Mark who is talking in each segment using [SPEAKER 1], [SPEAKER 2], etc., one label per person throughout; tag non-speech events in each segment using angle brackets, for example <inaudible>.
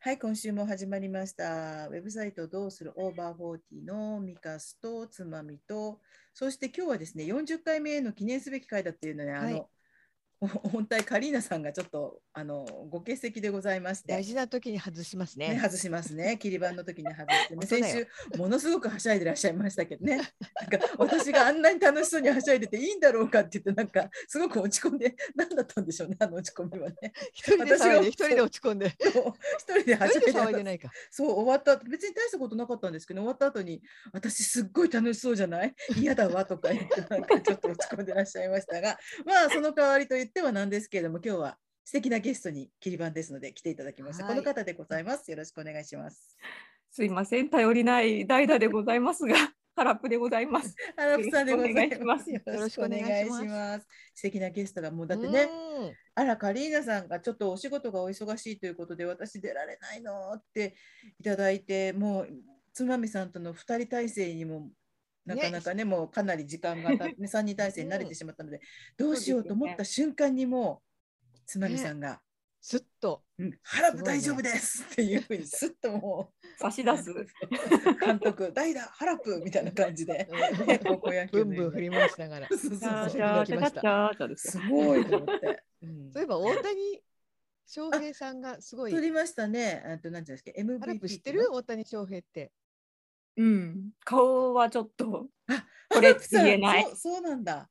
[SPEAKER 1] はい、今週も始まりました。ウェブサイトどうするオーバー40のミカスとつまみと、そして今日はですね、40回目の記念すべき回だっていうので、
[SPEAKER 2] は
[SPEAKER 1] あ
[SPEAKER 2] い
[SPEAKER 1] の、お本体カリーナさんがちょっとあのご欠席でございまして、
[SPEAKER 2] 大事な時に外しますね。
[SPEAKER 1] ね、
[SPEAKER 2] <laughs>
[SPEAKER 1] 外しますね。切り板の時に外して、ね、
[SPEAKER 2] 本当だ
[SPEAKER 1] 先
[SPEAKER 2] よ
[SPEAKER 1] 週ものすごくはしゃいでらっしゃいましたけどね。なんか私があんなに楽しそうにはしゃいでていいんだろうかって言ってなんかすごく落ち込んで何だったんでしょうねあの落ち込みはね。
[SPEAKER 2] <laughs> 一人で騒い
[SPEAKER 1] 私は
[SPEAKER 2] で、一人で落ち込んで、
[SPEAKER 1] 一人では
[SPEAKER 2] 一
[SPEAKER 1] しゃい
[SPEAKER 2] 人
[SPEAKER 1] で
[SPEAKER 2] で
[SPEAKER 1] た
[SPEAKER 2] 騒いでないか。
[SPEAKER 1] そう終わった後別に大したことなかったんですけど終わった後に私すっごい楽しそうじゃない嫌だわとか言ってなんかちょっと落ち込んでらっしゃいましたがまあその代わりと言ってはなんですけれども今日は素敵なゲストに切り板ですので来ていただきました、
[SPEAKER 2] はい
[SPEAKER 1] この方でございますよろしくお願いします
[SPEAKER 3] すいません、頼りない代打でございますが、 <laughs> 原っぷでござ
[SPEAKER 2] <laughs>
[SPEAKER 3] います。
[SPEAKER 1] 原福さんでございます
[SPEAKER 3] よ
[SPEAKER 1] よろ
[SPEAKER 2] ろ
[SPEAKER 1] し
[SPEAKER 2] し
[SPEAKER 1] く
[SPEAKER 2] く
[SPEAKER 1] お
[SPEAKER 2] お
[SPEAKER 1] 願
[SPEAKER 2] 願い
[SPEAKER 1] い
[SPEAKER 2] し
[SPEAKER 1] し
[SPEAKER 2] ます
[SPEAKER 1] ます素敵なゲストがもうだってねあらカリーナさんがちょっとお仕事がお忙しいということで私出られないのっていただいてもうつまみさんとの2人体制にもなかなかねもうかなり時間がたって、ね、3人体制に慣れてしまったので、どうしようと思った瞬間にもうつまみさんが
[SPEAKER 2] すっと。
[SPEAKER 1] 「うん、腹
[SPEAKER 2] す
[SPEAKER 1] 部
[SPEAKER 2] ごいね
[SPEAKER 1] 大丈夫です」っていうふうにすっとも
[SPEAKER 3] 差し
[SPEAKER 1] う
[SPEAKER 3] 出す。
[SPEAKER 1] 監督「代打腹部」みたいな感じ
[SPEAKER 2] <laughs>
[SPEAKER 1] で。ね高校野球の
[SPEAKER 2] ブン
[SPEAKER 1] ね
[SPEAKER 2] ブン振り回しなが
[SPEAKER 1] <laughs>
[SPEAKER 2] ら。
[SPEAKER 1] そうそう
[SPEAKER 3] じ
[SPEAKER 1] そう
[SPEAKER 3] ゃあ、
[SPEAKER 2] そう
[SPEAKER 3] じゃあ、
[SPEAKER 2] い
[SPEAKER 3] じ
[SPEAKER 2] た
[SPEAKER 3] ゃ
[SPEAKER 2] だき
[SPEAKER 3] あ、
[SPEAKER 2] ました
[SPEAKER 3] じゃあ、じゃあです
[SPEAKER 1] す
[SPEAKER 3] よ。
[SPEAKER 1] ごいと思って。うん
[SPEAKER 2] そういえば、大谷翔平さんがすごい。
[SPEAKER 1] 取りましたね。えっとなんていうんですか、MVP
[SPEAKER 2] ハラップ知って
[SPEAKER 1] の
[SPEAKER 2] る大谷翔平って。
[SPEAKER 3] うん、顔はちょっと、
[SPEAKER 1] こ
[SPEAKER 3] こ
[SPEAKER 1] れ
[SPEAKER 3] れ
[SPEAKER 1] 言
[SPEAKER 3] 言
[SPEAKER 1] え
[SPEAKER 3] え
[SPEAKER 1] な
[SPEAKER 3] ないい。
[SPEAKER 1] そうそうなんだ。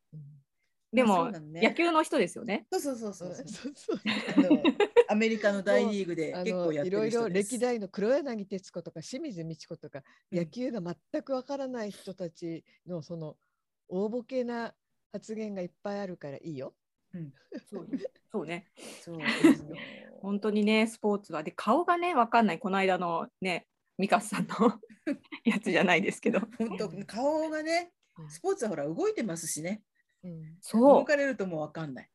[SPEAKER 3] で
[SPEAKER 1] まあ
[SPEAKER 3] も、
[SPEAKER 1] そうなのね
[SPEAKER 3] 野球の人ですよね。
[SPEAKER 1] そうそうそうそ
[SPEAKER 2] そうう
[SPEAKER 1] そう。
[SPEAKER 2] そうそう。
[SPEAKER 1] あのアメリカの大リーグで
[SPEAKER 2] あ
[SPEAKER 1] 結構
[SPEAKER 2] の
[SPEAKER 1] やっ
[SPEAKER 2] い
[SPEAKER 1] て
[SPEAKER 2] ろ
[SPEAKER 1] る
[SPEAKER 2] いろ
[SPEAKER 1] 人です。
[SPEAKER 2] 歴代の黒柳徹子とか清水美智子とか
[SPEAKER 1] うん
[SPEAKER 2] 野球が全くわからない人たちのその大ボケな発言がいっぱいあるからいいよ。
[SPEAKER 3] そうそうね。
[SPEAKER 1] そうですよ。
[SPEAKER 3] 本当にね、スポーツは。で、顔がね、わかんない。この間のね、ミカスさん
[SPEAKER 1] <laughs>
[SPEAKER 3] のやつじゃないですけど。
[SPEAKER 1] 本当顔がね、スポーツはほら動いてますしね。
[SPEAKER 2] うん、
[SPEAKER 3] そ
[SPEAKER 1] 動
[SPEAKER 3] う。
[SPEAKER 1] かれるともうわかんない。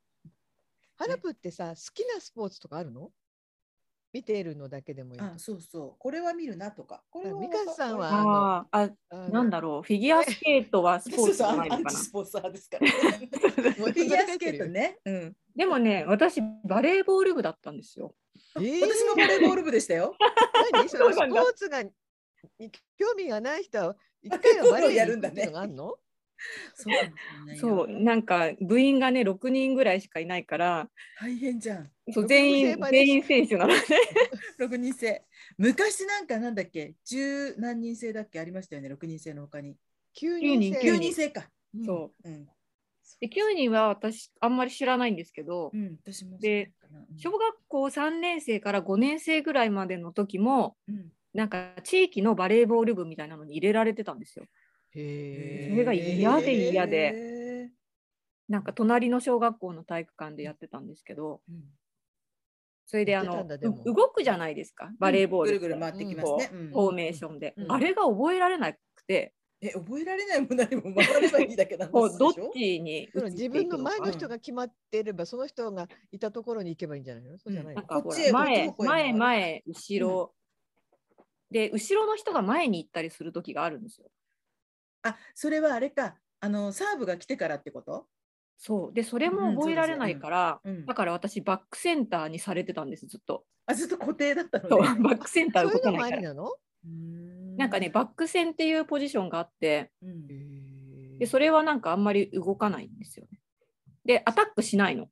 [SPEAKER 2] ハラプってさ好きなスポーツとかあるの見ているのだけでもいい
[SPEAKER 1] あ、
[SPEAKER 2] と。
[SPEAKER 1] そうそう。これは見るなとか。これは
[SPEAKER 2] ミカさんは
[SPEAKER 3] あーあ、
[SPEAKER 2] あの
[SPEAKER 3] なんだろう。フィギュアスケートはスポ
[SPEAKER 1] そう
[SPEAKER 3] ーツじ
[SPEAKER 1] そう
[SPEAKER 3] ゃ
[SPEAKER 1] ア
[SPEAKER 3] ないの
[SPEAKER 1] ン
[SPEAKER 3] か
[SPEAKER 1] チ
[SPEAKER 3] な。
[SPEAKER 1] スポンサーですから。フ
[SPEAKER 2] フ
[SPEAKER 1] ィギュアスケ
[SPEAKER 3] <laughs>
[SPEAKER 1] ート。ね。うん。
[SPEAKER 3] でもね、私、バレーボール部だったんですよ。
[SPEAKER 2] えー、
[SPEAKER 1] 私もバレーボール部でしたよ。
[SPEAKER 2] 何その
[SPEAKER 3] そう
[SPEAKER 2] ス
[SPEAKER 3] なんだ
[SPEAKER 2] ポーツがに興味がない人は一回はバレーに行くっていうのがある
[SPEAKER 3] <laughs>
[SPEAKER 2] の？
[SPEAKER 1] そうかもしれないよ
[SPEAKER 3] そう、なんか部員がね、6人ぐらいしかいないから、
[SPEAKER 1] 大変じゃん。
[SPEAKER 3] そう
[SPEAKER 2] 六人
[SPEAKER 3] 全員
[SPEAKER 2] 制バレー
[SPEAKER 3] 全員選手なので、
[SPEAKER 1] 六人制。昔なんかなんだっけ、十何人制だっけありましたよね、六人制の他に。
[SPEAKER 2] 九
[SPEAKER 3] 人
[SPEAKER 2] 制
[SPEAKER 3] 九
[SPEAKER 1] 九人制か。
[SPEAKER 2] うん
[SPEAKER 3] そう
[SPEAKER 1] うん。
[SPEAKER 3] で9人は私、あんまり知らないんですけど
[SPEAKER 1] う、ん、私も。
[SPEAKER 3] で
[SPEAKER 1] そうかな、うん
[SPEAKER 3] 小学校3年生から5年生ぐらいまでの時も、
[SPEAKER 1] うん
[SPEAKER 3] なんか地域のバレーボール部みたいなのに入れられてたんですよ。
[SPEAKER 2] へー
[SPEAKER 3] それが嫌で嫌で
[SPEAKER 1] へー
[SPEAKER 3] なんか隣の小学校の体育館でやってたんですけど、
[SPEAKER 1] うん
[SPEAKER 3] それであ
[SPEAKER 2] やってた
[SPEAKER 3] の
[SPEAKER 2] んだでも
[SPEAKER 3] う動くじゃないですか、バレーボールって。
[SPEAKER 1] ぐるぐる回ってきますね。うん
[SPEAKER 3] フォーメーションで、
[SPEAKER 2] うん
[SPEAKER 3] あれが覚えられなくて、
[SPEAKER 1] え、覚えられないも何も回ればいいだけなん
[SPEAKER 3] こ
[SPEAKER 1] で
[SPEAKER 3] う
[SPEAKER 1] す
[SPEAKER 3] ど
[SPEAKER 1] で
[SPEAKER 3] っ
[SPEAKER 1] しょ。
[SPEAKER 3] ちに移っていく
[SPEAKER 2] そ
[SPEAKER 3] か
[SPEAKER 2] の自分の前の
[SPEAKER 1] うん
[SPEAKER 2] 人が決まっていれば、その人がいたところに行けばいいんじゃないのそうじゃない
[SPEAKER 3] な
[SPEAKER 2] の
[SPEAKER 3] んか
[SPEAKER 1] こっ
[SPEAKER 3] ほ
[SPEAKER 1] ちへ
[SPEAKER 3] ら前
[SPEAKER 1] こっちの方へ回
[SPEAKER 3] 前前後ろ、で後ろの人が前に行ったりする時があるんですよ。
[SPEAKER 1] あ、それはあれか。あのサーブが来てからってこと？
[SPEAKER 3] そうでそれ
[SPEAKER 1] うん
[SPEAKER 3] も覚えられないから、
[SPEAKER 1] うん
[SPEAKER 3] だ。から私バックセンターにされてたんですずっと。
[SPEAKER 1] あ、ずっと固定だったの
[SPEAKER 3] そう <laughs>
[SPEAKER 1] ね。
[SPEAKER 3] バックセンタ
[SPEAKER 2] そ
[SPEAKER 3] ー
[SPEAKER 2] うい
[SPEAKER 3] 動
[SPEAKER 2] うのも
[SPEAKER 3] かな
[SPEAKER 2] あ
[SPEAKER 3] いか
[SPEAKER 2] りな
[SPEAKER 3] ら。
[SPEAKER 2] の
[SPEAKER 3] なんかねバックセンっていうポジションがあって
[SPEAKER 1] うーん、うん
[SPEAKER 3] でそれはなんかあんまり動かないんですよね。でアタックしないの。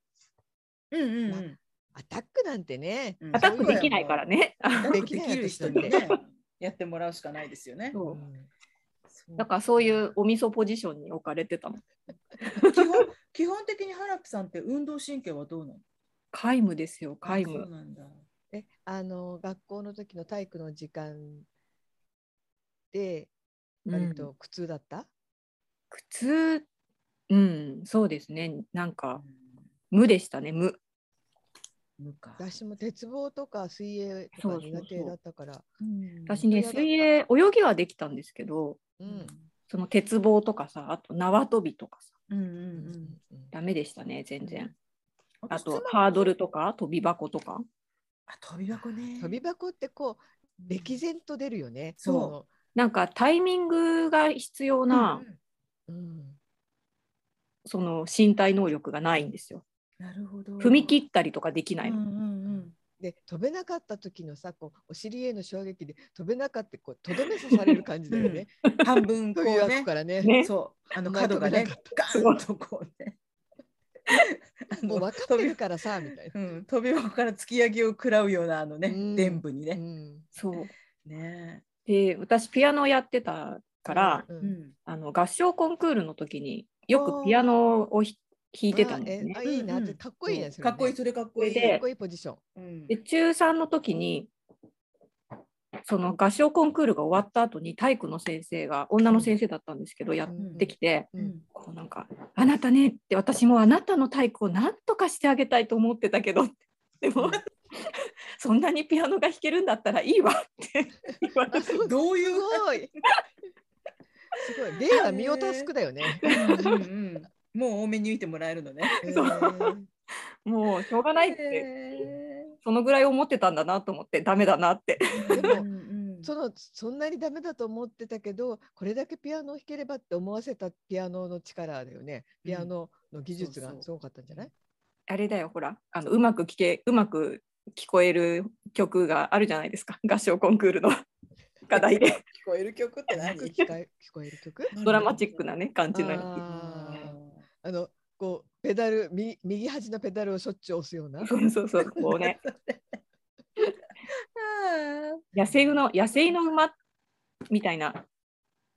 [SPEAKER 1] うんうん
[SPEAKER 2] ま
[SPEAKER 1] うん。
[SPEAKER 2] アタックなんてね、
[SPEAKER 1] うん
[SPEAKER 3] アタックできないから
[SPEAKER 2] ね。
[SPEAKER 3] ね。
[SPEAKER 1] アタッ
[SPEAKER 2] で
[SPEAKER 1] ク
[SPEAKER 2] き
[SPEAKER 1] で
[SPEAKER 2] ない
[SPEAKER 1] きる人にね、
[SPEAKER 2] 私
[SPEAKER 1] やってもらうしかないですよね。
[SPEAKER 3] <laughs> そううんだからそういうおみそポジションに置かれてたの。
[SPEAKER 1] 基本基本的にハラプさんって運動神経はどうなの？
[SPEAKER 3] 皆無ですよ
[SPEAKER 1] あ
[SPEAKER 3] 皆
[SPEAKER 1] そう
[SPEAKER 3] 無。
[SPEAKER 1] なんだ。
[SPEAKER 2] えあの学校の時の体育の時間で割
[SPEAKER 3] うん
[SPEAKER 2] と苦痛だった、
[SPEAKER 3] 苦痛うんそうですねなん
[SPEAKER 1] う
[SPEAKER 3] か
[SPEAKER 1] ん
[SPEAKER 3] 無でしたね無
[SPEAKER 1] 無か。
[SPEAKER 2] 私も鉄棒とか水泳と
[SPEAKER 3] そ
[SPEAKER 2] か
[SPEAKER 3] うそうそう
[SPEAKER 2] 苦手だったから。
[SPEAKER 3] 私ね
[SPEAKER 2] 本当
[SPEAKER 3] 水
[SPEAKER 2] 嫌
[SPEAKER 3] 泳泳ぎはできたんですけど
[SPEAKER 2] うん
[SPEAKER 3] その鉄棒とかさあと縄跳びとかさ
[SPEAKER 1] うんうんう
[SPEAKER 2] うん
[SPEAKER 1] ん。
[SPEAKER 2] うん
[SPEAKER 3] ダメでしたね全然あ
[SPEAKER 1] 私
[SPEAKER 3] と
[SPEAKER 1] 妻
[SPEAKER 3] ハードルとか飛び箱とか
[SPEAKER 1] あ飛び箱ね。
[SPEAKER 2] 飛び箱ってこう歴然と出るよね。
[SPEAKER 1] そ
[SPEAKER 3] なんかタイミングが必要な、
[SPEAKER 1] うんうん
[SPEAKER 2] う。うん、
[SPEAKER 3] その身体能力がないんですよ
[SPEAKER 1] なるほど。
[SPEAKER 3] 踏み切ったりとかでき
[SPEAKER 1] ら
[SPEAKER 3] ない
[SPEAKER 1] うんう
[SPEAKER 3] の、
[SPEAKER 1] んうん。
[SPEAKER 2] で飛べなかった時のさこうお尻への衝撃で飛べなかったこうとどめ刺される感じだよね。
[SPEAKER 1] 半分
[SPEAKER 2] <laughs>
[SPEAKER 1] ことう
[SPEAKER 2] いう
[SPEAKER 1] ね
[SPEAKER 2] 枠からね
[SPEAKER 3] ね
[SPEAKER 1] そうあの
[SPEAKER 2] 前
[SPEAKER 1] 角がね
[SPEAKER 2] 飛べ
[SPEAKER 1] ガ
[SPEAKER 2] な
[SPEAKER 1] ンとこうねあ
[SPEAKER 2] <laughs>
[SPEAKER 1] の
[SPEAKER 2] もう分かってるからさみたい
[SPEAKER 1] 飛びうん、飛び箱から突き上げを食らうようなあのね
[SPEAKER 2] うん
[SPEAKER 1] 伝部に
[SPEAKER 2] な。う
[SPEAKER 1] ね。
[SPEAKER 2] ん
[SPEAKER 3] そう
[SPEAKER 1] ね
[SPEAKER 3] で私ピアノをやってたから、
[SPEAKER 2] う
[SPEAKER 1] え、
[SPEAKER 2] ん
[SPEAKER 1] うん
[SPEAKER 3] あの合唱コンクールの時によくピアノをひ弾いてたんですね
[SPEAKER 2] あ。えあいいなって
[SPEAKER 1] うん
[SPEAKER 2] かっこいいね。それね
[SPEAKER 1] かっこいいそれかっこいい。
[SPEAKER 3] それで
[SPEAKER 2] かっこいいポジション。
[SPEAKER 1] うん
[SPEAKER 3] で中3の時にその合唱コンクールが終わった後に体育の先生が女の先生だったんですけど、やってきて、
[SPEAKER 2] う
[SPEAKER 1] うんん
[SPEAKER 3] こうなんか「あなたね」って私もあなたの体育をなんとかしてあげたいと思ってたけどでも <laughs> そんなにピアノが弾けるんだったらいいわって <laughs> 言われて
[SPEAKER 2] あそ
[SPEAKER 1] <laughs>
[SPEAKER 2] う
[SPEAKER 1] どうい
[SPEAKER 2] す
[SPEAKER 1] う
[SPEAKER 2] ごい。すごい。例は身を助くだよね。
[SPEAKER 1] うんうんうんもう多めに見てもらえるのね。
[SPEAKER 2] え
[SPEAKER 3] <laughs> そう
[SPEAKER 2] ー
[SPEAKER 3] もうしょうがないって
[SPEAKER 1] へ
[SPEAKER 3] そのぐらい思ってたんだなと思ってダメだなって
[SPEAKER 1] ー
[SPEAKER 2] でも
[SPEAKER 1] うんうん
[SPEAKER 2] そのそんなにダメだと思ってたけどこれだけピアノを弾ければって思わせたピアノの力だよねピアノの技術が
[SPEAKER 1] そうそう
[SPEAKER 2] すごかったんじゃない、
[SPEAKER 3] あれだよほらあのうまく聞けうまく聞こえる曲があるじゃないですか <laughs> 合唱コンクー
[SPEAKER 1] <laughs>
[SPEAKER 3] ルの課題で
[SPEAKER 1] 聞こえる曲って
[SPEAKER 2] うまく聞か <laughs> え聞こえる曲
[SPEAKER 3] ドラマチックなね感じのやつ
[SPEAKER 1] あ
[SPEAKER 2] あー
[SPEAKER 1] ー
[SPEAKER 2] あのこうペダル右右端のペダルをしょっちゅう押すような
[SPEAKER 3] そうそうそうこう
[SPEAKER 1] <laughs>
[SPEAKER 3] ね
[SPEAKER 1] あー
[SPEAKER 3] 野生の野生の馬みたいな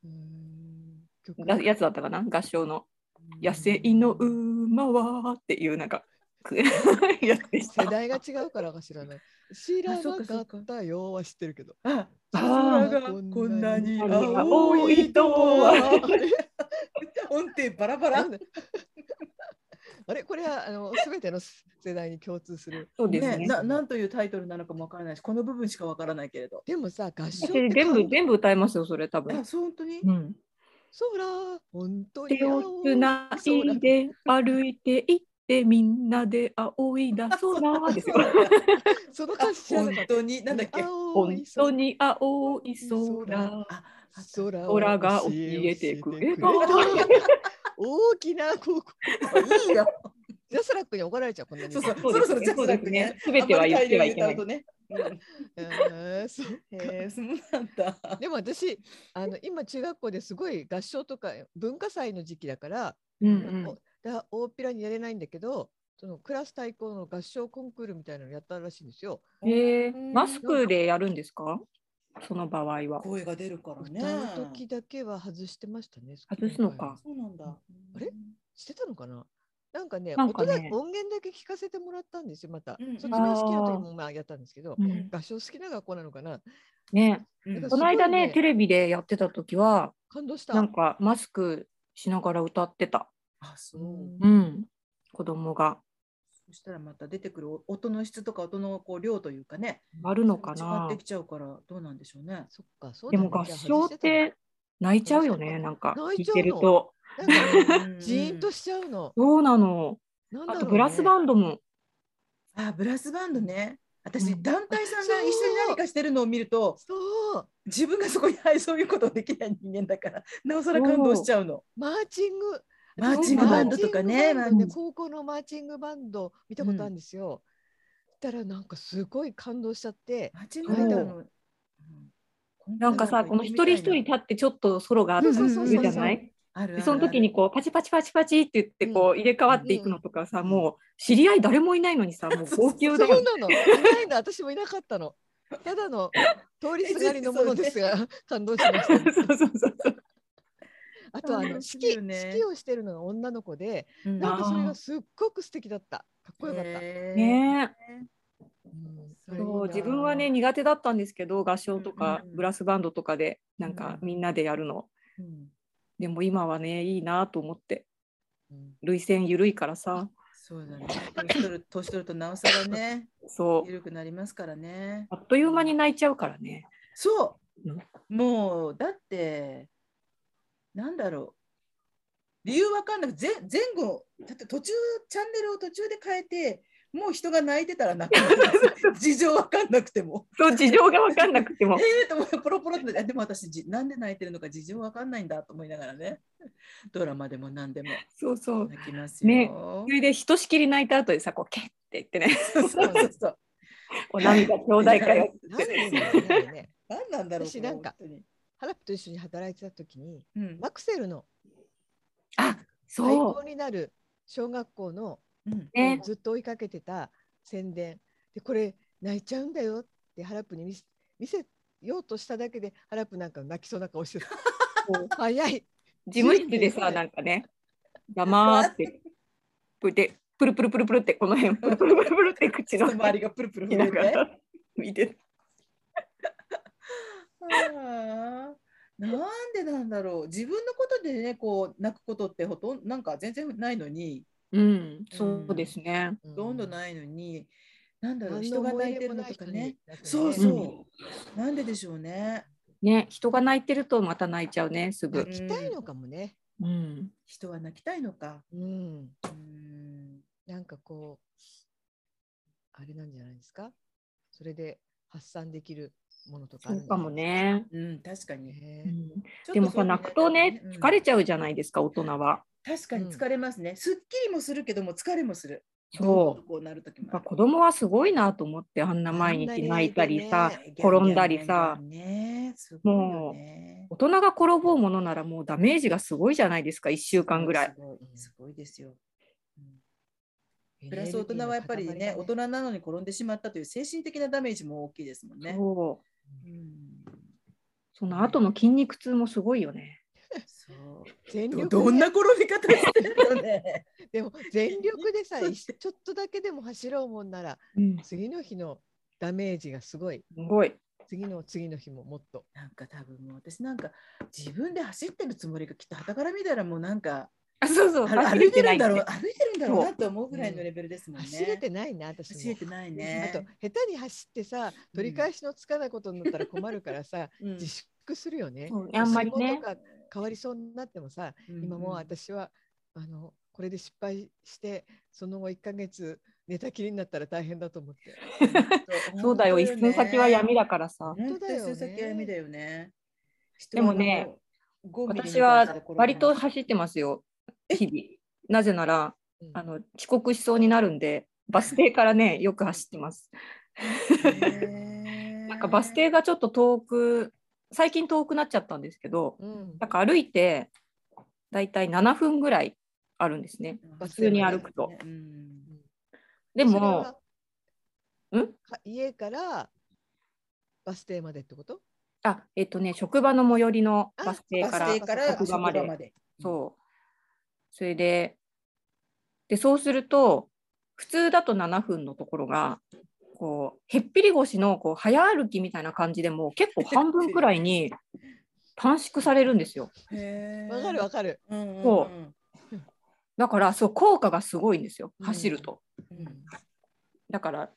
[SPEAKER 2] うーん曲
[SPEAKER 3] がやつだったかな合唱の「野生の馬は」っていうなんかく <laughs> やつでした
[SPEAKER 2] 世代が違うからか知らない知らな
[SPEAKER 1] そうか
[SPEAKER 2] か
[SPEAKER 1] そう
[SPEAKER 2] っ
[SPEAKER 1] か
[SPEAKER 2] たよは知ってるけど
[SPEAKER 1] あ
[SPEAKER 3] あ
[SPEAKER 1] 空がこんなに青
[SPEAKER 3] 青
[SPEAKER 1] い
[SPEAKER 3] い
[SPEAKER 1] と
[SPEAKER 3] と
[SPEAKER 1] は
[SPEAKER 3] は
[SPEAKER 1] 音程バラバ
[SPEAKER 2] な
[SPEAKER 1] ラ
[SPEAKER 2] ん。で <laughs> あれこれはあの全ての世代に共通する
[SPEAKER 3] そうですね
[SPEAKER 1] ね、ななんというタイトルなのかもわからないし、この部分しかわからないけれど。
[SPEAKER 2] でもさ合唱っ
[SPEAKER 3] 私
[SPEAKER 2] て
[SPEAKER 3] 全部全部歌えますよそれ多
[SPEAKER 1] あ、
[SPEAKER 3] 分。
[SPEAKER 1] そう本当に
[SPEAKER 3] う。ん
[SPEAKER 2] 空本当に
[SPEAKER 3] 手を
[SPEAKER 2] 青
[SPEAKER 3] つな
[SPEAKER 2] そうだ
[SPEAKER 3] いで歩いていってみんなで仰いだ空ですよ。
[SPEAKER 2] その
[SPEAKER 1] あ
[SPEAKER 2] 歌詞知ら
[SPEAKER 1] <laughs>
[SPEAKER 2] な
[SPEAKER 1] 本
[SPEAKER 2] かった
[SPEAKER 1] 当に、なんだっけ。
[SPEAKER 2] 青
[SPEAKER 3] 本
[SPEAKER 2] い
[SPEAKER 3] 当に青い
[SPEAKER 2] 空
[SPEAKER 3] 空。
[SPEAKER 1] あ、あそう
[SPEAKER 2] 空
[SPEAKER 3] 空が教えてくれた。
[SPEAKER 2] 大きな高校
[SPEAKER 1] いいよ。
[SPEAKER 2] ジャスラックに怒られちゃうこんなに
[SPEAKER 1] そうそう、そ
[SPEAKER 3] そう
[SPEAKER 1] ろ
[SPEAKER 3] で
[SPEAKER 1] そ
[SPEAKER 3] すね
[SPEAKER 1] ろジャスラックね。
[SPEAKER 3] そうですね全ては言ってはいけない
[SPEAKER 1] あんまり大量に歌うとね。
[SPEAKER 2] えーそう
[SPEAKER 1] うんへ <laughs> え、そうなんだ。
[SPEAKER 2] でも私あの今中学校ですごい合唱とか文化祭の時期だから
[SPEAKER 3] うん
[SPEAKER 2] おだ大っぴらにやれないんだけどそのクラス対抗の合唱コンクールみたいなのやったらしいんですよ。
[SPEAKER 3] うん。ええマスクでやるんですか？その場合は。
[SPEAKER 1] 声が出るからね。
[SPEAKER 2] 歌う時だけは外してましたね。
[SPEAKER 3] 外すのか
[SPEAKER 1] そうなんだ。
[SPEAKER 2] あれしてたのかななんかね
[SPEAKER 3] なんかね
[SPEAKER 2] 音だ音源だけ聞かせてもらったんですよまた、
[SPEAKER 1] うんうん
[SPEAKER 2] 卒業式の時もまあやったんですけど
[SPEAKER 3] う
[SPEAKER 1] うん
[SPEAKER 3] ん、
[SPEAKER 2] 合唱好きな学校なのかな
[SPEAKER 3] ね、
[SPEAKER 1] うん
[SPEAKER 2] なん
[SPEAKER 3] こ
[SPEAKER 2] か
[SPEAKER 3] の間
[SPEAKER 2] す
[SPEAKER 3] ね
[SPEAKER 2] ごいね
[SPEAKER 3] テレビでやってた時は
[SPEAKER 2] 感動した
[SPEAKER 3] なんかマスクしながら歌ってた、
[SPEAKER 1] あ、そうう。
[SPEAKER 2] ん
[SPEAKER 3] うん、子供が
[SPEAKER 1] そしたらまた出てくるお音の質とか音のこう量というかね。
[SPEAKER 3] あるのかな
[SPEAKER 1] 違ってきちゃうからどうなんでしょうね。
[SPEAKER 2] そっかそう
[SPEAKER 3] で
[SPEAKER 2] だね
[SPEAKER 3] も合
[SPEAKER 2] じゃあ
[SPEAKER 3] 唱っ
[SPEAKER 2] 外して
[SPEAKER 3] て泣いちゃうよ
[SPEAKER 2] 外して
[SPEAKER 3] ね
[SPEAKER 2] た
[SPEAKER 3] なんか
[SPEAKER 2] 泣い
[SPEAKER 3] 聞い
[SPEAKER 2] ちゃうの
[SPEAKER 3] てると
[SPEAKER 2] たのなんかね
[SPEAKER 1] うん
[SPEAKER 2] ジーンとしちゃうの
[SPEAKER 3] そうなの
[SPEAKER 2] なんだ
[SPEAKER 3] あ
[SPEAKER 2] ろう、
[SPEAKER 3] と
[SPEAKER 2] ね、
[SPEAKER 3] ブラスバンドも
[SPEAKER 1] あ、ブラスバンドね。
[SPEAKER 3] う
[SPEAKER 1] 私、
[SPEAKER 3] ん
[SPEAKER 1] 団体さんが
[SPEAKER 2] あ
[SPEAKER 1] 一緒に何かしてるのを見ると、
[SPEAKER 2] そう
[SPEAKER 1] 自分がそこに <laughs> 入そういうことできない人間だから、なおさら感動しちゃうの。
[SPEAKER 2] マーチング
[SPEAKER 1] マーチングバンドとかね、
[SPEAKER 2] マー
[SPEAKER 1] マ
[SPEAKER 2] チングバンドね
[SPEAKER 1] ーチング
[SPEAKER 2] 高校のマーチングバンド見たことあるんですよ、だからなんかすごい感動しちゃって
[SPEAKER 1] マーチングバンドの。うん
[SPEAKER 3] なんかさこの一人一人立ってちょっとソロがあっ
[SPEAKER 2] そう
[SPEAKER 3] た
[SPEAKER 2] そ
[SPEAKER 3] り
[SPEAKER 2] う
[SPEAKER 3] す
[SPEAKER 2] そう
[SPEAKER 3] るじゃ
[SPEAKER 2] そう
[SPEAKER 3] ない
[SPEAKER 1] あるあ
[SPEAKER 3] で
[SPEAKER 1] る
[SPEAKER 3] その時にこうパチパチパチパチって言ってこう入れ替わっていくのとかさ、
[SPEAKER 2] うん
[SPEAKER 3] もう知り合い誰もいないのにさもう号
[SPEAKER 2] そ
[SPEAKER 3] 泣
[SPEAKER 2] う
[SPEAKER 3] だ
[SPEAKER 2] な
[SPEAKER 3] よね
[SPEAKER 2] の。いないの、私もいなかったの。ただの通りすがりのものですが、感動しました。
[SPEAKER 3] そうそうそうそう
[SPEAKER 2] あとあ
[SPEAKER 1] そう
[SPEAKER 2] の
[SPEAKER 1] で
[SPEAKER 2] 式
[SPEAKER 1] すよね
[SPEAKER 2] 式をしてるのが女の子で、
[SPEAKER 1] あるうん
[SPEAKER 2] なんかそれ
[SPEAKER 3] あ
[SPEAKER 2] が
[SPEAKER 3] ー
[SPEAKER 2] すっごく素敵だった。かっこよかった。
[SPEAKER 1] へー
[SPEAKER 3] ね
[SPEAKER 2] うん
[SPEAKER 1] そう
[SPEAKER 2] れいい
[SPEAKER 3] そう
[SPEAKER 2] な
[SPEAKER 3] 自分はね苦手だったんですけど合唱とか
[SPEAKER 1] うんうん
[SPEAKER 3] ブラスバンドとかでなんか
[SPEAKER 1] うん
[SPEAKER 3] みんなでやるの
[SPEAKER 1] うん
[SPEAKER 3] でも今はねいいなと思って
[SPEAKER 2] うん
[SPEAKER 3] 涙腺緩いからさ
[SPEAKER 1] そうだね。年取る年取るとなおさらね、
[SPEAKER 3] そう
[SPEAKER 1] 緩くなりますからね。
[SPEAKER 3] あっという間に泣いちゃうからね
[SPEAKER 1] そう、
[SPEAKER 3] うん
[SPEAKER 1] もうだってなんだろう理由わかんなく前前後だって途中チャンネルを途中で変えてもう人が泣いてたら泣く <laughs> 事情わかんなくても
[SPEAKER 3] そう事情が分かんなくて
[SPEAKER 1] え
[SPEAKER 3] も
[SPEAKER 1] えと思ってポロポロってでも私じなんで泣いてるのか事情わかんないんだと思いながらねドラマでも何でも
[SPEAKER 3] そうそう
[SPEAKER 1] 泣きますよ。
[SPEAKER 3] <laughs> ねそれでひとしきり泣いた後でさこうケッって言ってね
[SPEAKER 1] そうそうそう
[SPEAKER 3] お涙兄弟会を
[SPEAKER 2] 何年だろうねあれね
[SPEAKER 1] <laughs> 何なんだろう
[SPEAKER 2] 私なんか
[SPEAKER 1] これ本
[SPEAKER 2] ハラップと一緒に働いてた時に
[SPEAKER 1] 当にうん
[SPEAKER 2] マクセルの
[SPEAKER 3] あ
[SPEAKER 2] 最
[SPEAKER 3] そう
[SPEAKER 2] 高になる小学校の
[SPEAKER 1] うん
[SPEAKER 3] ね
[SPEAKER 2] ずっと追いかけてた宣伝でこれ泣いちゃうんだよってハラップに見せ見せようとしただけでハラップなんか泣きそうな顔してた <laughs> 早い
[SPEAKER 3] 事務室でさなんかね黙ってでプルプルプルプルってこの辺プルプルプルプルって口
[SPEAKER 1] そ
[SPEAKER 3] の
[SPEAKER 1] の周りがプルプル
[SPEAKER 3] 見
[SPEAKER 1] 震
[SPEAKER 3] な
[SPEAKER 1] え
[SPEAKER 3] が
[SPEAKER 1] て。
[SPEAKER 3] ら見て
[SPEAKER 1] あーなんでなんだろう自分のことでねこう泣くことってほとんどなんか全然ないのに
[SPEAKER 3] うんそうですね
[SPEAKER 2] ほ
[SPEAKER 1] ほとんど
[SPEAKER 2] い
[SPEAKER 1] ないのに、なんだろう
[SPEAKER 2] 何
[SPEAKER 1] 人
[SPEAKER 2] の
[SPEAKER 1] が
[SPEAKER 2] 思
[SPEAKER 1] 泣
[SPEAKER 2] い
[SPEAKER 1] い
[SPEAKER 2] 入
[SPEAKER 1] て
[SPEAKER 2] れも
[SPEAKER 1] るの
[SPEAKER 2] ない
[SPEAKER 1] と
[SPEAKER 2] 人
[SPEAKER 1] か
[SPEAKER 2] に
[SPEAKER 1] ね、
[SPEAKER 2] だってね
[SPEAKER 1] そう
[SPEAKER 3] う
[SPEAKER 1] そう、なんででしょうね
[SPEAKER 3] ね人が泣いてるとまた泣いちゃうねすぐ
[SPEAKER 2] 泣きたいのかもね
[SPEAKER 3] うん
[SPEAKER 1] 人は泣きたいのか
[SPEAKER 2] うん
[SPEAKER 1] うん
[SPEAKER 2] なんかこうあれなんじゃないですかそれで発散できるものとかある
[SPEAKER 3] そ
[SPEAKER 2] ん
[SPEAKER 3] う
[SPEAKER 2] じゃ
[SPEAKER 3] か
[SPEAKER 2] ない
[SPEAKER 3] もね
[SPEAKER 1] うん確かに
[SPEAKER 2] ね
[SPEAKER 3] うん
[SPEAKER 1] ちょっ
[SPEAKER 3] でも
[SPEAKER 1] そう
[SPEAKER 3] さ
[SPEAKER 1] いうの
[SPEAKER 3] 泣くとね
[SPEAKER 1] うん
[SPEAKER 3] 疲れちゃうじゃないですか大人は
[SPEAKER 1] 確かに疲れますね、すっきりもするけども疲れもする
[SPEAKER 3] そう
[SPEAKER 1] どんどんこうなる時も
[SPEAKER 3] や
[SPEAKER 1] あ
[SPEAKER 3] っぱ
[SPEAKER 1] る
[SPEAKER 3] 子供はすごいなと思ってあんな毎日泣いたりさ、転んだりさ
[SPEAKER 1] ギャンギャンギャンギャンねすごいよね
[SPEAKER 3] 大人が転ぼうものならもうダメージがすごいじゃないですか1週間ぐらい
[SPEAKER 1] すごいすごいですよ。プ
[SPEAKER 2] エネル
[SPEAKER 1] ラ
[SPEAKER 2] ギ
[SPEAKER 1] ス
[SPEAKER 2] ーの
[SPEAKER 1] 大人はやっぱり
[SPEAKER 2] 塊が
[SPEAKER 1] ね、大人なのに転んでしまったという精神的なダメージも大きいですもんね。
[SPEAKER 3] そう
[SPEAKER 1] うん
[SPEAKER 3] その後の筋肉痛もすごいよね
[SPEAKER 1] そう
[SPEAKER 2] 全
[SPEAKER 1] ど
[SPEAKER 2] 力
[SPEAKER 1] どん
[SPEAKER 2] で
[SPEAKER 1] な転び方してるのね。
[SPEAKER 2] でも全力でさいちょっとだけでも走ろうもんなら
[SPEAKER 3] うんす
[SPEAKER 2] 次の日のダメージがすごい
[SPEAKER 3] ごい
[SPEAKER 2] 次の次の日ももっと
[SPEAKER 1] <laughs> なんか多分もう私なんか自分で走ってるつもりがきっとはたから見たらもうなんか
[SPEAKER 3] あそうそう
[SPEAKER 1] あ
[SPEAKER 3] 走
[SPEAKER 1] 歩
[SPEAKER 3] れ
[SPEAKER 1] いてるん
[SPEAKER 3] な
[SPEAKER 1] だ
[SPEAKER 3] い
[SPEAKER 1] ろ
[SPEAKER 3] ね
[SPEAKER 1] う歩いてるんだろうなと思うぐらいのレベルですもんね。
[SPEAKER 2] 走れてないな私
[SPEAKER 1] 走れ
[SPEAKER 2] も。
[SPEAKER 1] てない
[SPEAKER 2] あと
[SPEAKER 1] ね。
[SPEAKER 2] 下手に走ってさ取り返しのつかないことになったら困るからさ、
[SPEAKER 1] うん
[SPEAKER 2] 自粛するよね。
[SPEAKER 3] そうあんまり
[SPEAKER 2] お吸い
[SPEAKER 3] ね
[SPEAKER 2] 物とか変わりそうになってもさ、今もう私はあのこれで失敗してその後1ヶ月寝たきりになったら大変だと思って。
[SPEAKER 3] そうだよ一寸先は闇だからさ
[SPEAKER 1] 本
[SPEAKER 2] 当
[SPEAKER 1] 当
[SPEAKER 2] だ
[SPEAKER 1] だ
[SPEAKER 2] よ
[SPEAKER 1] よ、ね。
[SPEAKER 2] ね
[SPEAKER 1] 先はだよね。
[SPEAKER 3] でもね
[SPEAKER 1] 人はあの、
[SPEAKER 3] 私は割と走ってますよ日々なぜなら
[SPEAKER 2] うん
[SPEAKER 3] あの遅刻しそうになるんでバス停からねよく走ってます
[SPEAKER 1] な
[SPEAKER 3] なんかバス停がちょっと遠く最近遠くなっちゃったんですけど
[SPEAKER 2] うん
[SPEAKER 3] なんか歩いてだいたい7分ぐらいあるんですね
[SPEAKER 2] 普通に
[SPEAKER 3] 歩くと
[SPEAKER 1] うん
[SPEAKER 2] そ
[SPEAKER 3] で
[SPEAKER 2] れ
[SPEAKER 3] も
[SPEAKER 2] は
[SPEAKER 3] ん
[SPEAKER 2] か家からバス停までってこと
[SPEAKER 3] あ、えっとね、職場の最寄りの
[SPEAKER 2] あ
[SPEAKER 3] バス停
[SPEAKER 1] バ
[SPEAKER 3] から
[SPEAKER 1] ス停から
[SPEAKER 3] 職
[SPEAKER 1] 職
[SPEAKER 3] 場
[SPEAKER 1] 場
[SPEAKER 3] ま
[SPEAKER 1] ま
[SPEAKER 3] で
[SPEAKER 1] で。
[SPEAKER 3] そう。それで、で、そうすると、普通だと7分のところが、こう、へっぴり腰のこう早歩きみたいな感じでもう結構半分くらいに短縮されるんですよ。
[SPEAKER 1] へー
[SPEAKER 2] わかるわかる。
[SPEAKER 1] うんうんうん
[SPEAKER 3] そだから、そう、効果がすごいんですよ、走ると。
[SPEAKER 1] うん
[SPEAKER 3] だから、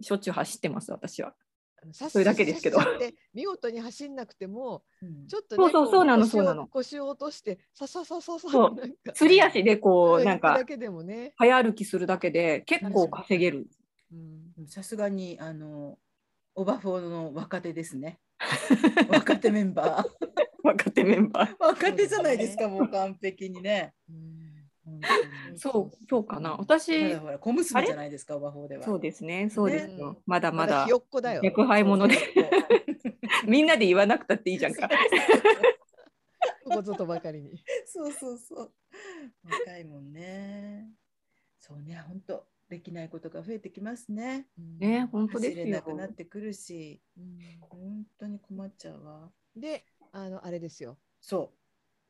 [SPEAKER 3] しょっちゅう走ってます、私は。
[SPEAKER 2] そ
[SPEAKER 3] それだけですけど
[SPEAKER 2] 見事に走んなくても
[SPEAKER 1] うん
[SPEAKER 2] ちょっと、ね、
[SPEAKER 3] そうそう
[SPEAKER 2] こ
[SPEAKER 3] そうな
[SPEAKER 2] 腰を
[SPEAKER 3] のそうなの
[SPEAKER 2] 腰を落としてさささささ
[SPEAKER 3] そう
[SPEAKER 2] なんか
[SPEAKER 3] すり足でこ
[SPEAKER 2] う
[SPEAKER 3] う、な
[SPEAKER 2] 行
[SPEAKER 3] ん
[SPEAKER 2] く
[SPEAKER 3] か
[SPEAKER 2] だ、けでもね、
[SPEAKER 3] 早歩きするだけで結構稼げる。
[SPEAKER 2] うん、
[SPEAKER 1] さすがに、あの、オバフォーの若手ですね。 <laughs> 若手メンバー。
[SPEAKER 3] 若手メンバー。
[SPEAKER 1] <laughs> 若手じゃないですか、もう完璧にね。本当に
[SPEAKER 3] そう、そうかな。
[SPEAKER 1] ま
[SPEAKER 3] 私
[SPEAKER 1] だ、ほら、小娘じゃないですか、オバフォーでは。
[SPEAKER 3] そうですね、そうですよ。
[SPEAKER 2] うん
[SPEAKER 3] まだまだ
[SPEAKER 2] ひよっこだよ。
[SPEAKER 3] 役配者で、みんなで言わなくたっていいじゃ
[SPEAKER 1] <laughs>
[SPEAKER 3] んか。
[SPEAKER 2] ここぞとばかりに。
[SPEAKER 1] そうそうそう。若いもんね。そうね、本当できないことが増えてきますね。
[SPEAKER 3] ね、本当で
[SPEAKER 1] 走
[SPEAKER 3] す
[SPEAKER 1] れ
[SPEAKER 3] よ
[SPEAKER 1] な。くなってくるし、
[SPEAKER 2] うん
[SPEAKER 1] 本当に困っちゃうわ。
[SPEAKER 2] で、あのあれですよ。
[SPEAKER 1] そ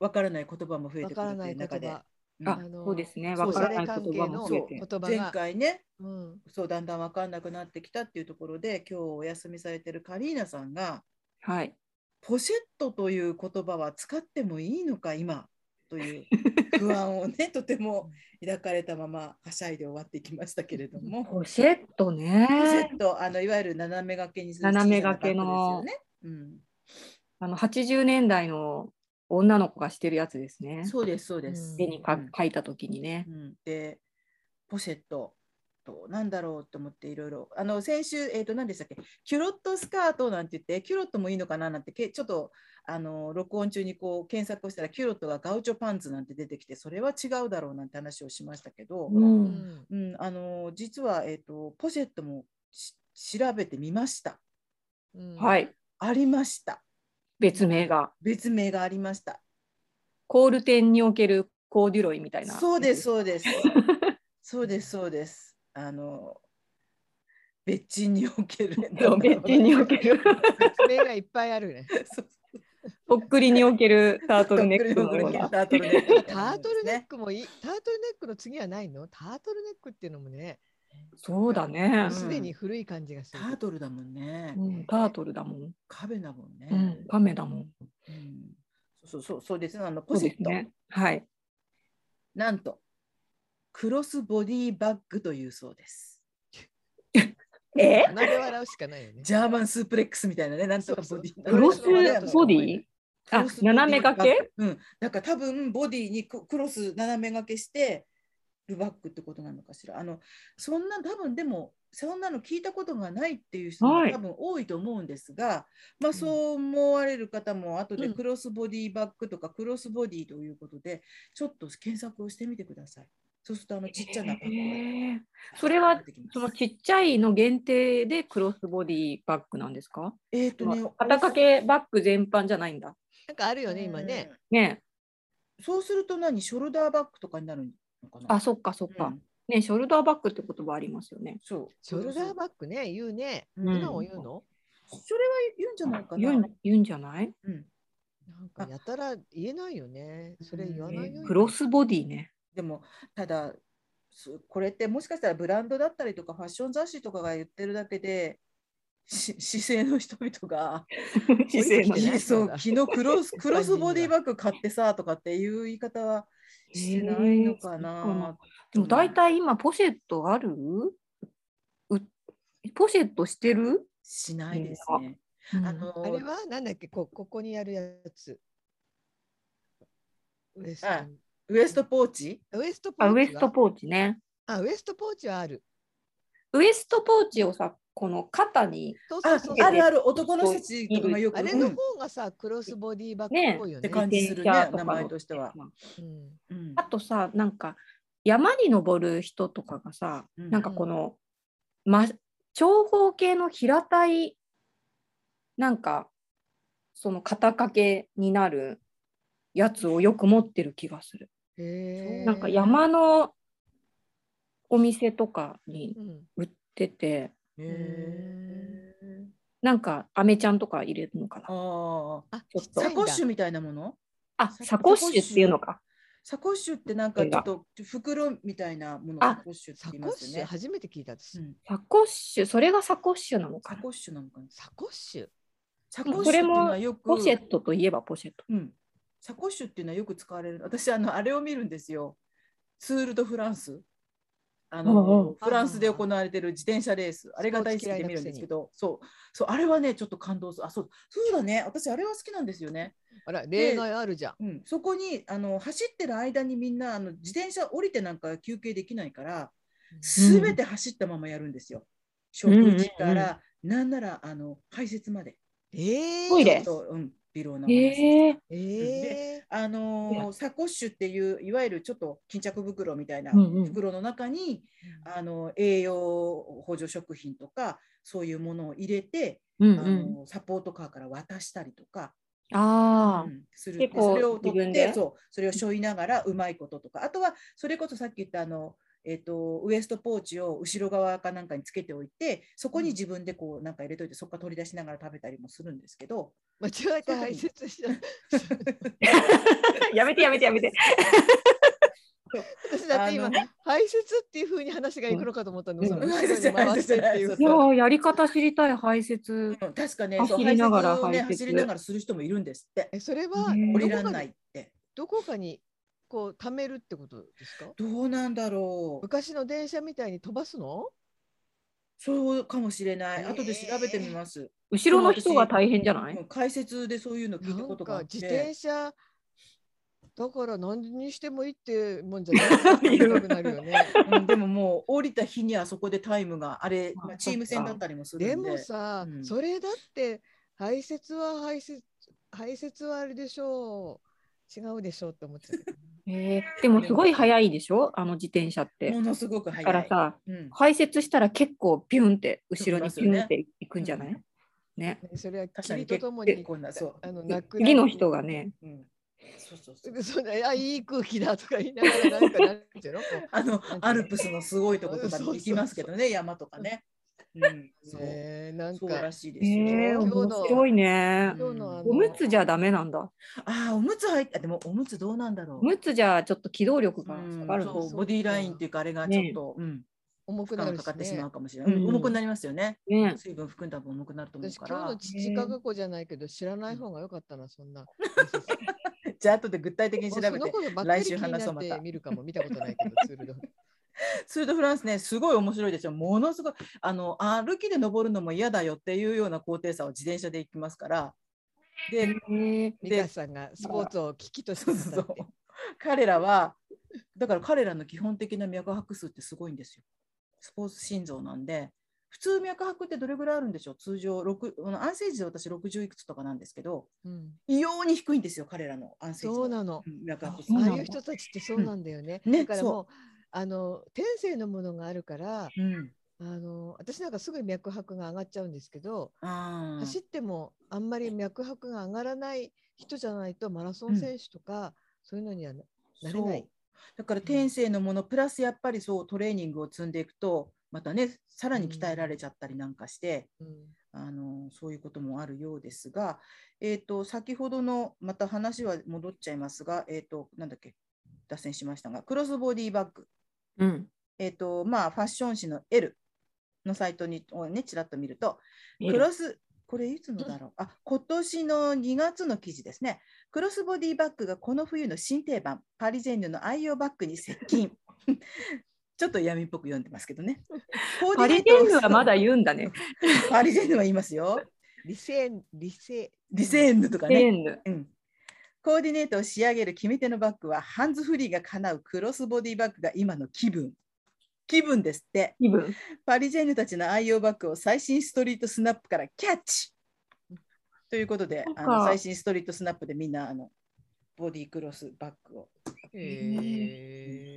[SPEAKER 1] う。わからない言葉も増え
[SPEAKER 2] わ
[SPEAKER 1] てく
[SPEAKER 2] か
[SPEAKER 1] る
[SPEAKER 2] ら
[SPEAKER 1] って
[SPEAKER 2] ないいう言
[SPEAKER 1] 中で。
[SPEAKER 2] 葉、
[SPEAKER 1] うん
[SPEAKER 3] あ
[SPEAKER 2] あ、の
[SPEAKER 3] そうですね。
[SPEAKER 2] そ
[SPEAKER 3] わ
[SPEAKER 2] う
[SPEAKER 3] からない言葉も
[SPEAKER 2] そ
[SPEAKER 3] 増
[SPEAKER 1] そ
[SPEAKER 3] え
[SPEAKER 1] う
[SPEAKER 3] て。
[SPEAKER 2] 言葉
[SPEAKER 1] 前
[SPEAKER 2] が、
[SPEAKER 1] 回ね、
[SPEAKER 2] うん、
[SPEAKER 1] そうだんだんわかんなくなってきたっていうところで、今日お休みされてるカリーナさんが、
[SPEAKER 3] はい。
[SPEAKER 1] ポシェットという言葉は使ってもいいのか今と
[SPEAKER 2] <laughs>
[SPEAKER 1] いう不安をねとても抱かれたままはしゃいで終わっていきましたけれども
[SPEAKER 3] ポシェット
[SPEAKER 1] ポシェ
[SPEAKER 3] ね。
[SPEAKER 1] ットあのいわゆる斜め掛けにする
[SPEAKER 3] 斜め掛けの
[SPEAKER 1] 小さなバッグですよね、
[SPEAKER 3] あの80年代の女の子がしてるやつです
[SPEAKER 1] う
[SPEAKER 3] ね
[SPEAKER 1] ん、。そうですそうで
[SPEAKER 2] う
[SPEAKER 1] す
[SPEAKER 2] ん
[SPEAKER 3] 絵にか
[SPEAKER 1] うん
[SPEAKER 3] 書いたときにね
[SPEAKER 1] う。ん、でポシェットとなんだろうと思っていろいろあの先週、えー、と何でしたっけキュロットスカートなんて言ってキュロットもいいのかななんてけちょっとあの録音中にこう検索をしたらキュロットがガウチョパンツなんて出てきてそれは違うだろうなんて話をしましたけど、
[SPEAKER 3] う。
[SPEAKER 2] うんん、
[SPEAKER 1] うん、あの実は、えー、とポシェットもし調べてみました。
[SPEAKER 2] うん
[SPEAKER 3] はい。
[SPEAKER 1] ありました。
[SPEAKER 3] 別名が。
[SPEAKER 1] 別名がありました。
[SPEAKER 3] コール店におけるコーデュロイみたいな。
[SPEAKER 1] そうです、。そうです。そうです、そうです。あの、別地における。
[SPEAKER 3] 別地における。
[SPEAKER 2] 目がいっぱいある
[SPEAKER 3] <laughs>
[SPEAKER 2] ね。
[SPEAKER 1] そう
[SPEAKER 3] とっくりにおけるタートルネックの
[SPEAKER 1] とっくりにお
[SPEAKER 3] よ
[SPEAKER 1] け
[SPEAKER 3] う
[SPEAKER 1] る
[SPEAKER 3] な。
[SPEAKER 1] タートルネックみたい
[SPEAKER 2] タ
[SPEAKER 1] なも
[SPEAKER 2] ー
[SPEAKER 1] ん
[SPEAKER 2] ト
[SPEAKER 1] です
[SPEAKER 2] ルネッ
[SPEAKER 1] ね。
[SPEAKER 2] クもいい。タートルネックの次はないの？タートルネックっていうのもね、
[SPEAKER 3] そうだね
[SPEAKER 1] ん。
[SPEAKER 2] すでに古い感じがす
[SPEAKER 1] タ
[SPEAKER 2] る。
[SPEAKER 1] ートルだもんね
[SPEAKER 3] う。ん、タートルだもん。
[SPEAKER 1] カベだもんね。
[SPEAKER 3] うん、カメだもん。
[SPEAKER 1] うんそうそうそうそうですあの
[SPEAKER 3] そ
[SPEAKER 1] ポ
[SPEAKER 3] う
[SPEAKER 1] シ
[SPEAKER 3] です
[SPEAKER 1] ェット、
[SPEAKER 3] ね。はい。
[SPEAKER 1] なんとクロスボディバッグというそうです
[SPEAKER 3] え
[SPEAKER 2] 鼻で笑うしかないよね。
[SPEAKER 1] ジャーマンスープレックスみたいなねなんとかボディ
[SPEAKER 2] そう
[SPEAKER 3] クロス
[SPEAKER 1] なんとか
[SPEAKER 3] ボ
[SPEAKER 1] ね
[SPEAKER 3] ディ
[SPEAKER 1] あ
[SPEAKER 3] あ
[SPEAKER 1] の、
[SPEAKER 3] 斜め掛け
[SPEAKER 1] うんなんか多分ボディにククロス斜め掛けしてルバッグってことなのかしらあのそんな多分でもそんなの聞いたことがないっていう人も
[SPEAKER 3] はい
[SPEAKER 1] 多分多いと思うんですが、まあ
[SPEAKER 2] うん
[SPEAKER 1] そう思われる方も後で
[SPEAKER 2] うん
[SPEAKER 1] クロスボディバッグとかクロスボディということでちょっと検索をしてみてくださいそうするとあのちっちゃなバッグ
[SPEAKER 3] へー
[SPEAKER 1] が
[SPEAKER 3] それは
[SPEAKER 1] 出てきます
[SPEAKER 3] そのちっちゃいの限定でクロスボディバッグなんですか
[SPEAKER 1] えっ、とね
[SPEAKER 3] 肩掛けバッグ全般じゃないんだ。
[SPEAKER 2] なんかあるよね今ね。
[SPEAKER 3] ね
[SPEAKER 1] そうすると何ショルダーバッグとかになるのかな
[SPEAKER 3] あ、そっかそっか。
[SPEAKER 1] うん
[SPEAKER 3] ねショルダーバッグって言葉ありますよね。
[SPEAKER 1] そう
[SPEAKER 2] ショルダーバッグね言うね。
[SPEAKER 1] うん
[SPEAKER 2] 今も言うの？
[SPEAKER 1] それは言うんじゃないかな。
[SPEAKER 3] 言うん言うんじゃない
[SPEAKER 1] うん
[SPEAKER 2] なんかやたら言えないよね。それ言わないよ。
[SPEAKER 3] クロ。スボディね。
[SPEAKER 1] でもただすこれってもしかしたらブランドだったりとかファッション雑誌とかが言ってるだけでし姿勢の人々が
[SPEAKER 2] 姿勢の
[SPEAKER 1] い
[SPEAKER 2] ね
[SPEAKER 1] やそう
[SPEAKER 2] そうだ
[SPEAKER 1] 昨日クロスクロスボディバッグ買ってさとかっていう言い方はしてないのか
[SPEAKER 3] へーそうか
[SPEAKER 1] な
[SPEAKER 3] な。 <laughs> でも大体今ポシェットあるうポシェットしてる、
[SPEAKER 1] しないですね。あ
[SPEAKER 3] あの
[SPEAKER 1] の
[SPEAKER 2] あれはなんだっけこここにあるやつ。ウエスト
[SPEAKER 1] あウエストポーチ
[SPEAKER 2] ウエストポ
[SPEAKER 3] あウエ
[SPEAKER 2] ーチ
[SPEAKER 3] スト
[SPEAKER 2] は
[SPEAKER 3] ポーチね。
[SPEAKER 2] あウエストポーチはある。
[SPEAKER 3] ウエストポーチをさ、この肩に
[SPEAKER 2] そうそ
[SPEAKER 1] あ
[SPEAKER 2] うそう
[SPEAKER 1] あるある男の人たちとかがよく
[SPEAKER 2] あれ
[SPEAKER 1] う
[SPEAKER 2] の
[SPEAKER 1] んっ
[SPEAKER 2] 方がさ、クロスボディバッグっぽいよ
[SPEAKER 1] て
[SPEAKER 2] ね。
[SPEAKER 1] 感じするね
[SPEAKER 3] 自転車と
[SPEAKER 1] 名
[SPEAKER 3] かの
[SPEAKER 1] 前としては。
[SPEAKER 2] うん
[SPEAKER 1] うん
[SPEAKER 3] あとさ、なんか山に登る人とかがさ、
[SPEAKER 1] うん
[SPEAKER 3] なんかこの、ま、長方形の平たい、なんかその肩掛けになるやつをよく持ってる気がする。
[SPEAKER 2] へー
[SPEAKER 3] なんか山のお店とかに
[SPEAKER 2] うん
[SPEAKER 3] 売ってて、
[SPEAKER 1] へー
[SPEAKER 3] なんかアメちゃんとか入れるのかな。
[SPEAKER 1] あ
[SPEAKER 2] あ、
[SPEAKER 3] ょっと
[SPEAKER 2] ちっちゃ
[SPEAKER 1] サ
[SPEAKER 2] いん
[SPEAKER 1] コ
[SPEAKER 2] だ
[SPEAKER 1] ッシュみたいなもの
[SPEAKER 3] あ、
[SPEAKER 1] サ
[SPEAKER 3] サコッシュっていうのか。
[SPEAKER 1] サコッシュってなんか
[SPEAKER 3] これ
[SPEAKER 1] ちょっ
[SPEAKER 3] が
[SPEAKER 1] と袋みたいなものを
[SPEAKER 3] あ
[SPEAKER 1] サコッシュって
[SPEAKER 2] サ
[SPEAKER 1] 言い
[SPEAKER 2] コ
[SPEAKER 1] ま
[SPEAKER 2] ッ
[SPEAKER 1] す
[SPEAKER 2] シュ
[SPEAKER 1] ね。
[SPEAKER 2] 初めて聞いたです
[SPEAKER 1] う。ん
[SPEAKER 3] サコッシュ、それがサコッシュなのか
[SPEAKER 1] サ
[SPEAKER 3] な。
[SPEAKER 1] コッシュなのかな。
[SPEAKER 2] サコッシュ。
[SPEAKER 1] サコ
[SPEAKER 3] も
[SPEAKER 1] ッ
[SPEAKER 3] う
[SPEAKER 1] シュって
[SPEAKER 3] そ
[SPEAKER 1] い
[SPEAKER 3] れ
[SPEAKER 1] う
[SPEAKER 3] も
[SPEAKER 1] のはよく
[SPEAKER 3] ポシェットといえばポシェット。
[SPEAKER 1] うん、サコッシュっていうのはよく使われる。私あのあれを見るんですよ。ツール・ド・フランス。あ
[SPEAKER 3] うんう
[SPEAKER 1] の
[SPEAKER 3] ん
[SPEAKER 1] フランスで行われてる自転車レース、あれが大好きで見るんですけど、そう、そう、あれはね、ちょっと感動する。あ、そう、そうだね、私、あれは好きなんですよね。
[SPEAKER 2] あら、例外あるじゃん。
[SPEAKER 1] うん、そこにあの走ってる間にみんなあの自転車降りてなんか休憩できないからすべて走ったままやるんですよ。食事から、なんならあの排泄まで。
[SPEAKER 2] ええ。
[SPEAKER 3] トイレ
[SPEAKER 1] ちょっとうん、微量なお話です
[SPEAKER 3] ええ
[SPEAKER 2] ええ。
[SPEAKER 1] あのーサコッシュっていういわゆるちょっと巾着袋みたいな
[SPEAKER 3] うんうん
[SPEAKER 1] 袋の中に、あの栄養補助食品とかそういうものを入れて、
[SPEAKER 3] うん
[SPEAKER 1] あ
[SPEAKER 3] うん。
[SPEAKER 1] のサポートカーから渡したりとか、
[SPEAKER 3] あ
[SPEAKER 1] う
[SPEAKER 3] あ、
[SPEAKER 1] んする
[SPEAKER 3] で
[SPEAKER 1] で
[SPEAKER 3] こう
[SPEAKER 1] それを取っ
[SPEAKER 3] 自分
[SPEAKER 1] て
[SPEAKER 3] で
[SPEAKER 1] そうそれを背負いながらうまいこととかあとはそれこそさっき言ったあの、えっとウエストポーチを後ろ側かなんかにつけておいてそこに自分でこうなんか入れといてそこから取り出しながら食べたりもするんですけど
[SPEAKER 2] 間違えて排泄しちゃう。 <laughs>
[SPEAKER 1] <laughs>
[SPEAKER 3] やめてやめてやめて。
[SPEAKER 2] 私だって今
[SPEAKER 1] あの
[SPEAKER 2] 排泄っていう風に話がいくのかと思ったの。
[SPEAKER 3] うん
[SPEAKER 2] その
[SPEAKER 1] うん
[SPEAKER 2] 後ろに回してっていう
[SPEAKER 1] 排泄
[SPEAKER 3] いやー、やり方知りたい、排泄。
[SPEAKER 1] うん確かね
[SPEAKER 3] 走りながら
[SPEAKER 1] そう排泄をね
[SPEAKER 3] 排泄
[SPEAKER 1] 走りながらする人もいるんですって
[SPEAKER 2] え、それは
[SPEAKER 3] ね
[SPEAKER 1] 降りらんないって
[SPEAKER 2] どこかにこう貯めるってことですか？
[SPEAKER 1] どうなんだろう
[SPEAKER 2] 昔の電車みたいに飛ばすの？
[SPEAKER 1] そうかもしれない
[SPEAKER 2] えー
[SPEAKER 1] 後で調べてみます、
[SPEAKER 3] 後ろの人が大変じゃない
[SPEAKER 1] うん解説でそういうの聞いたことがあ
[SPEAKER 2] な
[SPEAKER 1] っ
[SPEAKER 2] んか
[SPEAKER 1] て
[SPEAKER 2] 自転車だから何にしてもいいってもんじゃない
[SPEAKER 3] 言う
[SPEAKER 2] なくなるよね。
[SPEAKER 1] うんでももう降りた日にあそこでタイムがあれ、
[SPEAKER 3] あ
[SPEAKER 1] まあ、チーム戦だったりもするんで
[SPEAKER 2] でもさ、
[SPEAKER 1] うん
[SPEAKER 2] それだって排泄は排泄排泄はあれでしょう違うでしょうって思っちゃうけど。
[SPEAKER 3] えーでもすごい速いでしょあの自転車って。
[SPEAKER 1] ものすごく速
[SPEAKER 3] だ
[SPEAKER 1] い。
[SPEAKER 3] からさ
[SPEAKER 1] うん、
[SPEAKER 3] 排泄したら結構ビュンって後ろにビ
[SPEAKER 1] そう
[SPEAKER 3] ュン
[SPEAKER 1] な
[SPEAKER 3] っ
[SPEAKER 1] んで
[SPEAKER 3] ていくんじゃないね
[SPEAKER 2] ねそれは
[SPEAKER 1] 確か
[SPEAKER 2] 霧
[SPEAKER 1] に
[SPEAKER 2] と
[SPEAKER 1] 結
[SPEAKER 2] と
[SPEAKER 1] 構
[SPEAKER 2] もに
[SPEAKER 1] こんなそう。
[SPEAKER 2] あの泣く
[SPEAKER 3] 次の人がね
[SPEAKER 1] うん、そうそうそう。
[SPEAKER 2] <laughs> それあいい空気だとか言いながらなんかなんていうのこう
[SPEAKER 1] あの
[SPEAKER 2] ていうの
[SPEAKER 1] アルプスのすごいとことかに行きますけどね、山とかね。
[SPEAKER 2] <laughs>
[SPEAKER 1] うん、 <laughs> そう、
[SPEAKER 2] ねえなん
[SPEAKER 1] そうら
[SPEAKER 2] か
[SPEAKER 1] しいですよ。
[SPEAKER 3] え
[SPEAKER 2] 今
[SPEAKER 3] ー、
[SPEAKER 2] 日の
[SPEAKER 3] 面白いね
[SPEAKER 1] うん。
[SPEAKER 2] 今日のあの
[SPEAKER 3] おむつじゃダメなんだ。
[SPEAKER 1] ああ、おむつ入った、でもおむつどうなんだろ
[SPEAKER 3] お
[SPEAKER 1] う。
[SPEAKER 3] むつじゃちょっと機動力が
[SPEAKER 1] うん
[SPEAKER 3] 下がる
[SPEAKER 1] そ
[SPEAKER 3] の。
[SPEAKER 1] うボディーラインっていうかあれがちょっと、うん、
[SPEAKER 2] 重
[SPEAKER 1] 負
[SPEAKER 2] く
[SPEAKER 1] 荷
[SPEAKER 2] な
[SPEAKER 1] が
[SPEAKER 2] る
[SPEAKER 1] かかって
[SPEAKER 2] し
[SPEAKER 1] し
[SPEAKER 2] ね
[SPEAKER 1] まうかもしれない、うん
[SPEAKER 3] うん
[SPEAKER 1] 重くなりますよね
[SPEAKER 3] ね。
[SPEAKER 1] 水分含んだ分重くなると思う
[SPEAKER 2] 私
[SPEAKER 1] か
[SPEAKER 2] 今日の
[SPEAKER 1] ら
[SPEAKER 2] 父科学校じゃないけど知らない方が良かったなそんな。
[SPEAKER 1] <laughs> じゃあ後で具体的に調べ
[SPEAKER 2] も
[SPEAKER 1] て
[SPEAKER 2] うそのことばっかり
[SPEAKER 1] 来
[SPEAKER 2] 気
[SPEAKER 1] 週
[SPEAKER 2] に
[SPEAKER 1] 話そ
[SPEAKER 2] な
[SPEAKER 1] う
[SPEAKER 2] っ
[SPEAKER 1] また
[SPEAKER 2] て見るかも見たことないけどツールドフ
[SPEAKER 1] ツール・ド・フランスねすごい面白いですよものすごいあの歩きで登るのも嫌だよっていうような高低差を自転車で行きますからで
[SPEAKER 3] ね
[SPEAKER 2] ミカさんがスポーツを危機とし
[SPEAKER 1] そ
[SPEAKER 2] て
[SPEAKER 1] う
[SPEAKER 2] 語って
[SPEAKER 1] そうそう彼らはだから彼らの基本的な脈拍数ってすごいんですよスポーツ心臓なんで普通脈拍ってどれぐらいあるんでしょう通常6あの安静時で私60いくつとかなんですけど
[SPEAKER 2] うん
[SPEAKER 1] 異様に低いんですよ彼らの安静時は
[SPEAKER 2] そうなの。
[SPEAKER 1] うん脈拍数
[SPEAKER 3] そ
[SPEAKER 2] あ
[SPEAKER 3] うな
[SPEAKER 2] あ
[SPEAKER 3] の
[SPEAKER 2] いう人たちってそうなんだよね。
[SPEAKER 1] うんね
[SPEAKER 2] だから
[SPEAKER 1] そう
[SPEAKER 2] もうあの天性のものがあるから
[SPEAKER 1] うん
[SPEAKER 2] あの私なんかすぐ脈拍が上がっちゃうんですけど、
[SPEAKER 1] あ
[SPEAKER 2] 走
[SPEAKER 1] ー
[SPEAKER 2] ってもあんまり脈拍が上がらない人じゃないとマラソン選手とか、そういうのにはななれない
[SPEAKER 1] そう。だから天性のものプラスやっぱりそうトレーニングを積んでいくとまたねさらに鍛えられちゃったりなんかして、
[SPEAKER 2] うん
[SPEAKER 1] あのそういうこともあるようですが、えー、と先ほどのまた話は戻っちゃいますが、えー、となんだっけ脱線しましたがクロスボディバッグ、
[SPEAKER 3] うん。
[SPEAKER 1] えーとまあ、ファッション誌の L のサイトにを、ね、ちらっと見ると
[SPEAKER 3] 見え
[SPEAKER 1] ク
[SPEAKER 3] る
[SPEAKER 1] ロスこれいつのだろうあ今年の2月の記事ですねクロスボディバッグがこの冬の新定番パリジェンヌの愛用バッグに接近 <laughs> ちょっと闇っぽく読んでますけどねコ
[SPEAKER 3] パ
[SPEAKER 1] ーデ
[SPEAKER 3] リ
[SPEAKER 1] ィ
[SPEAKER 3] ジ
[SPEAKER 1] ネ
[SPEAKER 3] ェ
[SPEAKER 1] ー
[SPEAKER 3] ン
[SPEAKER 1] ト
[SPEAKER 3] ヌ
[SPEAKER 1] を
[SPEAKER 3] はまだ言うんだね。
[SPEAKER 1] パリジェンヌは言いますよ
[SPEAKER 2] 理性理性
[SPEAKER 1] リセーヌとか
[SPEAKER 3] パ
[SPEAKER 1] ね
[SPEAKER 3] リジェンヌ。
[SPEAKER 1] うんコーディネートを仕上げる決め手のバッグはハンズフリーが叶うクロスボディバッグが今の気分。気分ですって。
[SPEAKER 3] 気分。
[SPEAKER 1] パリジェンヌたちの愛用バッグを最新ストリートスナップからキャッチということで
[SPEAKER 3] そっ、か
[SPEAKER 1] あの最新ストリートスナップでみんなあのボディクロスバッグを。 <laughs>
[SPEAKER 2] へ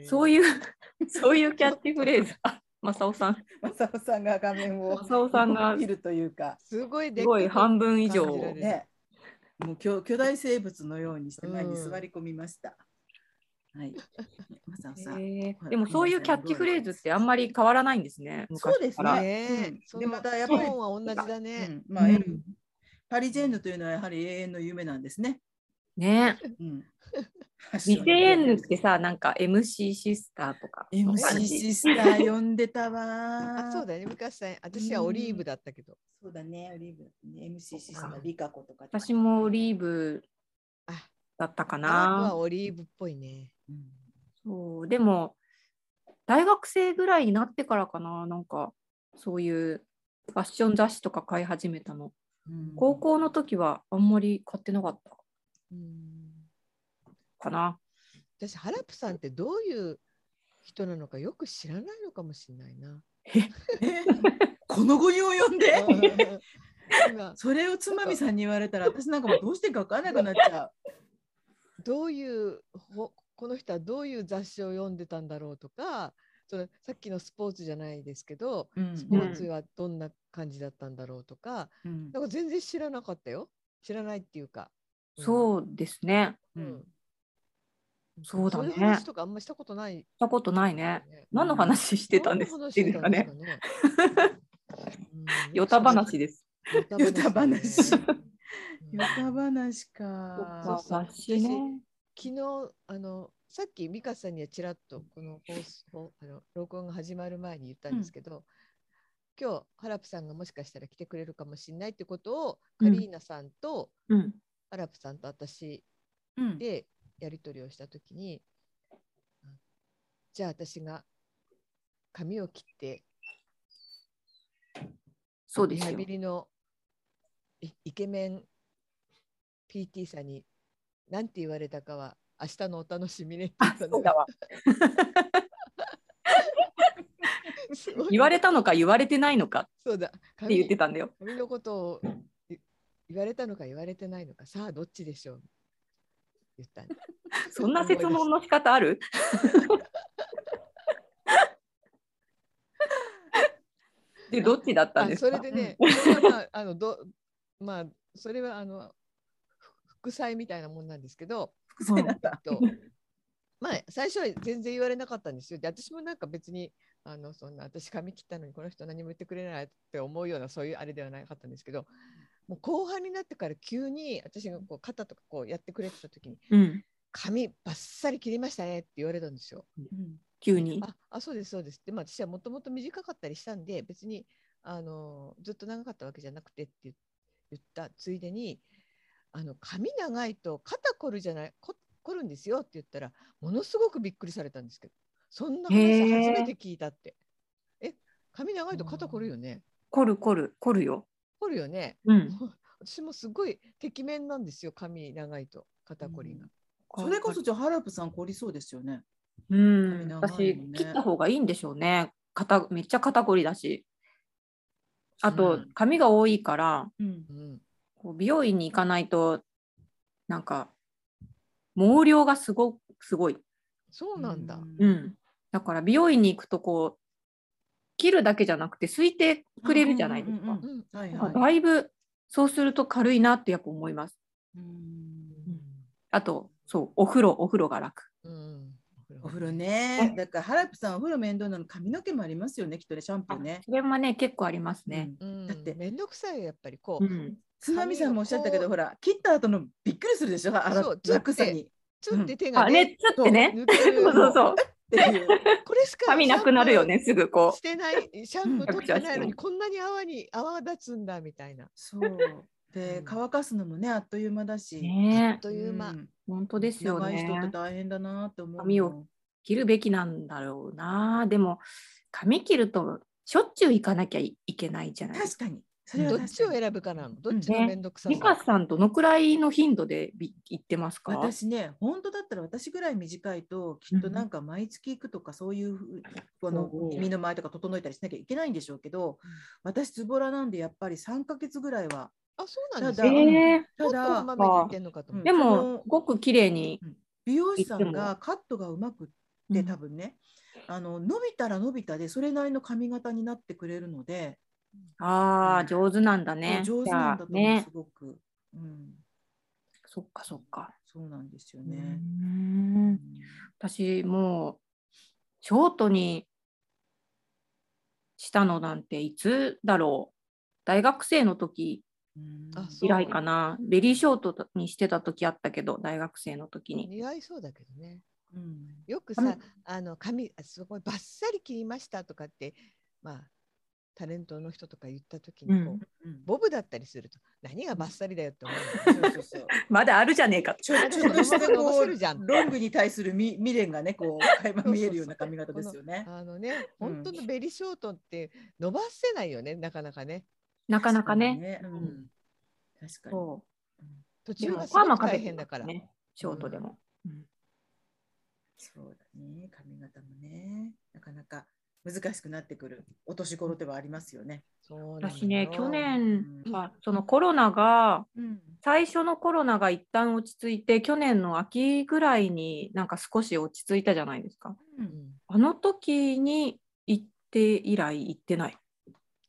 [SPEAKER 2] ー
[SPEAKER 3] そういうそういうキャッチフレーズ。あ、マサオさん。
[SPEAKER 1] マサオさんが画面を
[SPEAKER 3] マサオさんが
[SPEAKER 1] 見るというか、
[SPEAKER 2] すごいですっ
[SPEAKER 3] ごい
[SPEAKER 2] かく
[SPEAKER 3] 半分以上
[SPEAKER 2] 感じられる
[SPEAKER 1] ね、もう巨巨大生物のようにして前に座り込みました。はい。マサオさん。
[SPEAKER 3] へーでもそういうキャッチフレーズってあんまり変わらないんですね。
[SPEAKER 1] そうです
[SPEAKER 3] 昔から
[SPEAKER 2] ねえ
[SPEAKER 1] うん
[SPEAKER 2] そ
[SPEAKER 1] で
[SPEAKER 2] の
[SPEAKER 1] またやっぱり
[SPEAKER 2] トーンは同じだね。
[SPEAKER 1] うんまあ、
[SPEAKER 3] うん
[SPEAKER 1] L パリジェンヌというのはやはり永遠の夢なんですね。
[SPEAKER 3] ね。 <laughs>
[SPEAKER 1] うん、
[SPEAKER 3] リセエンヌってさ、なんか MC シスターとか。
[SPEAKER 1] MC
[SPEAKER 3] <laughs>
[SPEAKER 1] シスター呼んでたわ。
[SPEAKER 2] あそうだね昔さん私はオリーブだったけど、
[SPEAKER 1] そうだね、オリーブ、ね。MC シスタ
[SPEAKER 3] そっか
[SPEAKER 1] ー、リカコとか。
[SPEAKER 3] 私もオリーブ
[SPEAKER 2] あ
[SPEAKER 3] だったか
[SPEAKER 2] あの子は
[SPEAKER 3] な。
[SPEAKER 2] オリーブっぽいね。
[SPEAKER 1] うん
[SPEAKER 3] そうでも大学生ぐらいになってからかななんかそういうファッション雑誌とか買い始めたの。
[SPEAKER 1] うん
[SPEAKER 3] 高校の時はあんまり買ってなかった
[SPEAKER 2] うん
[SPEAKER 3] かな。
[SPEAKER 2] 私ハラプさんってどういう人なのかよく知らないのかもしれないな。
[SPEAKER 1] え <laughs> この語に及んで
[SPEAKER 2] <laughs> 今
[SPEAKER 1] それをつまみさんに言われたら私なんかもうどうしてか分からなくなっちゃう。
[SPEAKER 2] どういうほこの人はどういう雑誌を読んでたんだろうとかそのさっきのスポーツじゃないですけど
[SPEAKER 1] うん
[SPEAKER 2] スポーツはどんな感じだったんだろうとか、
[SPEAKER 1] うん
[SPEAKER 2] なんか全然知らなかったよ知らないっていうか。う
[SPEAKER 3] そうですね。
[SPEAKER 1] うん
[SPEAKER 2] ん
[SPEAKER 3] そうだね
[SPEAKER 2] いう話とかあんましたことない、
[SPEAKER 3] したことないね。
[SPEAKER 2] ね。
[SPEAKER 3] 何の話してたんです
[SPEAKER 2] 何の話
[SPEAKER 3] って
[SPEAKER 2] して
[SPEAKER 3] いう
[SPEAKER 2] た
[SPEAKER 3] か
[SPEAKER 2] んです
[SPEAKER 3] ね
[SPEAKER 2] か。ね。うん
[SPEAKER 3] <laughs> ヨタ話です。 <laughs>
[SPEAKER 1] ヨタ話。
[SPEAKER 2] ね
[SPEAKER 1] ヨタ話
[SPEAKER 2] そ
[SPEAKER 3] ま
[SPEAKER 2] う
[SPEAKER 1] か
[SPEAKER 3] あ
[SPEAKER 2] そ。う
[SPEAKER 3] 雑誌ね。
[SPEAKER 2] 昨日あのさっき美香さんにはちらっとこの放送あの録音が始まる前に言ったんですけど、今日ハラプさんがもしかしたら来てくれるかもしれないってことをカリーナさんと
[SPEAKER 3] うん。
[SPEAKER 2] ハラプさんと私
[SPEAKER 1] うん
[SPEAKER 2] でやり取りをした時に、じゃあ私が髪を切って
[SPEAKER 3] そうで
[SPEAKER 2] リ
[SPEAKER 3] す
[SPEAKER 2] ハ
[SPEAKER 3] よ
[SPEAKER 2] ビ。リのイイケメン PT さんに何て言われたかは明日のお楽しみねって言
[SPEAKER 3] あ
[SPEAKER 2] ったん
[SPEAKER 3] そうだわ。
[SPEAKER 2] <laughs> すごい
[SPEAKER 3] 言われたのか言われてないのか
[SPEAKER 2] そうだ
[SPEAKER 3] って言って
[SPEAKER 2] 髪
[SPEAKER 3] たんだよ。
[SPEAKER 2] 髪のことをい言われたのか言われてないのかさあどっちでしょう言ったんです。
[SPEAKER 3] <laughs> そんな質問の仕方
[SPEAKER 2] <laughs>
[SPEAKER 3] あるでどっちだったん
[SPEAKER 2] あ
[SPEAKER 3] です
[SPEAKER 2] そ
[SPEAKER 3] か
[SPEAKER 2] れでね、それはまあ、あのどまあそれはあのふ副菜みたいなもんなんですけど、
[SPEAKER 1] 癖なんだ。
[SPEAKER 2] とまあ最初は全然言われなかったんですよ。で私もなんか別にあのそんな私髪切ったのにこの人何も言ってくれないって思うようなそういうあれではなかったんですけどもう後半になってから急に私がこう肩とかこうやってくれてた時に
[SPEAKER 3] うん、
[SPEAKER 2] 「髪バッサリ切りましたね」って言われたんですよ。
[SPEAKER 1] うん
[SPEAKER 3] 急に。
[SPEAKER 2] ああそうですそうですで、まあ、私はもともと短かったりしたんで別にあのずっと長かったわけじゃなくてって言言ったついでにあの髪長いと肩凝るじゃないこ凝るんですよって言ったらものすごくびっくりされたんですけどそんな話初めて聞いたってえ髪長いと肩凝るよね
[SPEAKER 3] 凝る凝る凝るよ。
[SPEAKER 2] 凝るよね
[SPEAKER 3] うん。
[SPEAKER 2] 私もすごいてきめんなんですよ髪長いと肩こりが、
[SPEAKER 1] それこそ、じゃあ、ハラプさん、凝りそうですよね。
[SPEAKER 3] うん、
[SPEAKER 1] 長いもんね
[SPEAKER 3] 私切った方がいいんでしょうね。肩めっちゃ肩こりだし。あと、
[SPEAKER 2] うん
[SPEAKER 3] 髪が多いから
[SPEAKER 1] うん
[SPEAKER 2] う。ん、
[SPEAKER 3] こう美容院に行かないとなんか毛量がすごすごい。
[SPEAKER 2] そうなんだ、
[SPEAKER 3] うん、だから美容院に行くとこう切るだけじゃなくてすいてくれるじゃないです
[SPEAKER 1] うんうん
[SPEAKER 3] か
[SPEAKER 1] うん
[SPEAKER 2] う。ん
[SPEAKER 1] はい
[SPEAKER 3] だから
[SPEAKER 1] は
[SPEAKER 3] だいぶそうすると軽いなってやっぱ思います。
[SPEAKER 1] い。うん
[SPEAKER 3] あとそうお風呂お風呂が楽。
[SPEAKER 2] うん、
[SPEAKER 1] お風呂ね。だから、ハラプさん、お風呂面倒なの、髪の毛もありますよね。きっとね、シャンプーね。
[SPEAKER 3] それもね結構ありますね。
[SPEAKER 1] う
[SPEAKER 2] うんん、
[SPEAKER 1] だって
[SPEAKER 2] 面倒くさいよやっぱりこう、
[SPEAKER 3] うん、
[SPEAKER 1] つまみさんもおっしゃったけど、ほら、切った後のびっくりするでしょ。あ
[SPEAKER 2] そ
[SPEAKER 1] の
[SPEAKER 2] うずっと
[SPEAKER 1] 楽さに。
[SPEAKER 2] つって手が
[SPEAKER 3] あ
[SPEAKER 2] ね、
[SPEAKER 3] ねつってね。
[SPEAKER 2] 抜ける
[SPEAKER 3] そうそうそう。
[SPEAKER 1] っていう。
[SPEAKER 2] これしか
[SPEAKER 3] 髪なくなるよねすぐこ
[SPEAKER 2] してないシャンプー取ってないの
[SPEAKER 3] うん
[SPEAKER 2] にこんなに泡に泡立つんだみたいな。
[SPEAKER 1] そう。で
[SPEAKER 2] <laughs> う、ん
[SPEAKER 1] 乾かすのもね、あっという間だ
[SPEAKER 3] う。
[SPEAKER 1] し。
[SPEAKER 2] あっ
[SPEAKER 3] ね
[SPEAKER 2] という間。
[SPEAKER 1] ん
[SPEAKER 3] 本当ですよ
[SPEAKER 1] 長い人って
[SPEAKER 3] ね。
[SPEAKER 1] 大変だなって思う。
[SPEAKER 3] 髪を。切るべきなんだろうな。でも髪切るとしょっちゅう行かなきゃいいけないじゃないですか
[SPEAKER 1] 確かに。それは
[SPEAKER 2] ど
[SPEAKER 1] 確
[SPEAKER 2] っ
[SPEAKER 1] かに
[SPEAKER 2] ちを選ぶかなの。どっちの面倒くさ
[SPEAKER 3] ミ
[SPEAKER 2] さ
[SPEAKER 3] カ。さんどのくらいの頻度でび行ってますか？
[SPEAKER 1] 私ね、本当だったら私ぐらい短いと、きっと
[SPEAKER 3] うん
[SPEAKER 1] なんか毎月行くとか、そういうふうあの
[SPEAKER 3] おうおう
[SPEAKER 1] 身の前とか整えたりしなきゃいけないんでしょうけど、私、ズボラなんでやっぱり3ヶ月ぐらいは。
[SPEAKER 2] あ、そうなんです
[SPEAKER 1] ただ
[SPEAKER 2] ね。
[SPEAKER 3] えー
[SPEAKER 1] た
[SPEAKER 2] も
[SPEAKER 1] だ
[SPEAKER 2] っとま、めに言ってんのかと思っ
[SPEAKER 3] で
[SPEAKER 2] て。
[SPEAKER 3] もすごく綺麗に。
[SPEAKER 1] 美容師さん
[SPEAKER 3] 行
[SPEAKER 1] がカットがうまくって、多分ね、あの伸びたら伸びたで、それなりの髪型になってくれるので、
[SPEAKER 3] ああ上手なんだね。
[SPEAKER 1] 上手なんだと
[SPEAKER 3] じ
[SPEAKER 1] 思う、
[SPEAKER 3] ゃあね
[SPEAKER 1] す。ごく。うん、
[SPEAKER 3] そっかそっか。
[SPEAKER 1] そうなんですよ
[SPEAKER 3] う
[SPEAKER 1] ね。
[SPEAKER 3] ー
[SPEAKER 1] うんん
[SPEAKER 3] 私もうショートにしたのなんていつだろう。大学生の時
[SPEAKER 1] うん
[SPEAKER 2] あそ
[SPEAKER 3] 以
[SPEAKER 2] う
[SPEAKER 3] 来かな。ベリーショートにしてた時あったけど大学生の時に。
[SPEAKER 2] 似合いそうだけどね。
[SPEAKER 1] うん
[SPEAKER 2] よく
[SPEAKER 3] 髪
[SPEAKER 2] さ、あの髪あすごいバッサリ切りましたとかって、まあタレントの人とか言った時にこう、
[SPEAKER 3] う
[SPEAKER 1] う
[SPEAKER 3] ん
[SPEAKER 1] ん
[SPEAKER 2] ボブだったりすると何がバッサリだよって思う
[SPEAKER 1] <laughs> そ
[SPEAKER 2] の。
[SPEAKER 1] うそうそう
[SPEAKER 3] まだあるじゃねえか。
[SPEAKER 1] ちょちょっとした
[SPEAKER 2] 伸ば
[SPEAKER 1] こ
[SPEAKER 2] せるじゃん
[SPEAKER 1] うロングに対する未未練がね <laughs> こう垣間見えるような髪型ですよね。
[SPEAKER 2] あのね、
[SPEAKER 1] うん
[SPEAKER 2] 本当のベリーショートって伸ばせないよね、なかなかね。
[SPEAKER 3] なかなかね。
[SPEAKER 1] 確にね。
[SPEAKER 2] うん
[SPEAKER 1] うん確かに。
[SPEAKER 3] そう
[SPEAKER 2] 途
[SPEAKER 3] で
[SPEAKER 2] 中
[SPEAKER 3] も
[SPEAKER 2] がすごく大変だから。
[SPEAKER 3] ね、ショートでも。
[SPEAKER 1] そうだね。髪型もね、なかなか難しくなってくるお年頃ではありますよね。
[SPEAKER 2] そうなのよ
[SPEAKER 3] 私ね、去年、
[SPEAKER 1] うん
[SPEAKER 3] まあ、そのコロナが、
[SPEAKER 1] うん。
[SPEAKER 3] 最初のコロナが一旦落ち着いて、去年の秋ぐらいになんか少し落ち着いたじゃないですか。
[SPEAKER 1] う。
[SPEAKER 2] うんん
[SPEAKER 3] あの時に行って以来行ってない。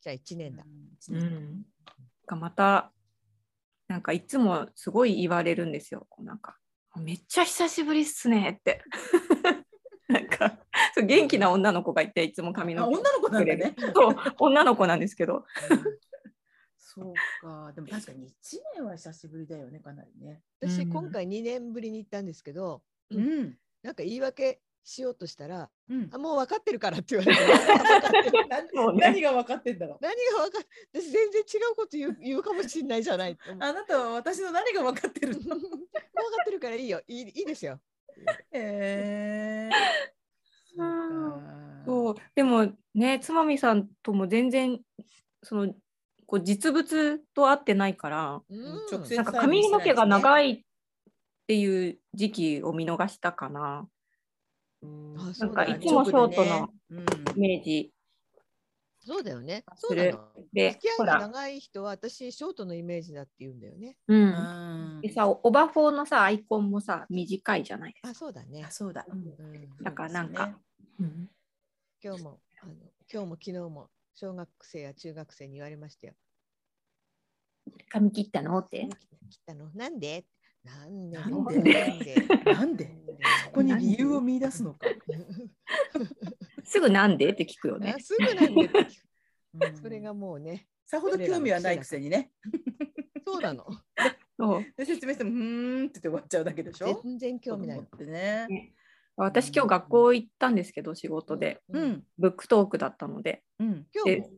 [SPEAKER 2] じゃあ1年だ。
[SPEAKER 1] うん
[SPEAKER 3] うんがまた、なんかいつもすごい言われるんですよ。こうなんか、めっちゃ久しぶりっすねって。 <laughs> なんか、そう元気な女の子がいて、いつも髪
[SPEAKER 1] あ
[SPEAKER 3] の毛
[SPEAKER 1] 女の子なんだね。
[SPEAKER 3] そう女の子なんですけど
[SPEAKER 1] <laughs> そうか。でも確かに一年は久しぶりだよね、かなりね。
[SPEAKER 2] 私、
[SPEAKER 3] うん
[SPEAKER 2] 今回2年ぶりに行ったんですけど、う
[SPEAKER 1] うん。
[SPEAKER 2] なんか言い訳しようとしたら、
[SPEAKER 1] うん
[SPEAKER 2] あ。もう分かってるからって言われて。
[SPEAKER 3] もうね
[SPEAKER 1] 何が分かってんだろう。
[SPEAKER 2] 何が分かっ私全然違うこと言う言うかもしれないじゃないって思う。 <laughs>
[SPEAKER 1] あなたは私の何が分かってる
[SPEAKER 2] もう分
[SPEAKER 1] の
[SPEAKER 2] かってるからいいよ。いいいいですよ。
[SPEAKER 1] へえ。
[SPEAKER 3] そううでもねつまみさんとも全然そのこう実物と合ってないから
[SPEAKER 2] うん
[SPEAKER 1] 直接
[SPEAKER 3] なんか髪の毛が長いっていう時期を見逃したかな
[SPEAKER 2] あ
[SPEAKER 3] な
[SPEAKER 2] そ
[SPEAKER 3] ん
[SPEAKER 2] う
[SPEAKER 3] か
[SPEAKER 2] だ
[SPEAKER 3] いつもショートの
[SPEAKER 1] うん
[SPEAKER 3] イメージ
[SPEAKER 2] そうだよね。
[SPEAKER 3] す
[SPEAKER 2] そう
[SPEAKER 3] る
[SPEAKER 2] なの。
[SPEAKER 3] で
[SPEAKER 2] 付き合
[SPEAKER 3] ほ
[SPEAKER 2] いが
[SPEAKER 3] ら、
[SPEAKER 2] 長い人は私ショートのイメージだって言うんだよね。
[SPEAKER 3] う、
[SPEAKER 1] うんん
[SPEAKER 3] でさオバフォーのさアイコンもさ短いじゃないです
[SPEAKER 2] あ
[SPEAKER 3] か。
[SPEAKER 2] そうだね
[SPEAKER 1] あ。そうだ、うん
[SPEAKER 2] うん
[SPEAKER 3] だからなんか、うん
[SPEAKER 2] 今日もあの今日も昨日も小学生や中学生に言われましたよ。
[SPEAKER 3] 髪切ったのって
[SPEAKER 2] 髪切ったのなんでなん
[SPEAKER 1] <laughs>
[SPEAKER 2] で
[SPEAKER 1] なん
[SPEAKER 3] で
[SPEAKER 2] なんで
[SPEAKER 1] なんでそこに理由を見出すのか、
[SPEAKER 3] すぐなんでって聞くよね
[SPEAKER 2] <laughs> あ。すぐなんでって聞く
[SPEAKER 1] うん
[SPEAKER 2] それがもうね
[SPEAKER 1] さほど興味はないくせにね
[SPEAKER 2] そうなの
[SPEAKER 3] そう
[SPEAKER 1] で説明しても「うーん」って言って終わっちゃうだけでしょ
[SPEAKER 2] 全然興味ないの
[SPEAKER 1] 子供ってね
[SPEAKER 3] 私今日学校行ったんですけど仕事で
[SPEAKER 1] う、ん
[SPEAKER 3] ブックトークだったので
[SPEAKER 1] うん
[SPEAKER 2] 今日も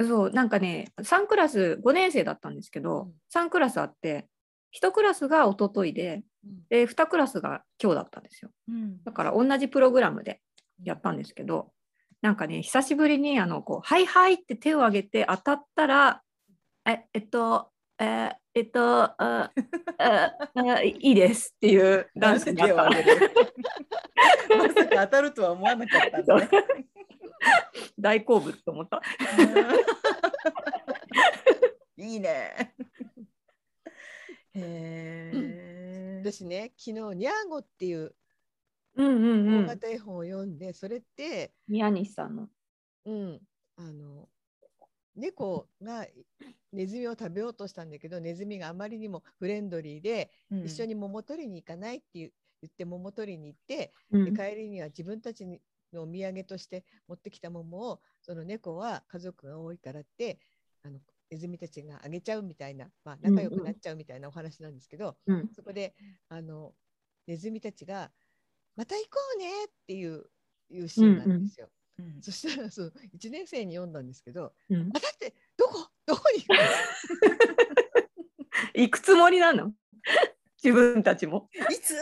[SPEAKER 3] そうなんかね3クラス5年生だったんですけ
[SPEAKER 2] う
[SPEAKER 3] ど
[SPEAKER 2] ん、
[SPEAKER 3] 3クラスあって1クラスが一昨日で
[SPEAKER 2] うん
[SPEAKER 3] で2クラスが今日だったんですよ
[SPEAKER 1] うん
[SPEAKER 3] だから同じプログラムでやったんですけどなんかね久しぶりにあのこう「はいはい」って手を挙げて当たったら「ええっとえーえっとあああいいです」っていうダンスになった
[SPEAKER 1] なんで手を挙げる <laughs> まさか当たるとは思わなかったんだね。
[SPEAKER 3] 大好物と思った。
[SPEAKER 1] うん <laughs> いいね。へえ。
[SPEAKER 2] 私ね昨日ニャーゴっていう
[SPEAKER 3] うんうん
[SPEAKER 2] 大
[SPEAKER 3] うん。
[SPEAKER 2] 型絵本を読んで、それって
[SPEAKER 3] 宮西さんの。
[SPEAKER 2] うんあの猫がネズミを食べようとしたんだけどネズミがあまりにもフレンドリーで、一緒
[SPEAKER 1] に。
[SPEAKER 2] に桃取りに行かないって言って桃取りに行って、
[SPEAKER 3] うん
[SPEAKER 2] で帰りには自分たちのお土産として持ってきた桃をその猫は家族が多いからってあのネズミたちがあげちゃうみたいな、まあ、仲良くなっちゃうみたいなお話なんですけど、
[SPEAKER 3] うん
[SPEAKER 2] そこであのネズミたちが「また行こうね」っていういうシーンなんですよ。
[SPEAKER 1] うん
[SPEAKER 2] <laughs> そしたらその1年生に読んだんですけど
[SPEAKER 3] うん
[SPEAKER 2] 「またってどこ <laughs> どこに行くの?」
[SPEAKER 3] 行くつもりなの自分たちも。
[SPEAKER 1] いつ。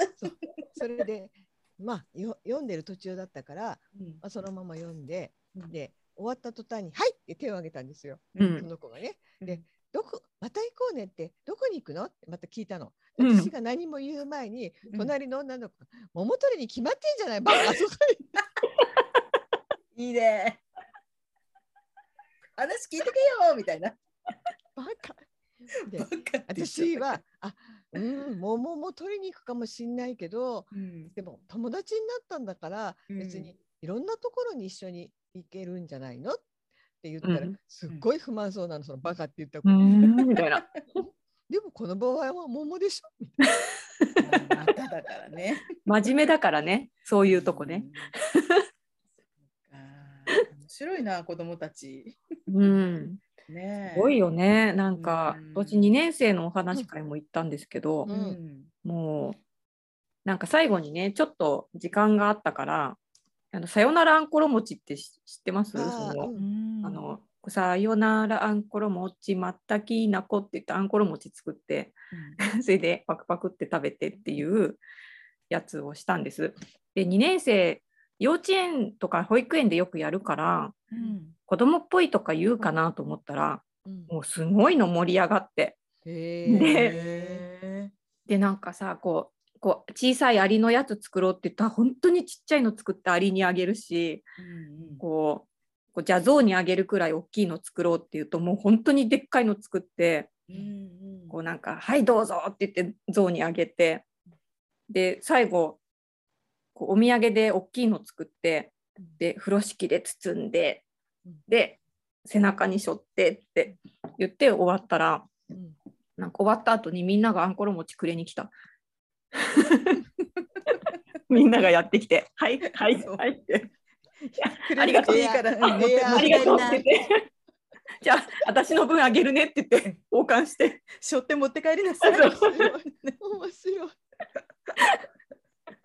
[SPEAKER 2] それでまあよ読んでる途中だったから、
[SPEAKER 1] うん
[SPEAKER 2] まあ、そのまま読んで
[SPEAKER 1] うん
[SPEAKER 2] で終わった途端に「はい!」って手を挙げたんですよ、
[SPEAKER 3] う
[SPEAKER 2] そ
[SPEAKER 3] ん
[SPEAKER 2] の子がね。
[SPEAKER 1] で、
[SPEAKER 2] どこまた行こうねってどこに行くのってまた聞いたの。
[SPEAKER 3] うん
[SPEAKER 2] 私が何も言う前に、
[SPEAKER 1] うん
[SPEAKER 2] 隣の女の子が「桃取りに決まってんじゃないバカあそこに
[SPEAKER 1] いいね。話聞いてけよみたいな。
[SPEAKER 2] バカ」で
[SPEAKER 1] バカって言っちゃ
[SPEAKER 2] 私
[SPEAKER 1] った
[SPEAKER 2] は「あうん桃も取りに行くかもしんないけど
[SPEAKER 1] うん
[SPEAKER 2] でも友達になったんだから
[SPEAKER 1] うん
[SPEAKER 2] 別にいろんなところに一緒に行けるんじゃないの?」って言ったら、
[SPEAKER 3] うん
[SPEAKER 2] すっごい不満そうなのそのバカって言った子、
[SPEAKER 3] うーんみたいな。
[SPEAKER 2] でもこの場合は桃でしょみたい
[SPEAKER 1] まただからね。
[SPEAKER 3] 真面目だからね、そういうとこね。
[SPEAKER 1] うん。そっか面白いな、子供たち。
[SPEAKER 3] うん。
[SPEAKER 1] ねえ。
[SPEAKER 3] すごいよね。なんか
[SPEAKER 1] うん、
[SPEAKER 3] 私2年生のお話会も行ったんですけど
[SPEAKER 1] う、
[SPEAKER 2] ん
[SPEAKER 1] ん。
[SPEAKER 3] もう、なんか最後にね、ちょっと時間があったから、あのさよならあんころ餅って知知ってます
[SPEAKER 2] な
[SPEAKER 3] その
[SPEAKER 1] うん
[SPEAKER 3] あ、のさよならあんころ餅まったきなこって言ってあんころ餅作って <laughs> それでパクパクって食べてっていうやつをしたんです。で2年生幼稚園とか保育園でよくやるから <laughs>
[SPEAKER 1] うん。
[SPEAKER 3] 子供っぽいとか言うかなと思ったら
[SPEAKER 2] うん
[SPEAKER 3] もうすごいの盛り上がって
[SPEAKER 1] う
[SPEAKER 2] へ
[SPEAKER 1] ん
[SPEAKER 2] え。
[SPEAKER 1] へ
[SPEAKER 3] でなんかさこうこう小さいアリのやつ作ろうって言ったら本当にちっちゃいの作ってアリにあげるし
[SPEAKER 1] えうん
[SPEAKER 3] こうこうじゃあ象にあげるくらい大きいの作ろうっていうともう本当にでっかいの作って
[SPEAKER 1] うんうん
[SPEAKER 3] こうなんか「はいどうぞ」って言って象にあげてで最後こうお土産で大きいの作ってで風呂敷で包んで
[SPEAKER 2] うん
[SPEAKER 3] で背中に背負ってって言って終わったら
[SPEAKER 2] うん
[SPEAKER 3] なんか終わった後にみんながあんころ餅くれに来た。 <laughs> みんながやってきて「はいはい
[SPEAKER 1] そう
[SPEAKER 3] はい」っ
[SPEAKER 1] くれ
[SPEAKER 3] て
[SPEAKER 1] る
[SPEAKER 3] ありがとう
[SPEAKER 1] いいから、うん
[SPEAKER 2] いや
[SPEAKER 3] 「ありがとう」って言って「 <laughs> じゃあ私の分あげるね」って言って交換して
[SPEAKER 1] しょって持って帰りなさい。
[SPEAKER 3] そう
[SPEAKER 2] 面白い。面
[SPEAKER 3] <laughs>
[SPEAKER 2] 白い。いいなあ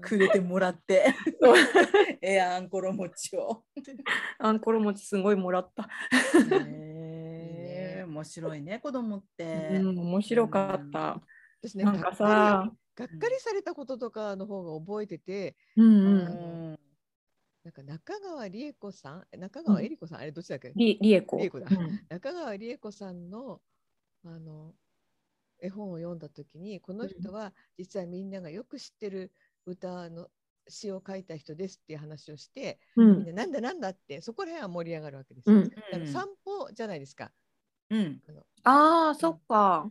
[SPEAKER 1] くれてもらって <laughs>
[SPEAKER 3] そう。
[SPEAKER 1] ええあんころ餅を。
[SPEAKER 3] あんころ餅すごいもらった。
[SPEAKER 1] へえ面白いね、子供って
[SPEAKER 3] う。ん、面白かった。
[SPEAKER 2] 私ね、
[SPEAKER 3] なんかさ、
[SPEAKER 2] がっかり、がっかりされたこととかの方が覚えてて、
[SPEAKER 3] うん
[SPEAKER 1] う
[SPEAKER 3] うん、
[SPEAKER 1] ん。
[SPEAKER 2] なんか中川理恵子さん、中川恵理子さん、あれどっちだっけ？
[SPEAKER 3] りりえこ。
[SPEAKER 2] りえこだ
[SPEAKER 3] うん
[SPEAKER 2] 中川理恵子さんのあの絵本を読んだ時に、この人は実はみんながよく知ってる歌の詩を書いた人ですっていう話をして、
[SPEAKER 3] う
[SPEAKER 2] みん
[SPEAKER 3] ん
[SPEAKER 2] ななんだなんだってそこら辺は盛り上がるわけです
[SPEAKER 3] う
[SPEAKER 2] よ。
[SPEAKER 3] ん、
[SPEAKER 2] だから散歩じゃないですか。
[SPEAKER 1] うん
[SPEAKER 2] あの
[SPEAKER 3] ああそっか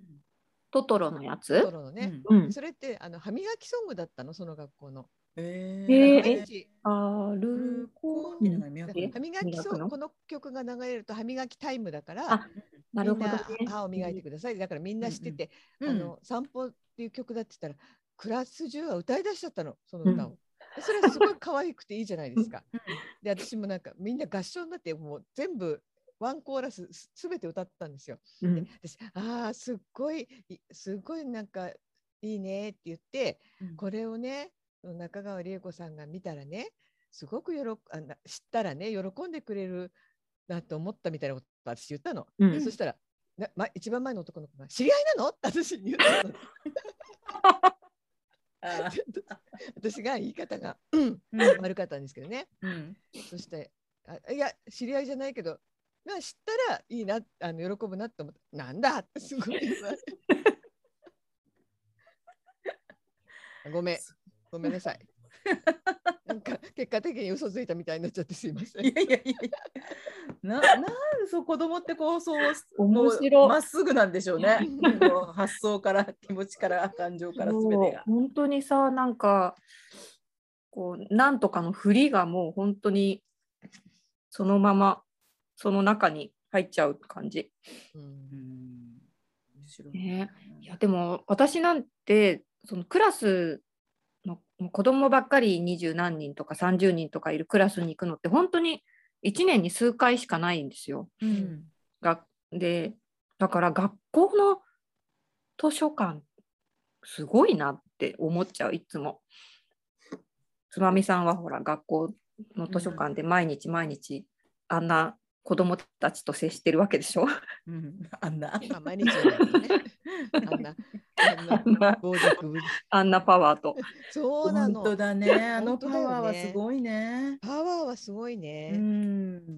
[SPEAKER 3] トトロのや
[SPEAKER 2] ト
[SPEAKER 3] つ、
[SPEAKER 2] ロの
[SPEAKER 1] う
[SPEAKER 2] ね、
[SPEAKER 1] ん
[SPEAKER 3] うん、
[SPEAKER 2] それってあの歯磨きソングだったのその学校の。
[SPEAKER 1] え
[SPEAKER 3] えー
[SPEAKER 2] 毎日
[SPEAKER 3] あ
[SPEAKER 1] ル
[SPEAKER 3] る
[SPEAKER 1] コ
[SPEAKER 3] こ
[SPEAKER 1] ーニャが
[SPEAKER 3] え
[SPEAKER 2] 歯磨き
[SPEAKER 3] 磨
[SPEAKER 2] ソ
[SPEAKER 3] く
[SPEAKER 2] ン
[SPEAKER 3] の
[SPEAKER 2] グこの曲が流れると歯磨きタイムだから
[SPEAKER 3] あなるほど、ね、
[SPEAKER 2] みんな歯を磨いてくださいだからみんな知ってて、あの散歩っていう曲だって言ったらクラス中は歌い出しちゃったのその歌を。それがすごい可愛くていいじゃないですか。で私もなんかみんな合唱になってもう全部ワンコーラスすすべて歌ったんですよ。
[SPEAKER 3] うん
[SPEAKER 2] 私あーすっごいいすっごいなんかいいねって言って
[SPEAKER 1] うん
[SPEAKER 2] これをね中川理恵子さんが見たらねすごく喜あな知ったらね喜んでくれるなと思ったみたいなこと私言ったの。
[SPEAKER 3] う
[SPEAKER 2] そ
[SPEAKER 3] ん、
[SPEAKER 2] したら、なま、一番前の男の子が「知り合いなの?」って私に言ったの <laughs>
[SPEAKER 1] あ
[SPEAKER 2] ちょっと私が言い方が、うん、
[SPEAKER 1] ー
[SPEAKER 2] 悪かったんですけどね
[SPEAKER 3] <laughs>
[SPEAKER 1] うん
[SPEAKER 2] そしてあいや知り合いじゃないけど、まあ、知ったらいいなあの喜ぶなと思ったなんだってすごい言われて <laughs> ごめんごめんなさいなんか結果的に嘘ついたみたいになっちゃってすいません
[SPEAKER 1] いやいやいやいやななんでそう子供ってこうそう
[SPEAKER 3] 面
[SPEAKER 1] こうま
[SPEAKER 3] 白い
[SPEAKER 1] っすぐなんでしょう
[SPEAKER 3] <laughs>
[SPEAKER 1] ねこう発想から気持ちから感情からすべ
[SPEAKER 3] も
[SPEAKER 1] て
[SPEAKER 3] う
[SPEAKER 1] が。
[SPEAKER 3] 本当にさなんかこうなんとかの振りがもう本当にそのままその中に入っちゃう感じ
[SPEAKER 2] うん
[SPEAKER 1] うん面白い
[SPEAKER 3] ねいやでも私なんてそのクラスのもう子供ばっかり二十何人とか30人とかいるクラスに行くのって本当に1年に数回しかないんですよ。
[SPEAKER 1] うん
[SPEAKER 3] がでだから学校の図書館すごいなって思っちゃういつも。つまみさんはほら学校の図書館で毎日毎日あんな子供たちと接してるわけでしょ。 <laughs>
[SPEAKER 1] うんあんな。
[SPEAKER 2] まあ、毎日じゃないけどねあんなあんな傍若無人
[SPEAKER 3] あんなパワーと。
[SPEAKER 2] そうな
[SPEAKER 1] 本
[SPEAKER 2] の
[SPEAKER 1] 当だね。あの
[SPEAKER 2] 本当
[SPEAKER 1] パ
[SPEAKER 2] だよね
[SPEAKER 1] ワーはすごいね。
[SPEAKER 2] パワーはすごいね。
[SPEAKER 1] うん。
[SPEAKER 2] な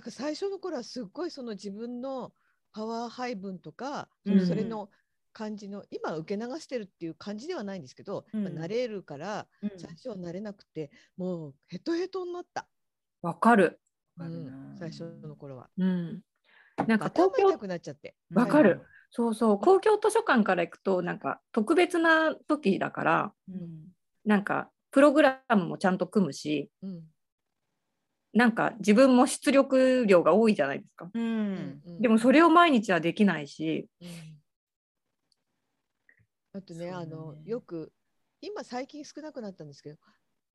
[SPEAKER 2] んか最初の頃はすっごいその自分のパワー配分とか、
[SPEAKER 1] うん
[SPEAKER 2] それの感じの今受け流してるっていう感じではないんですけど、
[SPEAKER 1] うん
[SPEAKER 2] まあ慣れるから
[SPEAKER 1] うん
[SPEAKER 2] 最初は慣れなくて、もうヘトヘトになった、
[SPEAKER 3] わかる。
[SPEAKER 1] わかるな
[SPEAKER 2] うん最初の頃は。
[SPEAKER 3] うん。なんか
[SPEAKER 2] 頭
[SPEAKER 3] 公共
[SPEAKER 2] 痛くなっちゃって。
[SPEAKER 3] わかる。そうそう公共図書館から行くとなんか特別な時だから
[SPEAKER 1] うん
[SPEAKER 3] なんかプログラムもちゃんと組むし
[SPEAKER 2] うん
[SPEAKER 3] なんか自分も出力量が多いじゃないですか。
[SPEAKER 1] う。
[SPEAKER 2] うんん
[SPEAKER 3] でもそれを毎日はできないし、
[SPEAKER 2] うんあと
[SPEAKER 1] そう
[SPEAKER 2] ね
[SPEAKER 1] だね
[SPEAKER 2] あのよく今最近少なくなったんですけど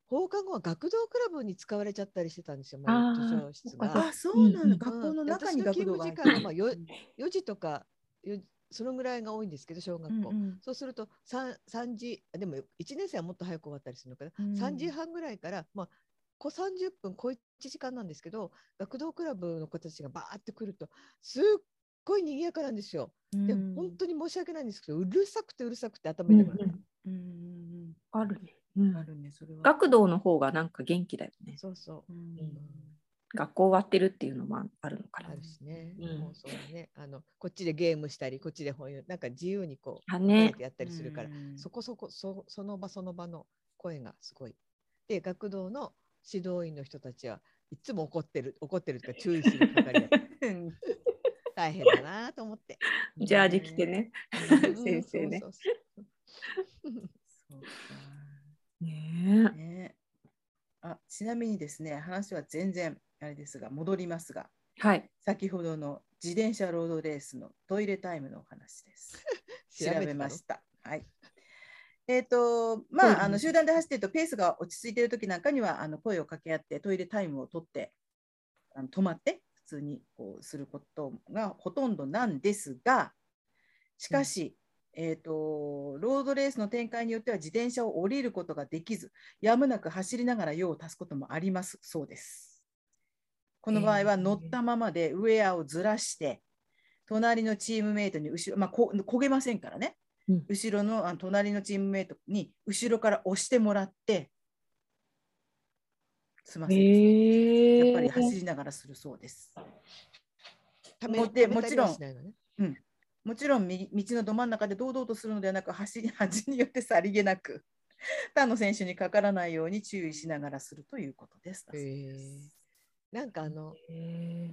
[SPEAKER 2] 放課後は学童クラブに使われちゃったりしてたんですよ、前
[SPEAKER 3] あー
[SPEAKER 2] 図書室
[SPEAKER 3] そっか
[SPEAKER 2] が
[SPEAKER 1] あ、。そうな
[SPEAKER 3] うん
[SPEAKER 1] の。
[SPEAKER 3] うん
[SPEAKER 1] 学校の中に
[SPEAKER 2] うん
[SPEAKER 1] 学童がある
[SPEAKER 2] 私の勤務時間はまあよ4時とかよそのぐらいが多いんですけど小学校、
[SPEAKER 1] うん
[SPEAKER 2] そうすると 3, 3時あでも1年生はもっと早く終わったりするのかな、
[SPEAKER 1] うん
[SPEAKER 2] 3時半ぐらいから、まあ、小30分小1時間なんですけど学童クラブの子たちがバーって来るとすっごい賑やかなんですよ。
[SPEAKER 1] うん
[SPEAKER 2] で本当に申し訳ないんですけどうるさくてうるさくて頭痛くなる、
[SPEAKER 1] うん
[SPEAKER 3] あるね、
[SPEAKER 1] あるね、それは。
[SPEAKER 3] 学童の方がなんか元気だよね
[SPEAKER 2] そうそう
[SPEAKER 1] う。ん
[SPEAKER 3] 学校終わってるっていうのもああるのかな
[SPEAKER 2] あるしね、
[SPEAKER 3] うん
[SPEAKER 2] もうそうだねあのこっちでゲームしたりこっちで本読んなんか自由にこう
[SPEAKER 3] あ
[SPEAKER 2] 声
[SPEAKER 3] ね
[SPEAKER 2] でやったりするから、
[SPEAKER 1] うん
[SPEAKER 2] そこそこそその場その場の声がすごい。で学童の指導員の人たちはいつも怒ってる怒ってるとか注意する係
[SPEAKER 1] <laughs>
[SPEAKER 2] で大変だなと思って。
[SPEAKER 3] ジャージ着てね
[SPEAKER 2] うん
[SPEAKER 3] 先生ね。
[SPEAKER 2] そうそうそう
[SPEAKER 1] そう
[SPEAKER 3] ね
[SPEAKER 1] かね。あ、ちなみにですね、話は全然あれですが、戻りますが、
[SPEAKER 3] えはい
[SPEAKER 1] 先ほどの自転車ロードレースのトイレタイムのお話です。調
[SPEAKER 2] てたの
[SPEAKER 1] べました。はい。えっ、と、まあ、あ
[SPEAKER 3] うんう
[SPEAKER 1] の
[SPEAKER 3] ん
[SPEAKER 1] 集団で走ってるとペースが落ち着いてる時なんかには、あの声を掛け合ってトイレタイムを取って、あの止まって普通にこうすることがほとんどなんですが、しかし、えっ、と、ロードレースの展開によっては自転車を降りることができず、やむなく走りながら用を足すこともありますそうです。この場合は
[SPEAKER 3] えー
[SPEAKER 1] 乗ったままでウェアをずらして、隣のチームメイトに後ろ、まあ、こ焦げませんからね、
[SPEAKER 3] うん
[SPEAKER 1] 後ろのあの隣のチームメイトに後ろから押してもらって、すみません、
[SPEAKER 3] へ
[SPEAKER 1] やっぱり走りながらするそうです。
[SPEAKER 2] ため
[SPEAKER 1] もで
[SPEAKER 2] ため
[SPEAKER 1] も
[SPEAKER 2] たり
[SPEAKER 1] ちろん
[SPEAKER 2] はしないのね
[SPEAKER 1] <laughs> もちろんみ道のど真ん中で堂々とするのではなく、走り端によってさりげなく他の選手にかからないように注意しながらするということです。
[SPEAKER 2] えーなんかあの
[SPEAKER 3] へ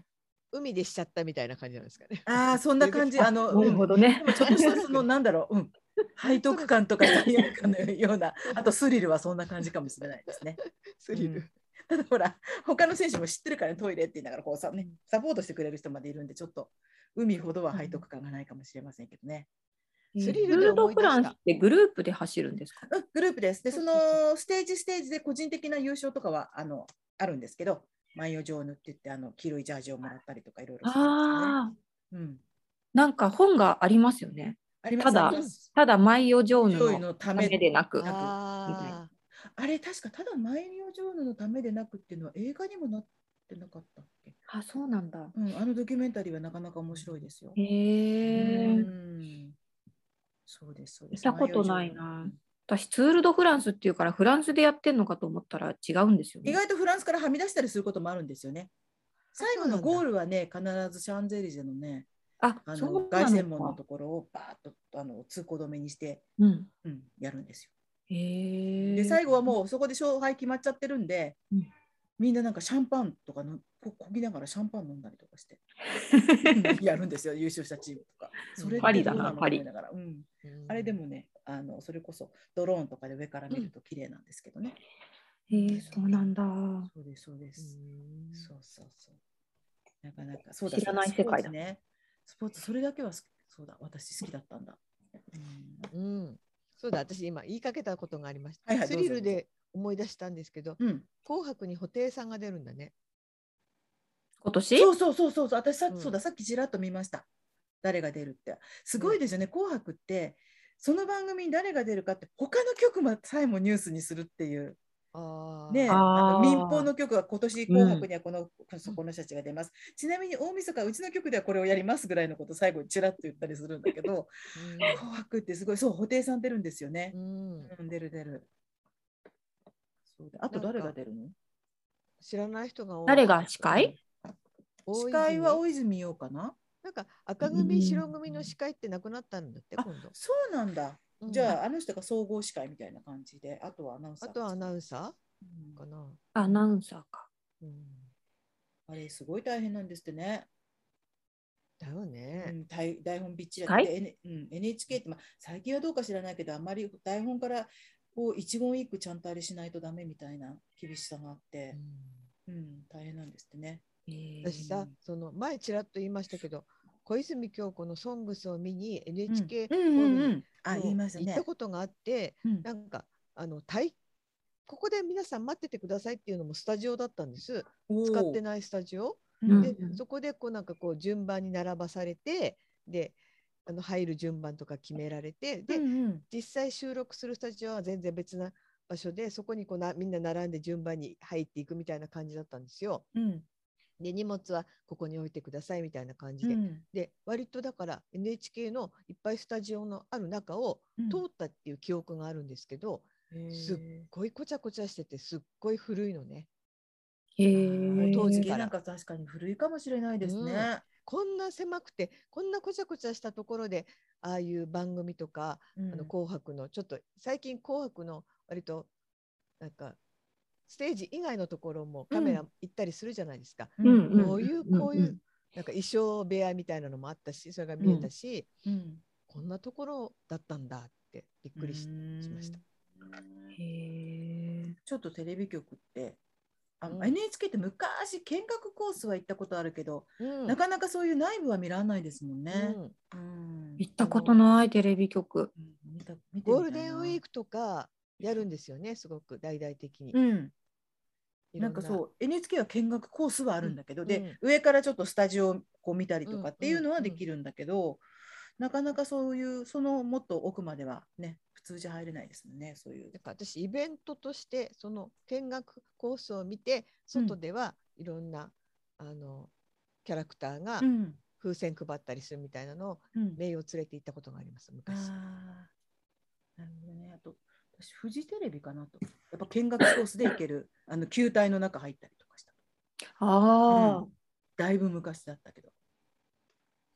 [SPEAKER 2] 海でしちゃったみたいな感じなんですかね。
[SPEAKER 1] ああ、そんな感じ。あ
[SPEAKER 2] <laughs>
[SPEAKER 1] の、
[SPEAKER 3] ー
[SPEAKER 1] う
[SPEAKER 3] なんるほどね
[SPEAKER 1] で。もちょっとしたそ
[SPEAKER 3] <laughs>
[SPEAKER 1] のなんだろう、うん、背徳感とか罪悪感のような、 <laughs> あとスリルはそんな感じかもしれないですね。
[SPEAKER 2] スリル。
[SPEAKER 1] うんただほら、他の選手も知ってるから、トイレって言いながらこうさ、ね、サポートしてくれる人までいるんで、ちょっと海ほどは背徳感がないかもしれませんけどね。
[SPEAKER 2] スリ
[SPEAKER 3] フ
[SPEAKER 2] ルで
[SPEAKER 3] ル
[SPEAKER 2] 思
[SPEAKER 3] ド
[SPEAKER 2] い出し
[SPEAKER 3] フランス
[SPEAKER 2] た
[SPEAKER 3] っ。てグループで走るんですか
[SPEAKER 1] うん、グループです。で、
[SPEAKER 2] そ
[SPEAKER 1] そう
[SPEAKER 2] そうそう
[SPEAKER 1] のステージステージで個人的な優勝とかはあのあるんですけど、万葉上塗って言って、あの黄色いジャージをもらったりとかいろいろするん
[SPEAKER 3] ああ、
[SPEAKER 1] ですよね。うん、
[SPEAKER 3] なんか本がありますよね。
[SPEAKER 1] あります
[SPEAKER 3] ただ
[SPEAKER 1] あります
[SPEAKER 3] ただ、マイオジョーヌ
[SPEAKER 1] 上位
[SPEAKER 3] の
[SPEAKER 1] のた
[SPEAKER 3] た
[SPEAKER 1] め
[SPEAKER 3] めでなく。
[SPEAKER 2] ああ。
[SPEAKER 1] あれ、確かただマイリオ・ジョーヌのためでなくっていうのは映画にもなってなかったっけ、
[SPEAKER 3] あ、そうなんだ。
[SPEAKER 1] うん、あのドキュメンタリーはなかなか面白いですよ。
[SPEAKER 3] へえ
[SPEAKER 1] う。んそうです、そうです。
[SPEAKER 3] 見たことないな私ツール・ド・フランスっていうからフランスでやってんのかと思ったら違うんですよ
[SPEAKER 1] 意
[SPEAKER 3] ね。
[SPEAKER 1] 外とフランスからはみ出したりすることもあるんですよね。最後
[SPEAKER 2] そうなん
[SPEAKER 1] の
[SPEAKER 2] だ
[SPEAKER 1] ゴールはね、必ずシャンゼリゼのね、
[SPEAKER 3] あ、
[SPEAKER 1] あ
[SPEAKER 3] そうな
[SPEAKER 1] の
[SPEAKER 3] んだ
[SPEAKER 1] 凱旋門のところをバーッとあの通行止めにして、
[SPEAKER 3] うん。
[SPEAKER 1] うん、やるんですよ。
[SPEAKER 3] へえ。
[SPEAKER 1] で、最後
[SPEAKER 3] <laughs>
[SPEAKER 1] はもうそこで勝敗決まっちゃってるんで、
[SPEAKER 3] うん
[SPEAKER 1] みんななんかシャンパンとかのここぎながらシャンパン飲んだりとか
[SPEAKER 3] <laughs>
[SPEAKER 1] して。やるんですよ、優勝したチームとか。それって
[SPEAKER 2] パリだ
[SPEAKER 1] どう
[SPEAKER 2] な
[SPEAKER 1] の
[SPEAKER 3] パリ
[SPEAKER 1] と思いながらうん
[SPEAKER 2] うん
[SPEAKER 1] あれで。もねあの、それこそドローンとかで上から見ると綺麗なんですけどね。
[SPEAKER 3] へえ、そうなんだ。
[SPEAKER 1] そうです、そうで
[SPEAKER 2] う
[SPEAKER 1] す。
[SPEAKER 2] ん
[SPEAKER 1] そうそうそう。なかなか、そうだ
[SPEAKER 3] 知らない世界
[SPEAKER 1] スポーツ
[SPEAKER 3] だ
[SPEAKER 1] ね。スポーツ、それだけは好きそうだ、私好きだったんだ。
[SPEAKER 2] うん。そうだ、私今言いかけたことがありました。
[SPEAKER 1] はいはい
[SPEAKER 2] スリルで思い出したんですけど、
[SPEAKER 1] うん、うん
[SPEAKER 2] 紅白に布袋さんが出るんだね。
[SPEAKER 3] 今年
[SPEAKER 1] そうそうそうそうそう、私さ、
[SPEAKER 2] うん
[SPEAKER 1] そうだ、さっきちらっと見ました。誰が出るって。すごいですよね、紅白って、その番組に誰が出るかって、他の曲もさえもニュースにするっていう。
[SPEAKER 2] ああ。
[SPEAKER 1] ね、
[SPEAKER 3] あー
[SPEAKER 1] あの民放の局は今年紅白にはこの、そこの人たちが出ます。ちなみに大晦日うちの局ではこれをやりますぐらいのことを最後にちらっと言ったりするんだけど、紅白ってすごいそう布袋さん出るんですよね
[SPEAKER 2] う。ん。うん。
[SPEAKER 1] うん、出る出る。そうだあと
[SPEAKER 2] なんか
[SPEAKER 1] 誰が出るの？
[SPEAKER 2] 知らない人が多い。
[SPEAKER 3] 誰が司会
[SPEAKER 2] 多
[SPEAKER 1] 司
[SPEAKER 2] い
[SPEAKER 1] 会は
[SPEAKER 2] ね
[SPEAKER 1] 大泉洋かな？
[SPEAKER 2] なんか赤組白組の司会ってなくなったんだって
[SPEAKER 1] あ
[SPEAKER 2] 今度。
[SPEAKER 1] そうなんだ。じ
[SPEAKER 2] あ、
[SPEAKER 1] ゃああの人が総合司会みたいな感じで、あとはアナウンサ
[SPEAKER 2] あ
[SPEAKER 1] ー。
[SPEAKER 2] とはアナウンサ
[SPEAKER 1] うん
[SPEAKER 2] ーかな。
[SPEAKER 3] アナウンサーか。
[SPEAKER 2] うん、
[SPEAKER 1] あれすごい大変なんですってね。
[SPEAKER 2] だよ
[SPEAKER 1] う
[SPEAKER 2] ね。
[SPEAKER 1] ん、台台本びっちりや
[SPEAKER 3] は
[SPEAKER 1] っ
[SPEAKER 3] い
[SPEAKER 1] て、N うん、NHK って、まあ、最近はどうか知らないけどあんまり台本からこう一言一句ちゃんとあれしないとダメみたいな厳しさがあっ
[SPEAKER 2] う
[SPEAKER 1] て、
[SPEAKER 2] ん
[SPEAKER 1] うん大変なんですってね。
[SPEAKER 3] へえ
[SPEAKER 2] 私さ、その前ちらっと言いましたけど、小泉今日子のソングスを見に NHK ホ
[SPEAKER 1] うん
[SPEAKER 2] ー
[SPEAKER 1] うんう
[SPEAKER 2] ルに
[SPEAKER 1] ん、あ言いました
[SPEAKER 2] 行っ
[SPEAKER 1] ね
[SPEAKER 2] た。ことがあって、
[SPEAKER 1] うん
[SPEAKER 2] なんかあの対ここで皆さん待っててくださいっていうのもスタジオだったんです。使ってないスタジ
[SPEAKER 1] お
[SPEAKER 2] オ。
[SPEAKER 1] ー
[SPEAKER 2] で
[SPEAKER 3] うん
[SPEAKER 2] そこでこうなんかこう順番に並ばされてであの入る順番とか決められてで、
[SPEAKER 1] うんうん
[SPEAKER 2] 実際収録するスタジオは全然別な場所でそこにこうなみんな並んで順番に入っていくみたいな感じだったんですよ。
[SPEAKER 1] うん
[SPEAKER 2] で荷物はここに置いてくださいみたいな感じ
[SPEAKER 1] う
[SPEAKER 2] で、
[SPEAKER 1] ん
[SPEAKER 2] で割とだから NHK のいっぱいスタジオのある中を
[SPEAKER 1] うん
[SPEAKER 2] 通ったっていう記憶があるんですけど、すっ
[SPEAKER 1] へー
[SPEAKER 2] ごいこちゃこちゃしててすっごい古いのね。
[SPEAKER 3] へ
[SPEAKER 2] ー
[SPEAKER 3] え。
[SPEAKER 1] 当
[SPEAKER 2] 当
[SPEAKER 1] 時
[SPEAKER 2] 時
[SPEAKER 1] か
[SPEAKER 2] から
[SPEAKER 1] らなんか確かに古いかもしれないですね。
[SPEAKER 2] こんな狭くてこんなこちゃこちゃしたところでああいう番組とか
[SPEAKER 1] うん
[SPEAKER 2] あの紅白のちょっと最近紅白の割となんかステージ以外のところもカメラ行ったりするじゃないですか、
[SPEAKER 1] うん
[SPEAKER 3] うん
[SPEAKER 2] こういう
[SPEAKER 3] うん
[SPEAKER 2] こういう、
[SPEAKER 3] うん
[SPEAKER 2] なんか衣装部屋みたいなのもあったしそれが見えたし、
[SPEAKER 1] うん
[SPEAKER 2] こんなところだったんだってびっくりし,、しました。
[SPEAKER 3] へえ。
[SPEAKER 1] ちょっとテレビ局ってあ、
[SPEAKER 2] うん
[SPEAKER 1] NHK って昔見学コースは行ったことあるけど、
[SPEAKER 2] うん
[SPEAKER 1] なかなかそういう内部は見られないですもんね。
[SPEAKER 2] うん
[SPEAKER 1] うん
[SPEAKER 3] 行ったことないテレビ局。
[SPEAKER 1] うん見た見てみたいな
[SPEAKER 2] ゴールデンウィークとかやるんですよねすごく大々的に。
[SPEAKER 1] うん、なんか
[SPEAKER 2] う
[SPEAKER 1] そう NHK は見学コースはあるんだけど、
[SPEAKER 2] うんう
[SPEAKER 1] で
[SPEAKER 2] ん
[SPEAKER 1] 上からちょっとスタジオをこう見たりと
[SPEAKER 2] うん
[SPEAKER 1] かっていうのは
[SPEAKER 2] うん
[SPEAKER 1] できるんだけど、なかなかそういうそのもっと奥まではね普通じゃ入れないですもんねそういう
[SPEAKER 2] なん。か私イベントとしてその見学コースを見て外ではいろんな、あのキャラクターが
[SPEAKER 1] うん
[SPEAKER 2] 風船配ったりするみたいなのを
[SPEAKER 1] うん、
[SPEAKER 2] 名誉連れて行ったことがあります
[SPEAKER 1] ああ
[SPEAKER 2] 昔。
[SPEAKER 1] なるほどねあと私フジテレビかなとやっぱ見学コースで行ける <laughs> あの球体の中入ったりとかした。
[SPEAKER 3] ああ
[SPEAKER 1] う。んだいぶ昔だったけど。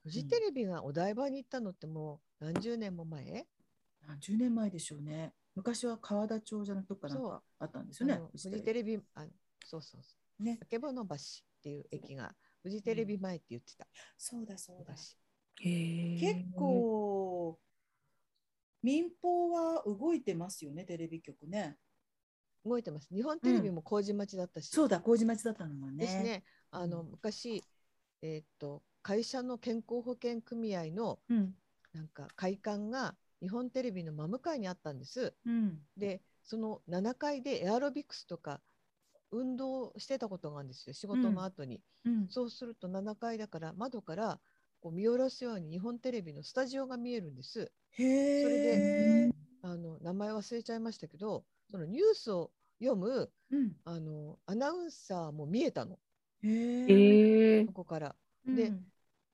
[SPEAKER 2] フジテレビがお台場に行ったのってもう何十年も前
[SPEAKER 1] 何十年前でしょうね。昔は川田町じゃなくどっかなん
[SPEAKER 2] そう
[SPEAKER 1] かあったんです
[SPEAKER 2] あ
[SPEAKER 1] よね
[SPEAKER 2] の。
[SPEAKER 1] フ
[SPEAKER 2] フ
[SPEAKER 1] ジ
[SPEAKER 2] ジ
[SPEAKER 1] テ
[SPEAKER 2] テ
[SPEAKER 1] レビ
[SPEAKER 2] レビあそうそうそう
[SPEAKER 1] ね
[SPEAKER 2] 曙橋っていう駅がフジテレビ前って言ってた、
[SPEAKER 1] そうだそうだ。
[SPEAKER 2] 昔
[SPEAKER 1] 結
[SPEAKER 3] 結
[SPEAKER 1] 構民放は動いてますよねテレビ局ね。
[SPEAKER 2] 動いてます日本テレビも麹町だったし、
[SPEAKER 1] そうだ麹町だったのもね。
[SPEAKER 2] ですねあの
[SPEAKER 1] うん
[SPEAKER 2] 昔えーっと会社の健康保険組合の
[SPEAKER 1] うん
[SPEAKER 2] なんか会館が日本テレビの真向かいにあったんです。
[SPEAKER 1] うん。
[SPEAKER 2] でその7階でエアロビクスとか運動をしてたことがあるんですよ仕事の後に、
[SPEAKER 1] うん
[SPEAKER 2] そうすると7階だから窓からこう見下ろすように日本テレビのスタジオが見えるんです
[SPEAKER 1] へえ。
[SPEAKER 2] それで
[SPEAKER 1] で、
[SPEAKER 2] あの名前忘れちゃいましたけどそのニュースを読む
[SPEAKER 1] うん、
[SPEAKER 2] あのアナウンサーも見えたの
[SPEAKER 3] え
[SPEAKER 1] へえ。
[SPEAKER 3] ー
[SPEAKER 2] こ、こから
[SPEAKER 1] で
[SPEAKER 2] で、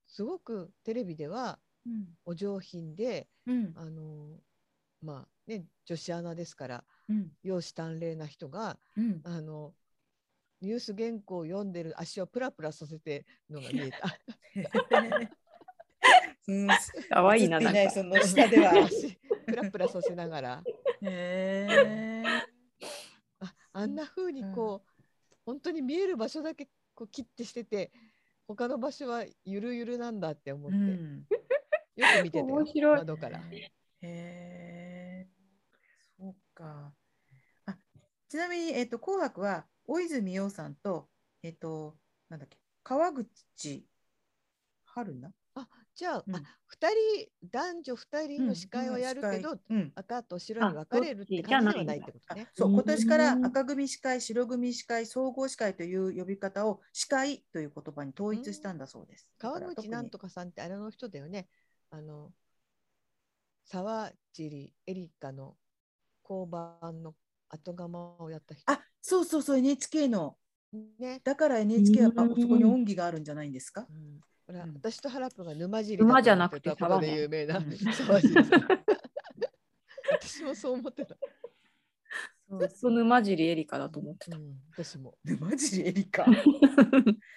[SPEAKER 2] すごくテレビでは
[SPEAKER 1] うん
[SPEAKER 2] お上品で
[SPEAKER 1] うん
[SPEAKER 2] あのまあね女子アナですから
[SPEAKER 1] うん
[SPEAKER 2] 容姿端麗な人が
[SPEAKER 1] うん。
[SPEAKER 2] あのニュース原稿を読んでる足をプラプラさせてのが見えた。
[SPEAKER 1] <laughs> うん、
[SPEAKER 3] かわいいな
[SPEAKER 1] 映っ
[SPEAKER 3] な
[SPEAKER 1] ていなんい
[SPEAKER 3] か。
[SPEAKER 1] その下では。
[SPEAKER 2] 足プラプラさせながら
[SPEAKER 1] へえ。
[SPEAKER 2] ああんな風にこう、本当に見える場所だけこう切ってしてて他の場所はゆるゆるなんだって思っ
[SPEAKER 1] う
[SPEAKER 2] て、よ
[SPEAKER 1] ん。
[SPEAKER 2] く見てて
[SPEAKER 3] 面白い
[SPEAKER 2] 窓から。
[SPEAKER 1] へえ、そうか。あ、ちなみに、えっと、紅白は大泉洋さんと、えっと、なんだっけ、川口春奈。
[SPEAKER 2] あじゃあ,、
[SPEAKER 1] うん
[SPEAKER 2] あ2人男女2人の司会はやるけど、
[SPEAKER 1] うんうん
[SPEAKER 2] 赤と白に分かれるって
[SPEAKER 3] あ
[SPEAKER 2] 感
[SPEAKER 3] ど
[SPEAKER 2] じ
[SPEAKER 3] っ
[SPEAKER 2] で
[SPEAKER 3] ちじゃない
[SPEAKER 2] は
[SPEAKER 3] んだ
[SPEAKER 2] ないってこと
[SPEAKER 1] あ
[SPEAKER 2] ね。
[SPEAKER 1] そう、
[SPEAKER 3] うん
[SPEAKER 1] 今年から赤組司会、白組司会、総合司会という呼び方を司会という言葉に統一したんだそうです。だか
[SPEAKER 2] 川
[SPEAKER 1] ら特
[SPEAKER 2] 口
[SPEAKER 1] に
[SPEAKER 2] なんとかさんってあれの人だよね。あの沢尻エリカの交番の後釜をやった人
[SPEAKER 1] あ、そうそうそう、NHK の。
[SPEAKER 2] ね。
[SPEAKER 1] だから NHK はやっぱ
[SPEAKER 3] うん
[SPEAKER 1] そこに恩義があるんじゃないんですか
[SPEAKER 2] うん、ほら
[SPEAKER 1] うん
[SPEAKER 2] 私とハラップが沼尻だ
[SPEAKER 3] 沼じ
[SPEAKER 2] と
[SPEAKER 3] ゃ
[SPEAKER 2] 思
[SPEAKER 3] な
[SPEAKER 2] っ
[SPEAKER 3] く
[SPEAKER 2] て
[SPEAKER 3] て
[SPEAKER 2] たこと
[SPEAKER 3] 沢
[SPEAKER 2] で
[SPEAKER 3] ね
[SPEAKER 2] 有名な
[SPEAKER 1] うん
[SPEAKER 2] 沢尻さん私もそう思ってた。
[SPEAKER 1] そう
[SPEAKER 3] ずっと沼尻エリカだと思ってた
[SPEAKER 2] う。ん私も。
[SPEAKER 1] 沼尻エリカ。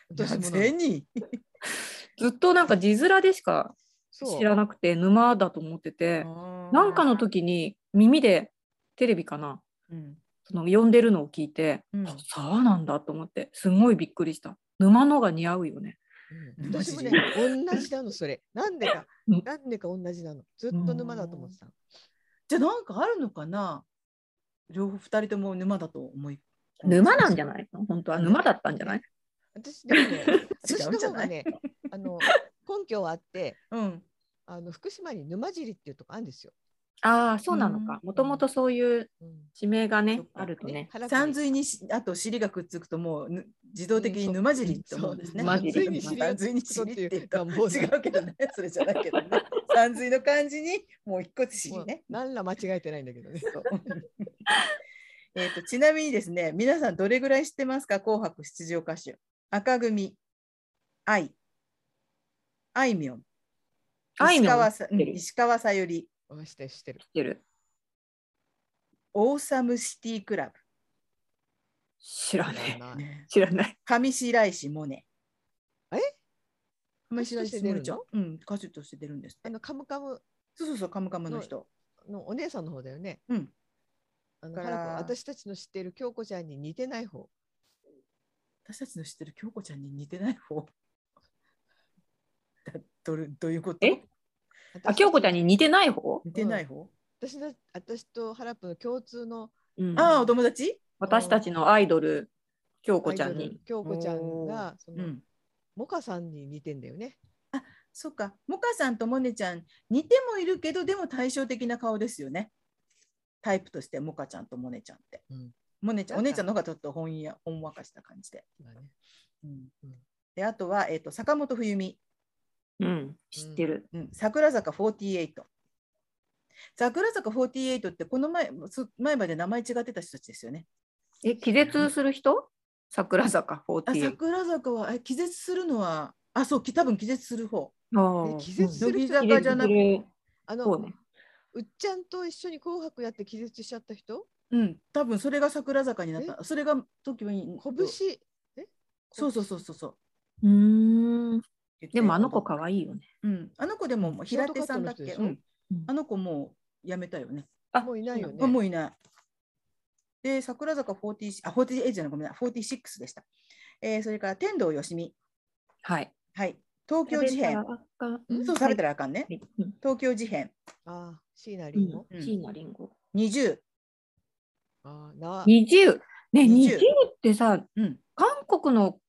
[SPEAKER 2] 私もなの
[SPEAKER 1] 全に。
[SPEAKER 3] <laughs> ずっとなんか字面でしか
[SPEAKER 2] そう
[SPEAKER 3] 知らなくて沼だと思ってて、
[SPEAKER 1] な
[SPEAKER 3] なんかの、時に耳でテレビかな、
[SPEAKER 1] うん
[SPEAKER 3] その呼んでるのを聞いて、
[SPEAKER 1] うん
[SPEAKER 3] あ沢なんだと思って、すごいびっくりした。沼のが似合うよね。
[SPEAKER 2] うん
[SPEAKER 1] 沼
[SPEAKER 2] 私も
[SPEAKER 1] 尻
[SPEAKER 2] ね、同じなの、それ。なんでか
[SPEAKER 3] うん、
[SPEAKER 2] なんでか同じなの。ずっと沼だと思ってたの。
[SPEAKER 1] じゃあなんかあるのかな両方二人とも沼だと思い。
[SPEAKER 3] 沼なんじゃないの本当は沼だったんじゃない
[SPEAKER 2] 私、でもね、
[SPEAKER 1] 違
[SPEAKER 2] 私
[SPEAKER 1] うん
[SPEAKER 2] の
[SPEAKER 1] じゃ
[SPEAKER 2] 方
[SPEAKER 1] ない
[SPEAKER 2] がね、あの、根拠はあって、
[SPEAKER 1] うん。
[SPEAKER 2] あの福島に沼尻っていうとこあるんですよ。
[SPEAKER 3] ああ、そうなのか。もともとそういう
[SPEAKER 2] うん
[SPEAKER 3] 地名がね
[SPEAKER 1] そっ、か
[SPEAKER 3] あるとね。
[SPEAKER 2] 原口
[SPEAKER 1] さんずいにしあと尻がくっつくともうぬ自動的に沼尻って思うんですね。
[SPEAKER 3] うんそう沼尻
[SPEAKER 1] に尻がくっつくっていうか
[SPEAKER 2] 山望
[SPEAKER 1] 違うけどね。それじゃないけどね。さんずいの感じにもう一個尻ね。
[SPEAKER 2] 何ら間違えてないんだけどね。
[SPEAKER 1] そうえっとちなみにですね、皆さんどれぐらい知ってますか、紅白出場歌手。赤組、愛、あいみょん、
[SPEAKER 3] あい
[SPEAKER 1] 石
[SPEAKER 3] みょん
[SPEAKER 1] 川
[SPEAKER 3] は知
[SPEAKER 1] さ
[SPEAKER 3] ってる
[SPEAKER 1] うん石川さゆり、
[SPEAKER 2] <laughs> おしてしてる。
[SPEAKER 3] ってる。
[SPEAKER 1] オーサムシティクラ
[SPEAKER 3] 知らねえ。
[SPEAKER 2] な
[SPEAKER 1] ブ、ね、
[SPEAKER 3] 知らない。
[SPEAKER 1] 上白石萌音。
[SPEAKER 2] え
[SPEAKER 1] 上白石萌音ちゃん
[SPEAKER 2] 歌。
[SPEAKER 1] うん、歌手として出るんですっ
[SPEAKER 2] あ
[SPEAKER 1] て。
[SPEAKER 2] のカムカム
[SPEAKER 1] そうそうそう、カムカムの人。
[SPEAKER 2] のお姉さんの方だよね。
[SPEAKER 1] うん。
[SPEAKER 2] あの
[SPEAKER 1] だか
[SPEAKER 2] 原
[SPEAKER 1] ら
[SPEAKER 2] 口私たちの知っている京子ちゃんに似てない方。
[SPEAKER 1] 私たちの知ってる京子ちゃんに似てない方。 <laughs> だどれどういうこと
[SPEAKER 3] えあ、
[SPEAKER 2] 私
[SPEAKER 3] 京子ちゃんに似てない方
[SPEAKER 1] 似てない方、
[SPEAKER 2] 私だ私とハラップの共通の
[SPEAKER 3] うん
[SPEAKER 1] ああ、お友達
[SPEAKER 3] 私たちのアイドル、京子ちゃん
[SPEAKER 2] アイド
[SPEAKER 3] に
[SPEAKER 2] ル。京子ちゃんがそうの、
[SPEAKER 1] ん。
[SPEAKER 2] モカさんに似てんだよね。
[SPEAKER 1] そっか、モカさんとモネちゃん、似てもいるけど、でも対照的な顔ですよね。タイプとして、モカちゃんとモネちゃんって。
[SPEAKER 2] うん
[SPEAKER 1] モネちゃん、
[SPEAKER 2] な
[SPEAKER 1] お
[SPEAKER 2] んか
[SPEAKER 1] 姉ちゃんの方がちょっと本や、ほんわかした感じで。
[SPEAKER 2] 今ね
[SPEAKER 1] うん
[SPEAKER 2] うん
[SPEAKER 1] で、あとは、えっ、と、坂本冬美、
[SPEAKER 3] うん、知ってる。
[SPEAKER 1] うん、桜坂48。桜坂48って、この前、そ前まで名前違ってた人たちですよね。
[SPEAKER 3] え、気絶する人桜坂
[SPEAKER 1] あ、
[SPEAKER 3] 48。
[SPEAKER 1] 桜坂は、え、気絶するのは、あ、そう、き多分気絶する方。
[SPEAKER 3] あー
[SPEAKER 2] え気絶す
[SPEAKER 1] 乃
[SPEAKER 2] る
[SPEAKER 1] 木
[SPEAKER 2] 人
[SPEAKER 1] 坂じゃなく
[SPEAKER 3] 気
[SPEAKER 1] て、
[SPEAKER 3] 絶する
[SPEAKER 2] あ
[SPEAKER 3] そ
[SPEAKER 2] の
[SPEAKER 3] うね。
[SPEAKER 2] うっちゃんと一緒に紅白やって気絶しちゃった人。
[SPEAKER 1] うん、多分それが桜坂になった。それが時に、
[SPEAKER 2] 拳。え。
[SPEAKER 1] そうそうそうそうそう。
[SPEAKER 3] うーん。
[SPEAKER 1] 言って
[SPEAKER 3] でもあの子可愛いよね。
[SPEAKER 1] うん、あの子でももう平手さんだっ
[SPEAKER 2] シ
[SPEAKER 1] け、
[SPEAKER 2] ョートカット
[SPEAKER 1] う
[SPEAKER 2] の人
[SPEAKER 1] ん
[SPEAKER 2] で、
[SPEAKER 3] うん
[SPEAKER 1] あの子もう辞めたよね。
[SPEAKER 3] あ
[SPEAKER 2] もういないよね。
[SPEAKER 1] あもういない。で、桜坂40あ48じゃない、ごめんなさい、46でした。えーそれから天童よしみ、
[SPEAKER 3] はい。
[SPEAKER 1] はい、東京事変、
[SPEAKER 2] うん
[SPEAKER 1] そう、食べたらあかんね、
[SPEAKER 3] うん
[SPEAKER 1] 東京事変、
[SPEAKER 2] ああ、椎名林檎。
[SPEAKER 1] うん
[SPEAKER 3] 椎名林檎。
[SPEAKER 1] 20、
[SPEAKER 2] ああ、なあ。
[SPEAKER 3] 二十。ね、二
[SPEAKER 1] 20
[SPEAKER 3] 十ってさ、
[SPEAKER 1] うん、
[SPEAKER 3] 韓国の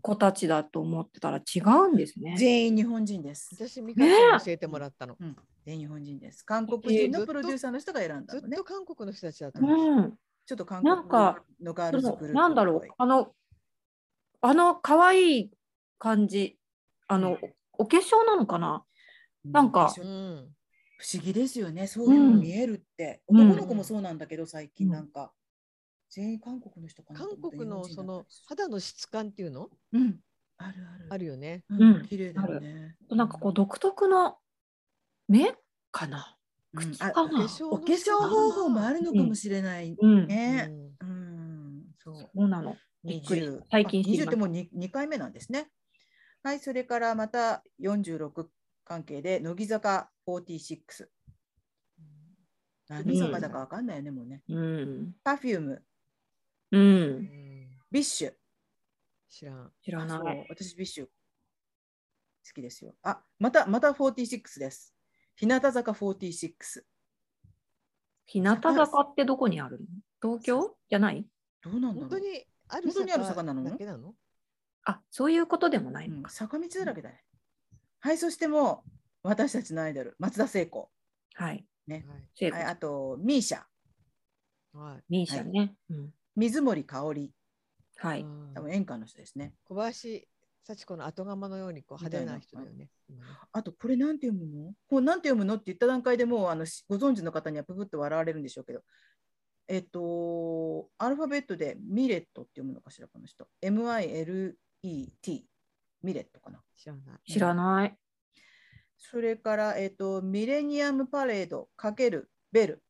[SPEAKER 3] 子たちだと思ってたら違うんですね。
[SPEAKER 1] 全員日本人です。
[SPEAKER 2] 私、ミカさんに教えてもらったの。
[SPEAKER 1] 全員日本人です。韓国人
[SPEAKER 2] えーずっ
[SPEAKER 1] の
[SPEAKER 2] と
[SPEAKER 1] プロデューサーの人が選んだ
[SPEAKER 2] ず
[SPEAKER 1] の
[SPEAKER 2] っ
[SPEAKER 1] ね
[SPEAKER 2] と。韓国の人たちだったの。
[SPEAKER 3] うん。
[SPEAKER 1] ちょっと韓国
[SPEAKER 3] なんか
[SPEAKER 1] のガー
[SPEAKER 3] で
[SPEAKER 1] ルズ
[SPEAKER 3] も
[SPEAKER 1] グループっぽい。
[SPEAKER 3] なんだろうあのあの可愛い感じあのおお化粧なのかな
[SPEAKER 1] う
[SPEAKER 3] なんか
[SPEAKER 1] 不
[SPEAKER 2] うん。
[SPEAKER 1] 思議ですよね。そういうの見えるって、
[SPEAKER 3] うん
[SPEAKER 1] 男の子もそうなんだけど最
[SPEAKER 3] う
[SPEAKER 1] 近
[SPEAKER 3] ん
[SPEAKER 1] なんか、全員韓国の人かなと
[SPEAKER 2] 韓
[SPEAKER 1] 思った
[SPEAKER 2] 国の
[SPEAKER 1] 日
[SPEAKER 2] そ
[SPEAKER 1] 本人だったりする
[SPEAKER 2] の肌の質感っていうの
[SPEAKER 1] うんあるある
[SPEAKER 2] あるよね。
[SPEAKER 1] う
[SPEAKER 3] うん
[SPEAKER 1] ん、綺麗だよね。
[SPEAKER 3] なんかこう独特の目かな
[SPEAKER 1] うん、
[SPEAKER 3] 口
[SPEAKER 1] あ
[SPEAKER 3] か
[SPEAKER 2] お化
[SPEAKER 3] な
[SPEAKER 2] 粧の
[SPEAKER 1] お化粧方法もあるのかもしれない
[SPEAKER 3] うん、
[SPEAKER 1] ね。
[SPEAKER 2] うん
[SPEAKER 1] うん、そう。
[SPEAKER 3] そうなのびっくり
[SPEAKER 1] 20
[SPEAKER 3] 最近
[SPEAKER 1] あ
[SPEAKER 3] 知り
[SPEAKER 1] 20
[SPEAKER 3] ま
[SPEAKER 1] っ
[SPEAKER 3] してた
[SPEAKER 1] もう 2, 2回目なんですね。はい、それからまた46関係で乃木坂46。何坂だかわかんないよね、もうね。
[SPEAKER 3] うん、
[SPEAKER 1] Perfume、
[SPEAKER 3] う、
[SPEAKER 2] うんん
[SPEAKER 1] Bish。
[SPEAKER 2] 知らん。
[SPEAKER 3] 知ら
[SPEAKER 1] そう
[SPEAKER 3] ない
[SPEAKER 1] 私 Bish 好きですよ。あ、またまた46です。日向坂46。
[SPEAKER 3] 日向坂ってどこにあるの東京じゃない
[SPEAKER 1] どうなんだろう
[SPEAKER 2] 本当にある
[SPEAKER 1] 本当にある坂なの
[SPEAKER 2] だけなの
[SPEAKER 3] あそういうことでもない
[SPEAKER 1] うん
[SPEAKER 3] のか、
[SPEAKER 1] 坂道だらけだね。はい、そしてもう私たちのアイドル、松田聖子、
[SPEAKER 3] はい
[SPEAKER 1] うん
[SPEAKER 2] はい
[SPEAKER 3] 聖子
[SPEAKER 1] はい、あとミーシャ、
[SPEAKER 2] はい。
[SPEAKER 3] ミーシャね、うん
[SPEAKER 1] 水森かおり、
[SPEAKER 3] は
[SPEAKER 2] う
[SPEAKER 3] い
[SPEAKER 2] ん
[SPEAKER 1] 多分演歌の人ですね。
[SPEAKER 2] 小林幸子の後釜のようにこう
[SPEAKER 1] みた
[SPEAKER 2] 派
[SPEAKER 1] い
[SPEAKER 2] 手
[SPEAKER 1] な
[SPEAKER 2] な人だよね。うん
[SPEAKER 1] あと、これなんて読むのこうなんて読むのって言った段階でもうあのしご存知の方にはププッと笑われるんでしょうけど、えっと、アルファベットでミレットって読むのかしら、この人。M-I-L-E-T、ミレットかな。
[SPEAKER 2] 知らない。
[SPEAKER 3] 知らない
[SPEAKER 1] それから、えっと、ミレニアムパレード×ベル。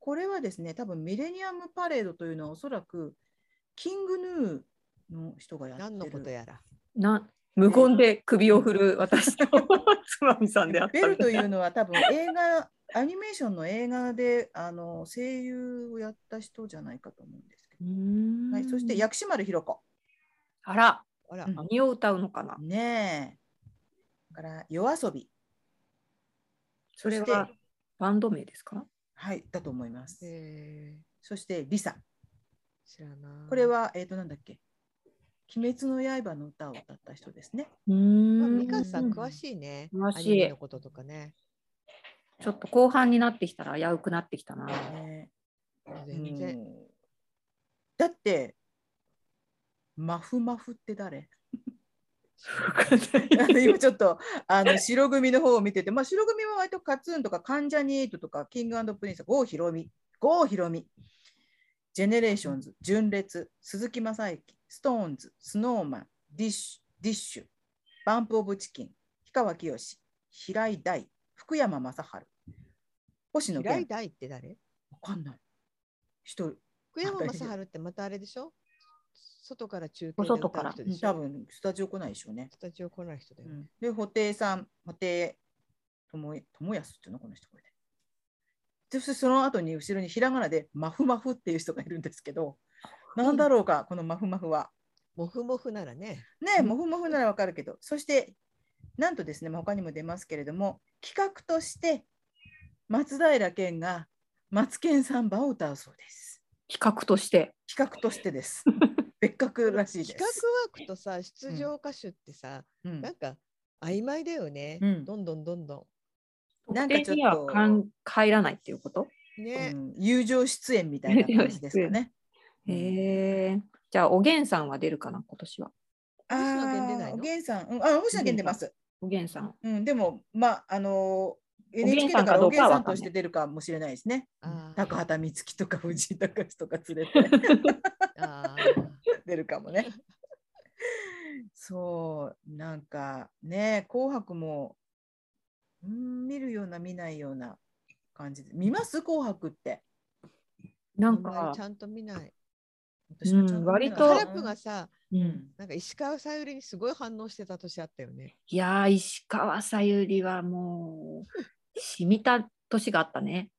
[SPEAKER 1] これはですね、多分ミレニアムパレードというのはおそらくキングヌーの人がやってる。
[SPEAKER 2] 何のことやら。
[SPEAKER 3] な無言で首を振る
[SPEAKER 1] <laughs>
[SPEAKER 3] 私とつまみさんであった
[SPEAKER 1] ベルという
[SPEAKER 3] う
[SPEAKER 1] のは多分映画、アニメーションの映画であの声優をやった人じゃないかと思うんですけ
[SPEAKER 3] ー
[SPEAKER 1] ど。
[SPEAKER 3] ん
[SPEAKER 1] はい、そして薬師丸ひろ子。
[SPEAKER 3] あら
[SPEAKER 2] あら
[SPEAKER 1] う、ん
[SPEAKER 3] 何を歌うのかな
[SPEAKER 1] ねえ。から夜遊び。
[SPEAKER 3] それ
[SPEAKER 1] そし
[SPEAKER 3] は
[SPEAKER 1] て
[SPEAKER 3] バンド名ですか
[SPEAKER 1] はい、だと思います。
[SPEAKER 2] えー
[SPEAKER 1] そしてリサ。
[SPEAKER 2] 知らない。
[SPEAKER 1] これは、えっ、と、なんだっけ。鬼滅の刃の歌を歌った人ですね。
[SPEAKER 3] うー
[SPEAKER 2] まあ、
[SPEAKER 3] ん
[SPEAKER 2] 美香さん
[SPEAKER 1] うん
[SPEAKER 2] 詳しいね。
[SPEAKER 3] 詳しい
[SPEAKER 2] アニメのこととかね。
[SPEAKER 3] ちょっと後半になってきたら危うくなってき
[SPEAKER 1] <laughs>
[SPEAKER 3] たな <laughs>
[SPEAKER 1] ね
[SPEAKER 2] 全然。
[SPEAKER 1] うんだって。マフマフって誰。あの <laughs> 今ちょっとあの白組の方を見てて、まあ、白組は割とカツンとか関ジャニエイトとかキングプリンス郷ひろみ郷ひろみジェネレーションズ純烈鈴木雅之ストーンズスノーマンディッシュディッシュバンプ・オブ・チキン氷川きよし平井大福山雅治星野
[SPEAKER 2] 平井
[SPEAKER 1] 源
[SPEAKER 2] 大って誰
[SPEAKER 1] わかんない一人
[SPEAKER 2] 福山雅治ってまたあれでしょ外から中継で
[SPEAKER 3] 外
[SPEAKER 2] 歌
[SPEAKER 3] から
[SPEAKER 2] う人でし
[SPEAKER 1] 多
[SPEAKER 2] ょ
[SPEAKER 1] 分スタジオ来ないでしょうね
[SPEAKER 2] スタジオ来ない人だよね。
[SPEAKER 1] で、布袋さん、布袋友也友康っていうのこの人これね。そしてその後に後ろにひらがなでマフマフっていう人がいるんですけど、なんだろうか、このマフマフは。
[SPEAKER 2] もふもふならね。
[SPEAKER 1] ねえ、モフモフならわかるけど、そして、なんとですね、まあ他にも出ますけれども、企画として松平健が松健サンバを歌うそうです。
[SPEAKER 3] 比較として
[SPEAKER 1] 企画としてです。別格らしいです。
[SPEAKER 2] 企画枠とさ、出場歌手ってさ、
[SPEAKER 1] うん
[SPEAKER 2] なんか曖昧だよね。
[SPEAKER 1] うん
[SPEAKER 2] どんどんどんど
[SPEAKER 1] なん
[SPEAKER 3] 特
[SPEAKER 1] かちょっと
[SPEAKER 3] 定にはかん入らないっていうこと
[SPEAKER 2] ん。ね
[SPEAKER 1] う。ん友情出演みたいな感じですかね。うん
[SPEAKER 3] へえじゃあおげんさんは出るかな今年は
[SPEAKER 1] あ
[SPEAKER 2] 星野源出ないの
[SPEAKER 1] ーおげんさん、うん、あ、星野源出ます。
[SPEAKER 3] おげんさん
[SPEAKER 1] うん、でも、まあ、あのー、
[SPEAKER 3] おげん
[SPEAKER 1] NHK
[SPEAKER 3] さ
[SPEAKER 1] だ
[SPEAKER 3] ん
[SPEAKER 1] か
[SPEAKER 3] からど
[SPEAKER 1] お
[SPEAKER 3] う
[SPEAKER 1] げ
[SPEAKER 3] か
[SPEAKER 1] ん
[SPEAKER 3] は
[SPEAKER 1] さ
[SPEAKER 3] わかんない
[SPEAKER 1] んとして出るかもしれないですね。
[SPEAKER 2] あー
[SPEAKER 1] 高畑充希とか藤井隆とか連れて
[SPEAKER 2] あー
[SPEAKER 1] 出るかもね。 <laughs> そう、なんかね、紅白も、うん、見るような見ないような感じで。見ます紅白って。
[SPEAKER 3] な
[SPEAKER 2] あ
[SPEAKER 3] ん
[SPEAKER 2] んまり
[SPEAKER 3] か
[SPEAKER 2] ちゃんと見ない。
[SPEAKER 1] 私もちゃんと見ない
[SPEAKER 3] うん割
[SPEAKER 2] カ
[SPEAKER 3] と
[SPEAKER 2] ラッ <laughs> プがさ、
[SPEAKER 3] うん
[SPEAKER 2] なんか石川さゆりにすごい反応してた年あったよ
[SPEAKER 3] <laughs>
[SPEAKER 2] ね。
[SPEAKER 3] いやー石川さゆりはもう染みた年があったね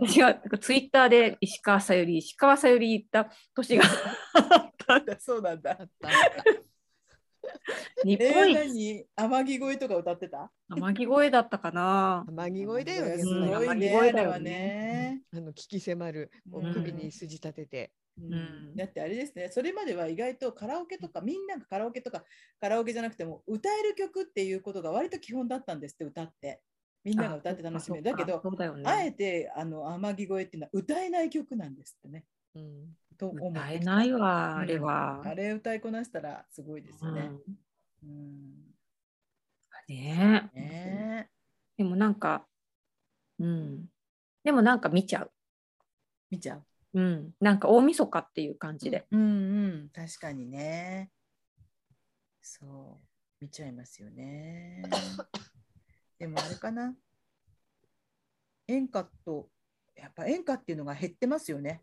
[SPEAKER 3] 私はツイッターで石川さゆり石川さゆり言った
[SPEAKER 1] <laughs>
[SPEAKER 3] 年が
[SPEAKER 1] なんだそうなんだ
[SPEAKER 2] あ。ったあった
[SPEAKER 3] 日
[SPEAKER 1] え
[SPEAKER 3] 本
[SPEAKER 1] ー、
[SPEAKER 3] 一
[SPEAKER 1] 何天城越えとか歌ってた
[SPEAKER 3] 天城越えだったかな。
[SPEAKER 2] 天城越えだ
[SPEAKER 1] ね
[SPEAKER 2] よね
[SPEAKER 1] すごいね、
[SPEAKER 3] 天城越え
[SPEAKER 1] あ
[SPEAKER 3] だ
[SPEAKER 1] れ
[SPEAKER 3] よ
[SPEAKER 1] は
[SPEAKER 2] うん
[SPEAKER 1] ね。
[SPEAKER 2] あの聞き迫るお
[SPEAKER 1] うん
[SPEAKER 2] 首に筋立てて、
[SPEAKER 1] うん
[SPEAKER 3] うん
[SPEAKER 1] だってあれですね、それまでは意外とカラオケとか、みんながカラオケとか、カラオケじゃなくても、歌える曲っていうことが割と基本だったんですって、歌って。 <laughs> みんなが歌って楽しめる。だけ
[SPEAKER 3] あ
[SPEAKER 1] ど、
[SPEAKER 3] そうだよね
[SPEAKER 1] あえてあの天城越えっていうのは歌えない曲なんですってね。
[SPEAKER 2] うん
[SPEAKER 1] と思って
[SPEAKER 3] 歌え
[SPEAKER 1] きた
[SPEAKER 3] ないわ、あれ
[SPEAKER 1] あ
[SPEAKER 3] は。
[SPEAKER 1] れ歌いこなしたらすごいです
[SPEAKER 3] う
[SPEAKER 1] よね。
[SPEAKER 3] ん
[SPEAKER 1] うん
[SPEAKER 3] ねえ
[SPEAKER 1] ねえ
[SPEAKER 3] でもなんか、うん。でもなんか見ちゃう。
[SPEAKER 1] 見ちゃう。
[SPEAKER 3] うん。なんか大晦日っていう感じで。
[SPEAKER 1] うんうん、確かにね。そう、見ちゃいますよ <coughs> ね。でもあれかな。演歌と、やっぱ演歌っていうのが減ってますよね。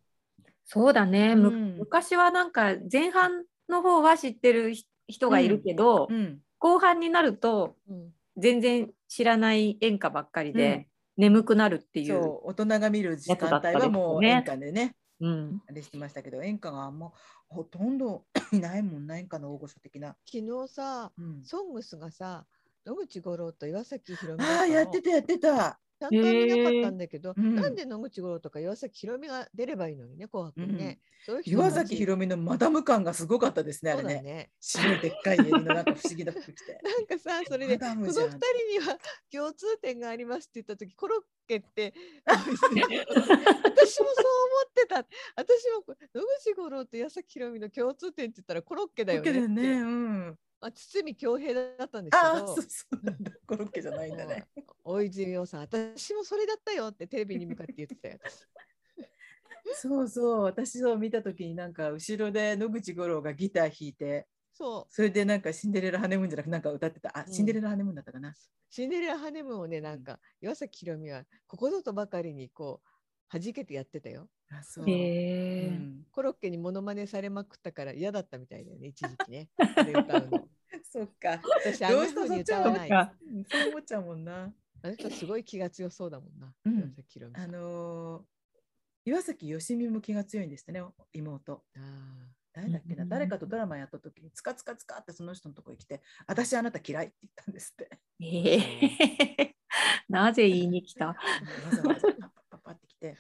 [SPEAKER 3] そうだね、む
[SPEAKER 1] うん
[SPEAKER 3] 昔はなんか前半の方は知ってるひ人がいるけど、
[SPEAKER 1] うん。
[SPEAKER 3] 後半になると
[SPEAKER 2] うん
[SPEAKER 3] 全然知らない演歌ばっかりで眠くなるっていう。
[SPEAKER 1] そう、大人が見る時間帯はもう演歌でね、
[SPEAKER 3] うん
[SPEAKER 1] あれしてましたけど、演歌がもうほとんど <coughs> いないもんな、演歌の大御所的な。
[SPEAKER 2] 昨日さ
[SPEAKER 1] うん、
[SPEAKER 2] 「ソングスがさ野口五郎と岩崎宏美だ
[SPEAKER 1] あ
[SPEAKER 2] った
[SPEAKER 1] あ、
[SPEAKER 2] の
[SPEAKER 1] やってた、やってた。
[SPEAKER 2] ちゃんとは見なかったんだけど、
[SPEAKER 1] へーうん
[SPEAKER 2] なんで野口五郎とか岩崎宏美が出ればいいのにね「紅白」にね、そういう人
[SPEAKER 1] 岩
[SPEAKER 2] たち
[SPEAKER 1] 崎宏美のマダム感がすごかったですね、あ
[SPEAKER 2] そ
[SPEAKER 1] れ
[SPEAKER 2] うだ
[SPEAKER 1] ね。
[SPEAKER 2] ね。
[SPEAKER 1] 白いでっかい襟のなんか不思議な服着て。
[SPEAKER 2] なんかさそれでこ
[SPEAKER 1] マダ
[SPEAKER 2] の
[SPEAKER 1] ム
[SPEAKER 2] 二
[SPEAKER 1] じゃん
[SPEAKER 2] 人には共通点がありますって言った時コロッケって <laughs> 私もそう思ってた私もこ野口五郎と矢崎宏美の共通点って言ったらコロッケだよねって
[SPEAKER 1] うん。
[SPEAKER 2] あ堤恭平だったんです
[SPEAKER 1] ああ、
[SPEAKER 2] け
[SPEAKER 1] そ
[SPEAKER 2] ど
[SPEAKER 1] うそうなんだ。 <laughs> コロッケじゃないんだね。
[SPEAKER 2] もう大泉洋さん私もそれだったよってテレビに向かって言ってた <laughs> よ。
[SPEAKER 1] そうそう、私を見た時になんか後ろで野口五郎がギター弾いて、
[SPEAKER 2] そう
[SPEAKER 1] それでなんかシンデレラハネムーンじゃなくてなんか歌ってた。あ、
[SPEAKER 2] うん
[SPEAKER 1] シンデレラハネムーンだったかな。
[SPEAKER 2] シンデレラハネムーンをねなんか岩崎宏美はここぞとばかりにこう弾けてやってたよ。
[SPEAKER 1] あ、そう。う
[SPEAKER 3] へー
[SPEAKER 1] ん、
[SPEAKER 2] コロッケにモノマネされまくったから嫌だったみたいだよね一時期 <laughs> ね。あれ歌うの
[SPEAKER 1] そっか。
[SPEAKER 2] 私あん
[SPEAKER 1] どう
[SPEAKER 2] な
[SPEAKER 1] しても
[SPEAKER 2] 風
[SPEAKER 1] そ
[SPEAKER 2] に
[SPEAKER 1] っち
[SPEAKER 2] 歌
[SPEAKER 1] の
[SPEAKER 2] わ
[SPEAKER 1] 方 <laughs>
[SPEAKER 2] ない。
[SPEAKER 3] が
[SPEAKER 2] あ
[SPEAKER 1] うんそう思っちゃうもんな。
[SPEAKER 2] の人すごい気が強そうだもんな。
[SPEAKER 1] うん
[SPEAKER 2] 岩崎宏
[SPEAKER 1] あ
[SPEAKER 2] 美さん。あ
[SPEAKER 1] のー岩崎よしみも気が強いんですってね、妹。
[SPEAKER 2] あ
[SPEAKER 1] 誰だっけな、
[SPEAKER 3] うん
[SPEAKER 1] 誰かとドラマやった時に、つかつかつかってその人のとこに来て、私あなた嫌いって言ったんですって。
[SPEAKER 3] えー <laughs> なぜ言いに来た <laughs>
[SPEAKER 1] わざわざパッパッパッパってきて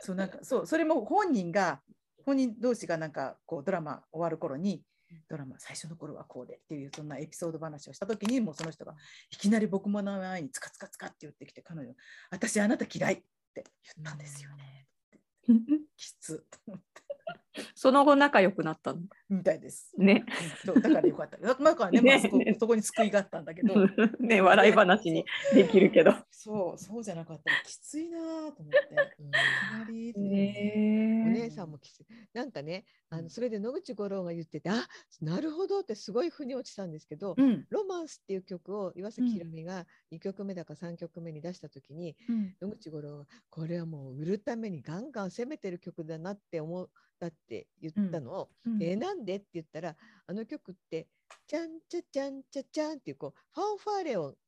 [SPEAKER 1] そうなんかそうそれも本人が本人同士がなんかこうドラマ終わる頃にドラマ最初の頃はこうでっていうそんなエピソード話をした時にもうその人がいきなり僕も名前につかつかつかって言ってきて彼女「私あなた嫌い」って言ったんですよね。きつと思って
[SPEAKER 3] その後仲良くなったの
[SPEAKER 1] みたいです。
[SPEAKER 3] ね。
[SPEAKER 1] そうだからよかった。だだからね、まあ、そこ
[SPEAKER 3] <laughs> ねね
[SPEAKER 1] そこに救いがあったんだけど。
[SPEAKER 3] <laughs> ね笑い話にできるけど。
[SPEAKER 1] そう、そうじゃなかったらきついなぁと思って。
[SPEAKER 2] ー
[SPEAKER 3] <laughs>
[SPEAKER 2] うん
[SPEAKER 1] あまり
[SPEAKER 2] お
[SPEAKER 1] ね
[SPEAKER 2] 姉さんもきつい。なんかねあのそれで野口五郎が言っててあなるほどってすごい腑に落ちたんですけど。
[SPEAKER 1] うん。
[SPEAKER 2] ロマンスっていう曲を岩崎宏美が2曲目だか3曲目に出した時に、
[SPEAKER 1] うん
[SPEAKER 2] 野口五郎がこれはもう売るためにガンガン攻めてる曲だなって思ったって言ったのを、
[SPEAKER 1] うん
[SPEAKER 2] えーなんでって言ったらあの曲って「ちゃんちゃちゃんちゃちゃん」っていうこうファンファーレ音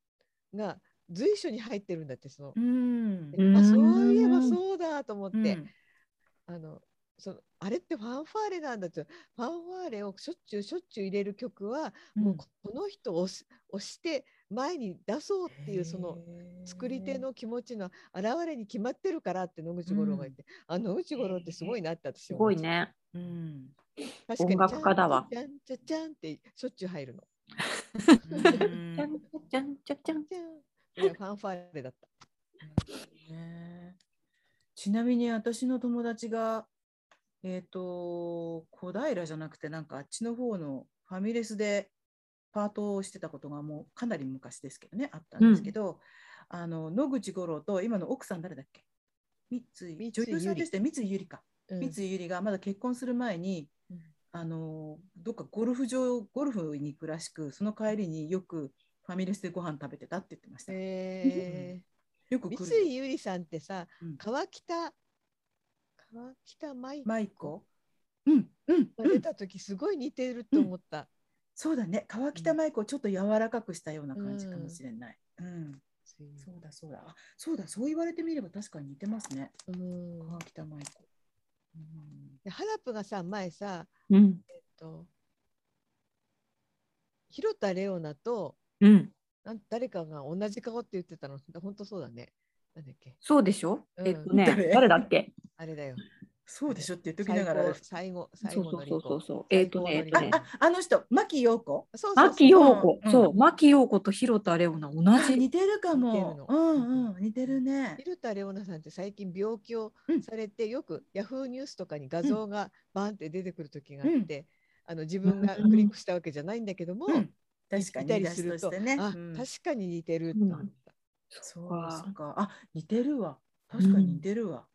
[SPEAKER 2] が随所に入ってるんだってその、
[SPEAKER 1] うん
[SPEAKER 3] うん
[SPEAKER 2] あそういえばそうだと思って、
[SPEAKER 1] うん
[SPEAKER 2] あのそのあれってファンファーレなんだってファンファーレをしょっちゅうしょっちゅう入れる曲はもうここの人を押し押して前に出そうっていうその作り手の気持ちの表れに決まってるからって野口五郎が言って、あ野口五郎ってすごいなって私
[SPEAKER 3] す
[SPEAKER 2] は
[SPEAKER 3] ご
[SPEAKER 2] 思
[SPEAKER 3] い
[SPEAKER 2] いま
[SPEAKER 3] ね。
[SPEAKER 1] うん、うん
[SPEAKER 2] した確かに
[SPEAKER 3] 音楽家だわ
[SPEAKER 2] ちゃんちゃちゃんってしょっちゅう入るの。
[SPEAKER 3] ちゃんちゃんちゃんちゃん。
[SPEAKER 2] じゃんこれはファンファーレだった。
[SPEAKER 1] ね <laughs> ちなみに私の友達が、えっ、と、小平じゃなくて、なんかあっちの方のファミレスでパートをしてたことがもうかなり昔ですけどね、あったんですけど、あの野口五郎と今の奥さん誰だっけ三
[SPEAKER 2] 三井
[SPEAKER 1] 井、女優さんでしたよ三井ゆりか。
[SPEAKER 2] うん
[SPEAKER 1] 三井ゆりがまだ結婚する前に、
[SPEAKER 2] うん
[SPEAKER 1] あのどっかゴルフ場ゴルフに行くらしくその帰りによくファミレスでご飯食べてたって言ってましたよ
[SPEAKER 2] え
[SPEAKER 1] よく
[SPEAKER 2] ー、
[SPEAKER 1] 来る
[SPEAKER 2] 三井ゆりさんってさ、
[SPEAKER 1] うん
[SPEAKER 2] 川北川北舞
[SPEAKER 1] 舞子うんうん、
[SPEAKER 2] が
[SPEAKER 1] う
[SPEAKER 2] 出
[SPEAKER 1] ん、
[SPEAKER 2] た時すごい似てると思った。
[SPEAKER 1] そうだね川北舞子をちょっと柔らかくしたような感じかもしれない、うん
[SPEAKER 2] 水曜
[SPEAKER 1] そうだそうだ。あそうだ、そう言われてみれば確かに似てますね。
[SPEAKER 2] うん
[SPEAKER 1] 川北舞子。うん
[SPEAKER 2] でハラプがさ前さ、
[SPEAKER 3] うん。
[SPEAKER 2] えっと、広田レオナと
[SPEAKER 3] うん。
[SPEAKER 2] なん誰かが同じ顔って言ってたの本当そうだねなんだっけ
[SPEAKER 3] そうでしょ、
[SPEAKER 2] うん
[SPEAKER 3] えっとね、
[SPEAKER 1] 誰
[SPEAKER 3] 誰だっけ
[SPEAKER 2] あれだよ
[SPEAKER 1] そうでしょって言っとき
[SPEAKER 2] 最
[SPEAKER 1] ながら
[SPEAKER 2] 後。最後最
[SPEAKER 3] そう
[SPEAKER 2] 後
[SPEAKER 3] そう
[SPEAKER 2] の
[SPEAKER 3] そ
[SPEAKER 2] リ
[SPEAKER 3] うそ
[SPEAKER 2] コ
[SPEAKER 3] うそう。えっとね、えっと
[SPEAKER 1] あ
[SPEAKER 3] ね、
[SPEAKER 1] ああの人、牧陽子。
[SPEAKER 2] そうそうそう
[SPEAKER 3] 牧陽子
[SPEAKER 1] う、ん
[SPEAKER 3] そう、牧陽子と広田レオナ同
[SPEAKER 1] あ <laughs>
[SPEAKER 3] じ。
[SPEAKER 1] 似てるか
[SPEAKER 2] 似てる
[SPEAKER 1] も
[SPEAKER 2] の。
[SPEAKER 1] うんうん、似てるね。
[SPEAKER 2] 広田レオナさんって最近病気を
[SPEAKER 1] うん
[SPEAKER 2] されて、よくヤフーニュースとかに画像がバーンって出てくる時があって、あの自分がクリックしたわけじゃないんだけども、
[SPEAKER 1] うん確か
[SPEAKER 2] い
[SPEAKER 1] に
[SPEAKER 2] た
[SPEAKER 1] 似
[SPEAKER 2] り
[SPEAKER 1] 出
[SPEAKER 2] す
[SPEAKER 1] しと
[SPEAKER 2] る
[SPEAKER 1] し
[SPEAKER 2] と、
[SPEAKER 1] てね。
[SPEAKER 2] あ、
[SPEAKER 1] うん
[SPEAKER 2] 確かに似てると
[SPEAKER 3] う
[SPEAKER 2] 思っ
[SPEAKER 3] ん
[SPEAKER 2] た。
[SPEAKER 1] そ
[SPEAKER 3] そうう
[SPEAKER 1] です
[SPEAKER 3] か。
[SPEAKER 1] か。あ、似てるわ。確かに似てるわ。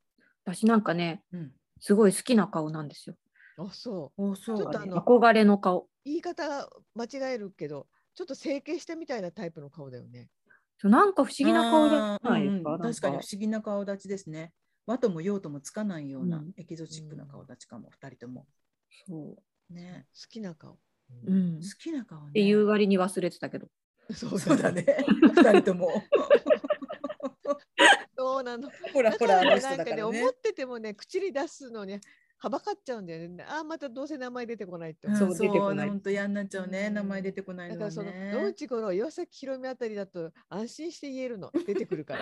[SPEAKER 3] 私なんかね、
[SPEAKER 1] うん。
[SPEAKER 3] すごい好きな顔なんですよ。
[SPEAKER 2] あ、そう。
[SPEAKER 1] お、そう
[SPEAKER 2] ちょっと
[SPEAKER 1] だ
[SPEAKER 2] あ
[SPEAKER 1] ね
[SPEAKER 2] の。
[SPEAKER 3] 憧れの顔。
[SPEAKER 2] 言い方間違えるけど、ちょっと整形したみたいなタイプの顔だよね。
[SPEAKER 3] そうなんか不思議な顔じゃないですか。
[SPEAKER 1] あーうんうん確かに
[SPEAKER 3] なん
[SPEAKER 1] 不思議な顔立ちですね。和とも洋ともつかないよう
[SPEAKER 3] う
[SPEAKER 1] なんエキゾチックな顔立ちかも、二人とも。
[SPEAKER 3] そ
[SPEAKER 1] ね。
[SPEAKER 2] 好きな顔。
[SPEAKER 3] う。うん。っ
[SPEAKER 1] 好きな顔ね。
[SPEAKER 3] ていう割に忘れてたけど。
[SPEAKER 2] <laughs> そう
[SPEAKER 1] そう
[SPEAKER 2] <laughs>
[SPEAKER 1] だ。ね。二人とも。
[SPEAKER 2] そうなの。
[SPEAKER 1] ほら
[SPEAKER 2] だ
[SPEAKER 1] ほ、
[SPEAKER 2] から
[SPEAKER 1] あ
[SPEAKER 2] ら
[SPEAKER 1] の
[SPEAKER 2] ね
[SPEAKER 1] 人
[SPEAKER 2] なん
[SPEAKER 1] だ
[SPEAKER 2] か
[SPEAKER 1] か
[SPEAKER 2] ね、
[SPEAKER 1] ら
[SPEAKER 2] 思
[SPEAKER 1] ね
[SPEAKER 2] っ。ててもね、口に出すのね、はばかっちゃうんだよね。あー、またどうせ名前出てこないって
[SPEAKER 1] うん
[SPEAKER 2] 思
[SPEAKER 3] そ
[SPEAKER 1] そうう、
[SPEAKER 3] 出てこない
[SPEAKER 1] 本当嫌になっちゃうね。
[SPEAKER 2] うん
[SPEAKER 1] 名前出てこない
[SPEAKER 2] だ
[SPEAKER 1] の
[SPEAKER 2] か
[SPEAKER 1] は
[SPEAKER 2] らその
[SPEAKER 1] ね。
[SPEAKER 2] 野内五郎岩崎宏美あたりだと安心して言えるの出てくるから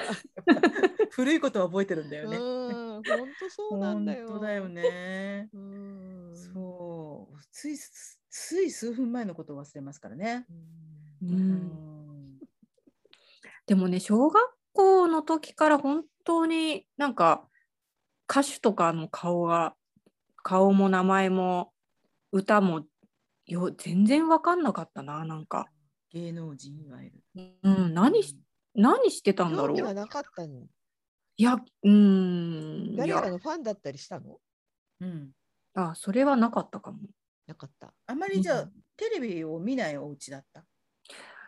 [SPEAKER 1] 古いことは覚えてるんだよ
[SPEAKER 2] う
[SPEAKER 1] ね。
[SPEAKER 2] ん本当そうなんだよ
[SPEAKER 1] 本当だよね。
[SPEAKER 2] うん
[SPEAKER 1] そう、ついすつい数分前のことを忘れますからね。
[SPEAKER 2] うん
[SPEAKER 3] う。
[SPEAKER 1] うんん、
[SPEAKER 3] でもね、小学校の時から本当になんか歌手とかの顔が、顔も名前も歌もよ全然わかんなかったな、なんか。
[SPEAKER 1] 芸能人いわゆる。
[SPEAKER 3] うん、何し何してたんだろ
[SPEAKER 2] 興味が
[SPEAKER 3] う。
[SPEAKER 2] なかったの
[SPEAKER 3] いや、うーん。い
[SPEAKER 2] 誰か
[SPEAKER 3] や、
[SPEAKER 2] のファンだったりしたの
[SPEAKER 1] うん、
[SPEAKER 3] あ、それはなかったかも。
[SPEAKER 2] なかった
[SPEAKER 1] あまりじゃあ、
[SPEAKER 3] うん
[SPEAKER 1] テレビを見ないお家だった。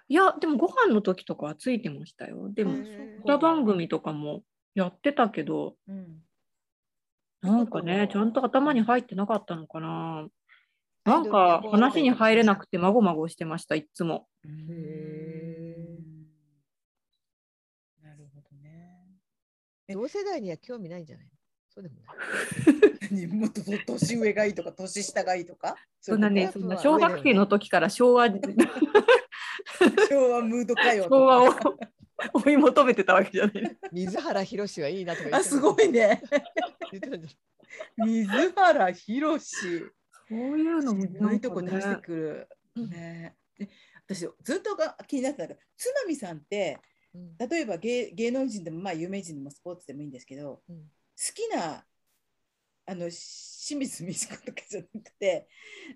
[SPEAKER 3] いや、でもご飯の時とかはついてましたよ。で
[SPEAKER 1] う
[SPEAKER 3] も
[SPEAKER 1] ん、
[SPEAKER 3] 歌番組とかもやってたけど、
[SPEAKER 1] うん、
[SPEAKER 3] なんかね、ちゃんと頭に入ってなかったのかな。なんか話に入れなく
[SPEAKER 2] て
[SPEAKER 3] てまごまごしてました、いつも。
[SPEAKER 2] へ
[SPEAKER 1] なるほどね。
[SPEAKER 2] 同世代には興味ないんじゃないのそうでもない
[SPEAKER 1] 何もっと年上がいいとか年下がいいとか。
[SPEAKER 3] そんなね、
[SPEAKER 2] そ
[SPEAKER 3] そ
[SPEAKER 2] うんいう
[SPEAKER 3] な
[SPEAKER 2] こと
[SPEAKER 3] 小学生の時から昭 <laughs> 和、
[SPEAKER 1] 昭和ムード歌謡とか。
[SPEAKER 3] 昭和を <laughs> 追い求めてたわけじゃない。
[SPEAKER 2] 水原宏はいいなとか言
[SPEAKER 1] あ
[SPEAKER 2] って
[SPEAKER 1] す
[SPEAKER 2] たのか
[SPEAKER 1] ごいね。
[SPEAKER 2] 言ってたんじゃない
[SPEAKER 1] 水原ひろし。
[SPEAKER 3] そういうのもなん
[SPEAKER 1] 渋いとこ出
[SPEAKER 3] かね
[SPEAKER 1] してくる。
[SPEAKER 2] うん
[SPEAKER 1] ねえ、で私ずっとが気になってたのがつまみさんって
[SPEAKER 2] うん
[SPEAKER 1] 例えば芸芸能人でもまあ有名人でもスポーツでもいいんですけど、
[SPEAKER 2] うん
[SPEAKER 1] 好きなあの清水美智子とかじゃなくて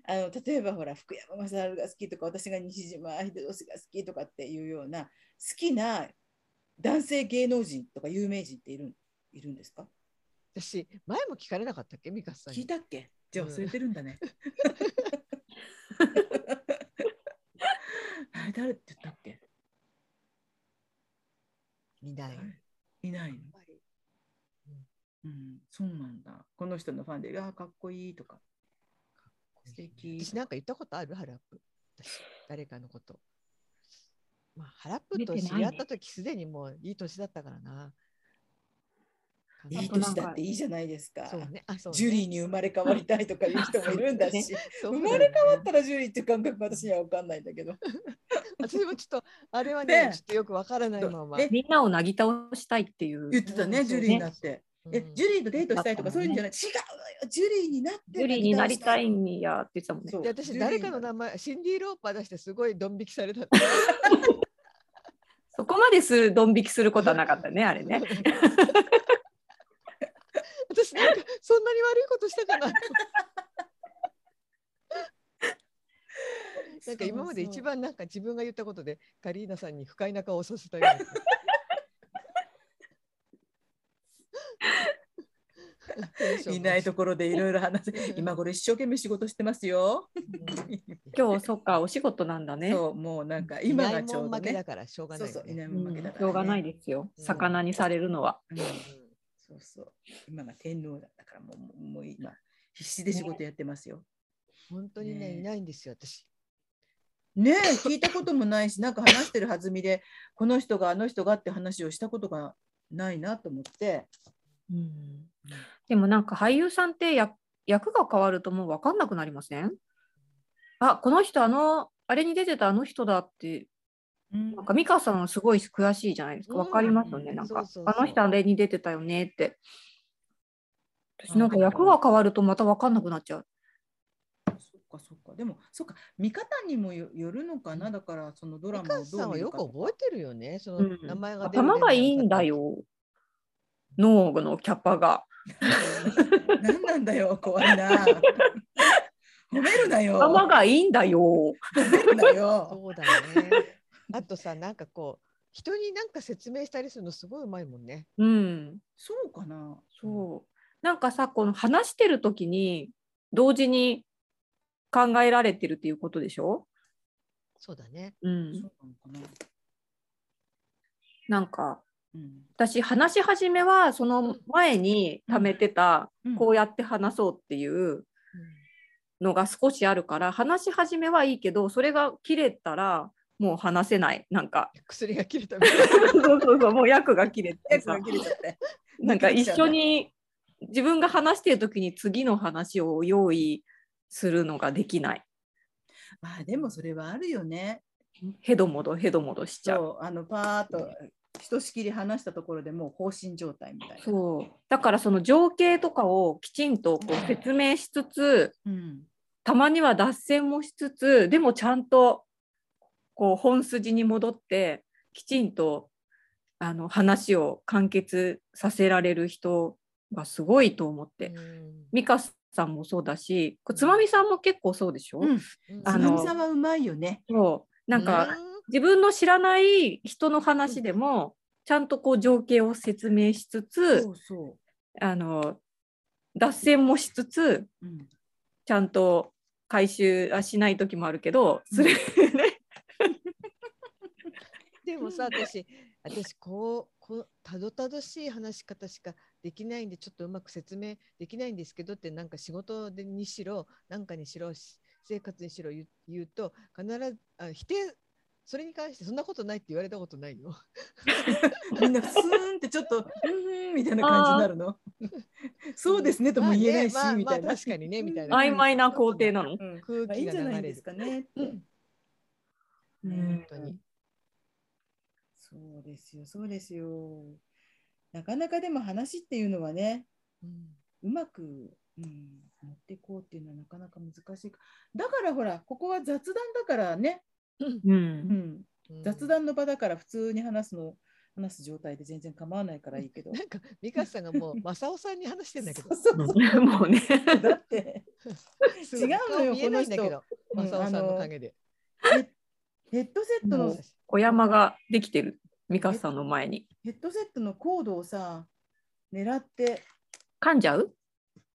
[SPEAKER 1] あの例えばほら福山雅治が好きとか私が西島秀俊が好きとかっていうような好きな男性芸能人とか有名人っているいるんですか
[SPEAKER 2] 私前も聞かれなかったっけ美香さん
[SPEAKER 1] 聞い
[SPEAKER 2] に
[SPEAKER 1] たっけじゃあ忘れてるんだね。 <laughs> あれ誰って言ったっけ
[SPEAKER 2] 見ない
[SPEAKER 1] いないの、うん、そうなんだ。この人のファンで、ああ、かっこいいとか。素敵。
[SPEAKER 2] 私なんか言ったことあるハラップ。私誰かのこと。まあ、ハラップ
[SPEAKER 3] 出て
[SPEAKER 2] と
[SPEAKER 3] ないね
[SPEAKER 2] 知り合った時すでにもういい年だったからな。
[SPEAKER 1] いい
[SPEAKER 3] あとな
[SPEAKER 1] 年
[SPEAKER 3] んか
[SPEAKER 1] だっていいじゃないですか。
[SPEAKER 2] そうね。あ、そう、ね。
[SPEAKER 1] ジュリーに生まれ変わりたいとかいう人もいるんだし、
[SPEAKER 2] そう
[SPEAKER 1] 生
[SPEAKER 2] ね
[SPEAKER 1] まれ変わ <laughs> ったらジュリーっていう感覚が私には分かんないんだけど。
[SPEAKER 2] 私もちょっと、あれはね、
[SPEAKER 1] ね
[SPEAKER 2] ちょっとよくわからないまま。
[SPEAKER 1] え
[SPEAKER 3] みんなをなぎ倒したいっていう。
[SPEAKER 1] 言ってた
[SPEAKER 2] う
[SPEAKER 1] ね、
[SPEAKER 2] ん
[SPEAKER 1] ジュリーになって。
[SPEAKER 2] うん
[SPEAKER 1] え、ジュリーとデートしたいとかそういうんじゃない。違うよ、ジュリーになって。
[SPEAKER 3] ジュリーになりたいんやって言ってたもんね
[SPEAKER 1] そ。う
[SPEAKER 2] で私、誰かの名前、シンディ・ローパー出してすごいドン引きされた。
[SPEAKER 3] そこまですドン引きすることはなかったね、あれね。
[SPEAKER 2] <laughs> 私、なんかそんなに悪いことしたかなと思ってなんか今まで一番なんか自分が言ったことでカリーナさんに不快な顔をさせたようなテンションが。
[SPEAKER 1] いないところでいろいろ話す。今頃一生懸命仕事してますよ。
[SPEAKER 3] 今日、そっか、お仕事なんだね。
[SPEAKER 1] そう、もうなんか
[SPEAKER 2] 今
[SPEAKER 1] 今
[SPEAKER 2] が
[SPEAKER 1] が
[SPEAKER 2] ち
[SPEAKER 1] ち
[SPEAKER 2] ょ
[SPEAKER 1] ょ
[SPEAKER 2] う
[SPEAKER 1] うど
[SPEAKER 2] 負けだ
[SPEAKER 1] ね。
[SPEAKER 2] からしょうが
[SPEAKER 1] そ
[SPEAKER 2] な
[SPEAKER 1] う
[SPEAKER 2] いよ
[SPEAKER 1] そう、い
[SPEAKER 2] ね。
[SPEAKER 1] ない
[SPEAKER 3] うん
[SPEAKER 1] も負けだから、ね。
[SPEAKER 3] しょうがないですよ。
[SPEAKER 2] うん
[SPEAKER 3] 魚にされるのは。
[SPEAKER 1] うんそうそう。今が天皇だったから、もうもうもう今、必死で仕事やってますよ。
[SPEAKER 2] 本当にね
[SPEAKER 1] ね
[SPEAKER 2] いないんですよ私。
[SPEAKER 1] ねえ聞いたこともないしなんか話してる弾みでこの人があの人がって話をしたことがないなと思って
[SPEAKER 3] うんでもなんか俳優さんって役役が変わるともう分かんなくなりませんあこの人あのあれに出てたあの人だってなんか美香さんはすごい悔しいじゃないですか
[SPEAKER 2] うん
[SPEAKER 3] 分かりますよねなん
[SPEAKER 2] そう
[SPEAKER 3] か
[SPEAKER 2] そうそう
[SPEAKER 3] あの人あれに出てたよねって私なんか役が変わるとまた分かんなくなっちゃう
[SPEAKER 1] そっかそっかでもそっか見方にもよよるのかなだからそのドラ
[SPEAKER 2] 美
[SPEAKER 1] マをど
[SPEAKER 2] 香
[SPEAKER 1] う
[SPEAKER 2] さんは
[SPEAKER 1] 見る
[SPEAKER 2] よ
[SPEAKER 1] か
[SPEAKER 2] く
[SPEAKER 1] とか
[SPEAKER 2] 覚えてるよね。その
[SPEAKER 3] うん
[SPEAKER 2] 名前が出る
[SPEAKER 3] 頭がいいんだ。よ脳のキャパが
[SPEAKER 1] <laughs> 何なんだよ怖いな褒めるなよ
[SPEAKER 3] 頭がいいんだよ
[SPEAKER 1] 褒めるな
[SPEAKER 2] 出
[SPEAKER 1] よ
[SPEAKER 2] そうだね。 <laughs> あとさ、なんかこう、人になんか説明したりするのすごいうまいもんね。
[SPEAKER 3] うん
[SPEAKER 1] そうかな
[SPEAKER 3] そうなんかさこの話してる時に同時に考えられてるっていうことでしょ、
[SPEAKER 2] そうだね。
[SPEAKER 3] う
[SPEAKER 1] そ
[SPEAKER 3] ん、
[SPEAKER 1] うなのかな
[SPEAKER 3] なんか
[SPEAKER 1] うん
[SPEAKER 3] 私話し始めはその前に貯めてた、
[SPEAKER 1] うん
[SPEAKER 3] こうやって話そうっていうのが少しあるから話し始めはいいけどそれが切れたらもう話せないなんか
[SPEAKER 2] 薬が切れたみたいな。
[SPEAKER 3] そうそうそうもう役が切れて
[SPEAKER 1] えそ
[SPEAKER 3] さ
[SPEAKER 1] れ切れちゃって
[SPEAKER 3] なんか一緒に自分が話してる時に次の話を用意するのができない
[SPEAKER 1] まあでもそれはあるよね
[SPEAKER 3] ヘドモドヘドモドしちゃう。
[SPEAKER 1] そうあのパーッとひとしきり話したところでもう放心状態みたいな
[SPEAKER 3] そうだからその情景とかをきちんとこう説明しつつ
[SPEAKER 1] うん
[SPEAKER 3] たまには脱線もしつつでもちゃんとこう本筋に戻ってきちんとあの話を完結させられる人がすごいと思って
[SPEAKER 2] うん
[SPEAKER 3] 美香、さんもそうだしこうつまみさんも結構そうでしょ、
[SPEAKER 1] うん
[SPEAKER 2] うん
[SPEAKER 3] あ
[SPEAKER 1] つ
[SPEAKER 3] の
[SPEAKER 1] まみさんはうまいよね
[SPEAKER 3] そうなんか、自分の知らない人の話でもちゃんとこう情景を説明しつつ、
[SPEAKER 1] そうそ
[SPEAKER 3] あの脱線もしつつ
[SPEAKER 1] う、うん、
[SPEAKER 3] ちゃんと回収はしない時もあるけどする、ね
[SPEAKER 2] でもさ、私、私、こう、こう、たどたどしい話し方しかできないんで、ちょっとうまく説明できないんですけどって、なんか仕事でにしろ、なんかにしろ、し生活にしろ言う言うと、必ず、あ、否定、それに関して、そんなことないって言われたことないよ。
[SPEAKER 1] みんなスーンってちょっと「うーん」みたいな感じになるのそうですねとも言えないし
[SPEAKER 2] まあね
[SPEAKER 1] みたい
[SPEAKER 2] まあま
[SPEAKER 1] な
[SPEAKER 2] あ確かにねみたいな
[SPEAKER 3] 曖昧な工程な
[SPEAKER 1] <laughs>
[SPEAKER 3] の。
[SPEAKER 1] うん
[SPEAKER 2] 空
[SPEAKER 1] まあいいん
[SPEAKER 2] 気が
[SPEAKER 1] じゃ
[SPEAKER 2] 流
[SPEAKER 1] ない
[SPEAKER 2] れ
[SPEAKER 1] で
[SPEAKER 2] る
[SPEAKER 1] す。かねって
[SPEAKER 2] うん
[SPEAKER 3] うん
[SPEAKER 2] 本当に。
[SPEAKER 1] そうですよそうですよなかなかでも話っていうのはね
[SPEAKER 2] うん
[SPEAKER 1] うまく、うん、持っていこうっていうのはなかなか難しいかだからほらここは雑談だからね、
[SPEAKER 3] う
[SPEAKER 1] うんん、雑。談の場だから普通に話すの話す状態で全然構わないからいい
[SPEAKER 2] <laughs>
[SPEAKER 1] けど
[SPEAKER 2] なんか、美香さんが
[SPEAKER 1] <laughs>
[SPEAKER 2] もう、正雄さんに話してんだけど。
[SPEAKER 1] そう <laughs> そうそう
[SPEAKER 3] もうね
[SPEAKER 1] だって違うのよ
[SPEAKER 2] 顔見えないんだけど、
[SPEAKER 1] この
[SPEAKER 2] 正
[SPEAKER 1] 人
[SPEAKER 2] 雄さ
[SPEAKER 1] う
[SPEAKER 2] ん
[SPEAKER 1] んあ
[SPEAKER 2] の
[SPEAKER 1] の
[SPEAKER 2] 陰で。
[SPEAKER 1] ヘヘッドセット
[SPEAKER 3] も
[SPEAKER 1] の
[SPEAKER 3] う小山ができてる美香さんの前に
[SPEAKER 1] ヘッドセットのコードをさ狙って
[SPEAKER 3] 噛んじゃう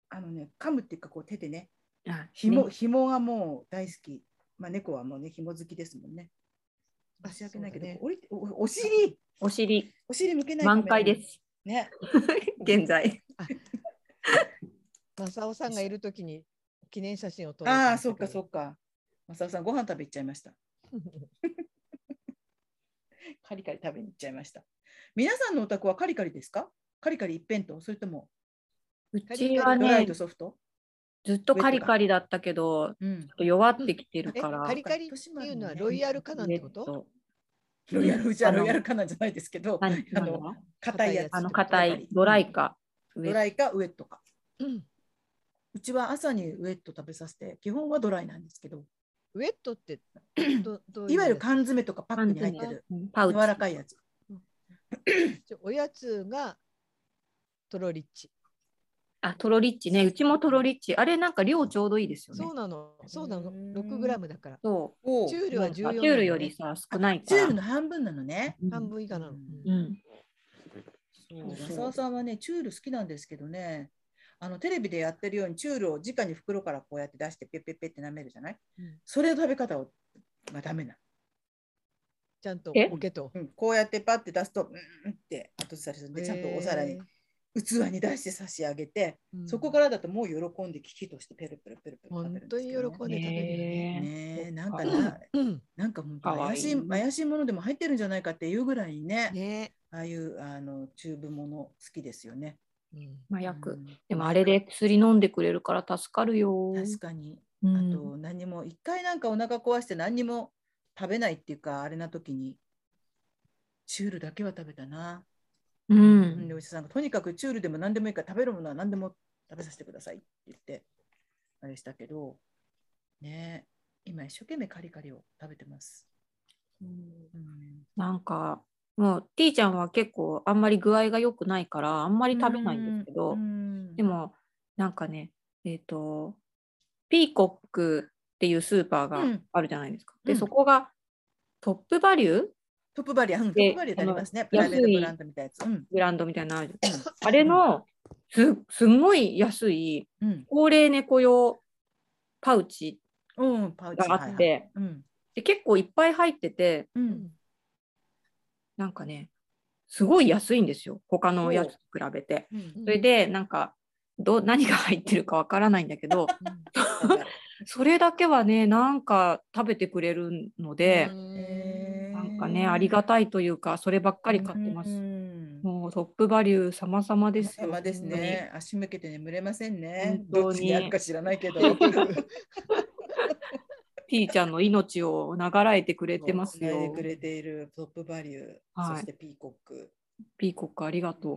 [SPEAKER 1] あのね噛むっていうかこう手でね
[SPEAKER 3] あ
[SPEAKER 1] 紐
[SPEAKER 3] ね
[SPEAKER 1] 紐がもう大好き、まあ、猫はもうね紐好きですもんね
[SPEAKER 2] あ
[SPEAKER 1] 申し訳ないけど、
[SPEAKER 2] そうだね
[SPEAKER 1] おりおお尻
[SPEAKER 3] お尻
[SPEAKER 1] お尻向けない
[SPEAKER 3] 満開ですす
[SPEAKER 1] ね
[SPEAKER 3] 現在
[SPEAKER 2] 正雄さんがいるときに記念写真を撮ろうと思
[SPEAKER 1] ああ
[SPEAKER 2] たけど
[SPEAKER 1] そっかそっか正雄さんご飯食べ行っちゃいましたカリカリ食べに行っちゃいました皆さんのお宅はカリカリですかカリカリ一辺倒それとも
[SPEAKER 3] うちは
[SPEAKER 1] ドライ
[SPEAKER 3] ね
[SPEAKER 1] とソフト、
[SPEAKER 3] ずっとカリカリだったけど
[SPEAKER 1] うん、
[SPEAKER 3] 弱ってきてる
[SPEAKER 2] <laughs> え
[SPEAKER 3] から
[SPEAKER 2] カリカリっていうのはロイヤルカナンってこと
[SPEAKER 1] ロイヤルじゃ
[SPEAKER 3] あの
[SPEAKER 1] ロイヤルカナンじゃないですけど
[SPEAKER 3] 何
[SPEAKER 1] あ
[SPEAKER 3] 何
[SPEAKER 1] の
[SPEAKER 3] だ
[SPEAKER 1] 硬いやつ
[SPEAKER 3] あの
[SPEAKER 1] ド
[SPEAKER 3] 硬
[SPEAKER 1] ライ
[SPEAKER 3] いドライか
[SPEAKER 1] ドライかウエットか
[SPEAKER 2] うん
[SPEAKER 1] うちは朝にウエット食べさせて基本はドライなんですけど
[SPEAKER 2] ウェッ
[SPEAKER 1] <clears throat>
[SPEAKER 2] トってどどうう
[SPEAKER 1] いわゆる
[SPEAKER 2] や
[SPEAKER 1] 缶詰とかパックに入ってる
[SPEAKER 3] うんパウ
[SPEAKER 1] 柔
[SPEAKER 3] チ
[SPEAKER 1] らかいやつ
[SPEAKER 2] つちょおやつがトロリッチ、
[SPEAKER 3] あトロリッチねうちもトロリッチあれなんか量ちょうどいいですよね
[SPEAKER 2] そうなのそうなの
[SPEAKER 1] うん
[SPEAKER 2] 6グラムだから
[SPEAKER 3] そう
[SPEAKER 1] を
[SPEAKER 2] チュールは
[SPEAKER 3] チュ
[SPEAKER 2] 14
[SPEAKER 3] ールよりさ少ないか
[SPEAKER 1] チ
[SPEAKER 3] ら
[SPEAKER 1] ュールの半分なのね。
[SPEAKER 3] うん
[SPEAKER 2] 半分以下なの、うん
[SPEAKER 3] うん
[SPEAKER 1] そう
[SPEAKER 3] そう
[SPEAKER 1] 浅尾さんはねチュール好きなんですけどねあのテレビでやってるようにチュールを直に袋からこうやって出してペッペッペッって舐めるじゃない、
[SPEAKER 2] うん
[SPEAKER 1] それの食べ方をがダメな
[SPEAKER 2] ちゃんと
[SPEAKER 3] え
[SPEAKER 2] おけと
[SPEAKER 1] の、うん、こうやってパッて出すとうんうんって後ずさりするんでちゃんとお皿に器に出して差し上げて、
[SPEAKER 2] うん
[SPEAKER 1] そこからだともう喜んで危機としてペルペルペルペル食べ
[SPEAKER 2] 本
[SPEAKER 1] るん
[SPEAKER 2] 当
[SPEAKER 1] です
[SPEAKER 2] に
[SPEAKER 1] け
[SPEAKER 2] 喜ん
[SPEAKER 1] ど
[SPEAKER 2] で食べるよね。
[SPEAKER 3] ね
[SPEAKER 1] ねえなんか
[SPEAKER 3] うん
[SPEAKER 1] な
[SPEAKER 2] うん、
[SPEAKER 1] なんか本当
[SPEAKER 3] かわ
[SPEAKER 1] 怪
[SPEAKER 3] いい
[SPEAKER 1] しい怪しいものでも入ってるんじゃないかっていうぐらいね
[SPEAKER 2] ね、
[SPEAKER 1] ああいうあのチューブもの好きですよね。
[SPEAKER 2] うん、
[SPEAKER 3] 麻薬、
[SPEAKER 1] うん
[SPEAKER 3] でもあれで薬飲んでくれるから助かるよ。
[SPEAKER 1] 確かに、
[SPEAKER 3] うん
[SPEAKER 1] あと何も一回なんかお腹壊して何にも食べないっていうかあれな時にチュールだけは食べたな。
[SPEAKER 3] う
[SPEAKER 1] うんん、でお医者さんがとにかくチュールでも何でもいいから食べるものは何でも食べさせてくださいって言ってあれしたけどねえ今一生懸命カリカリを食べてます。うん
[SPEAKER 3] なんかもう T ちゃんは結構あんまり具合が良くないからあんまり食べないんですけど、で
[SPEAKER 1] も
[SPEAKER 3] もなんかねえっ、とピーコックっていうスーパーが
[SPEAKER 1] うん
[SPEAKER 3] あるじゃないですか、
[SPEAKER 1] う
[SPEAKER 3] で
[SPEAKER 1] ん
[SPEAKER 3] そこがトップバリュー
[SPEAKER 1] トップバリア、うん、トップバリアでありますね。プライベートブランドみたいなやつ。うん。
[SPEAKER 3] ブランドみたいなのあるじゃんあれのすすんごい安い
[SPEAKER 1] うん。
[SPEAKER 3] 高齢猫用パウチ
[SPEAKER 1] うん、パウチ
[SPEAKER 3] があって、。
[SPEAKER 1] うん。
[SPEAKER 3] で結構いっぱい入ってて
[SPEAKER 1] う。
[SPEAKER 2] うんん、
[SPEAKER 3] なんかねすごい安いんですよ他のやつと比べて。
[SPEAKER 1] うん。
[SPEAKER 3] それでなんかどう何が入ってるかわからないんだけ
[SPEAKER 1] <laughs>
[SPEAKER 3] どそれだけはねなんか食べてくれるので、
[SPEAKER 2] え
[SPEAKER 3] なんかねありがたいというかそればっかり買ってます。
[SPEAKER 1] うん。
[SPEAKER 3] もうトップバリュー様々ですよ。
[SPEAKER 1] 様ですね。足向けて眠れませんね。
[SPEAKER 3] 本当に
[SPEAKER 1] どっちにあるか知らないけど。
[SPEAKER 3] ピーちゃんの命を長らえてくれてます
[SPEAKER 1] 繋い
[SPEAKER 3] よ
[SPEAKER 1] でく。れているトップバリュー、
[SPEAKER 3] はい
[SPEAKER 1] そしてピーコック。
[SPEAKER 3] ピーコックありがとう。
[SPEAKER 1] う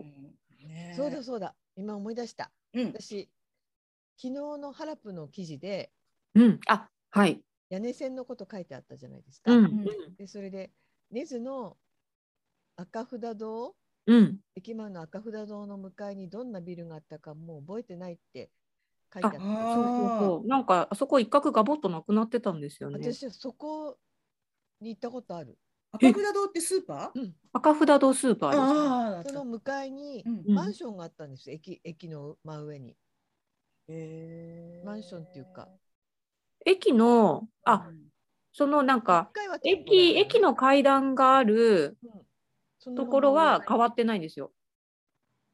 [SPEAKER 1] んね
[SPEAKER 2] そうだそうだ今思い出した
[SPEAKER 1] うん。
[SPEAKER 2] 私昨日のハラプの記事で
[SPEAKER 3] うん、あ、はい。
[SPEAKER 2] 屋根線のこと書いてあったじゃないですか、
[SPEAKER 3] うん、
[SPEAKER 2] でそれで根津の赤札堂
[SPEAKER 3] うん、
[SPEAKER 2] 駅前の赤札堂の向かいにどんなビルがあったかもう覚えてないって書いてあ
[SPEAKER 3] あ
[SPEAKER 2] った
[SPEAKER 1] あ
[SPEAKER 3] そうそうそう。なんかあそこ一角がぼっとなくなってたんですよね。
[SPEAKER 2] 私はそこに行ったことある
[SPEAKER 1] 赤札堂ってスーパー
[SPEAKER 3] 赤札堂スーパーです。
[SPEAKER 1] ああ
[SPEAKER 2] その向かいに
[SPEAKER 1] うん
[SPEAKER 3] うん
[SPEAKER 2] マンションがあったんですよ、駅駅の真上に
[SPEAKER 1] へー
[SPEAKER 2] マンションっていうか
[SPEAKER 3] 駅の、あ、
[SPEAKER 1] うん
[SPEAKER 3] そのなんか
[SPEAKER 2] 一回は店舗だった
[SPEAKER 3] 駅
[SPEAKER 2] の
[SPEAKER 3] 駅の階段がある
[SPEAKER 2] うんそのま
[SPEAKER 3] と
[SPEAKER 2] ま
[SPEAKER 3] ころは変わってないんですよ。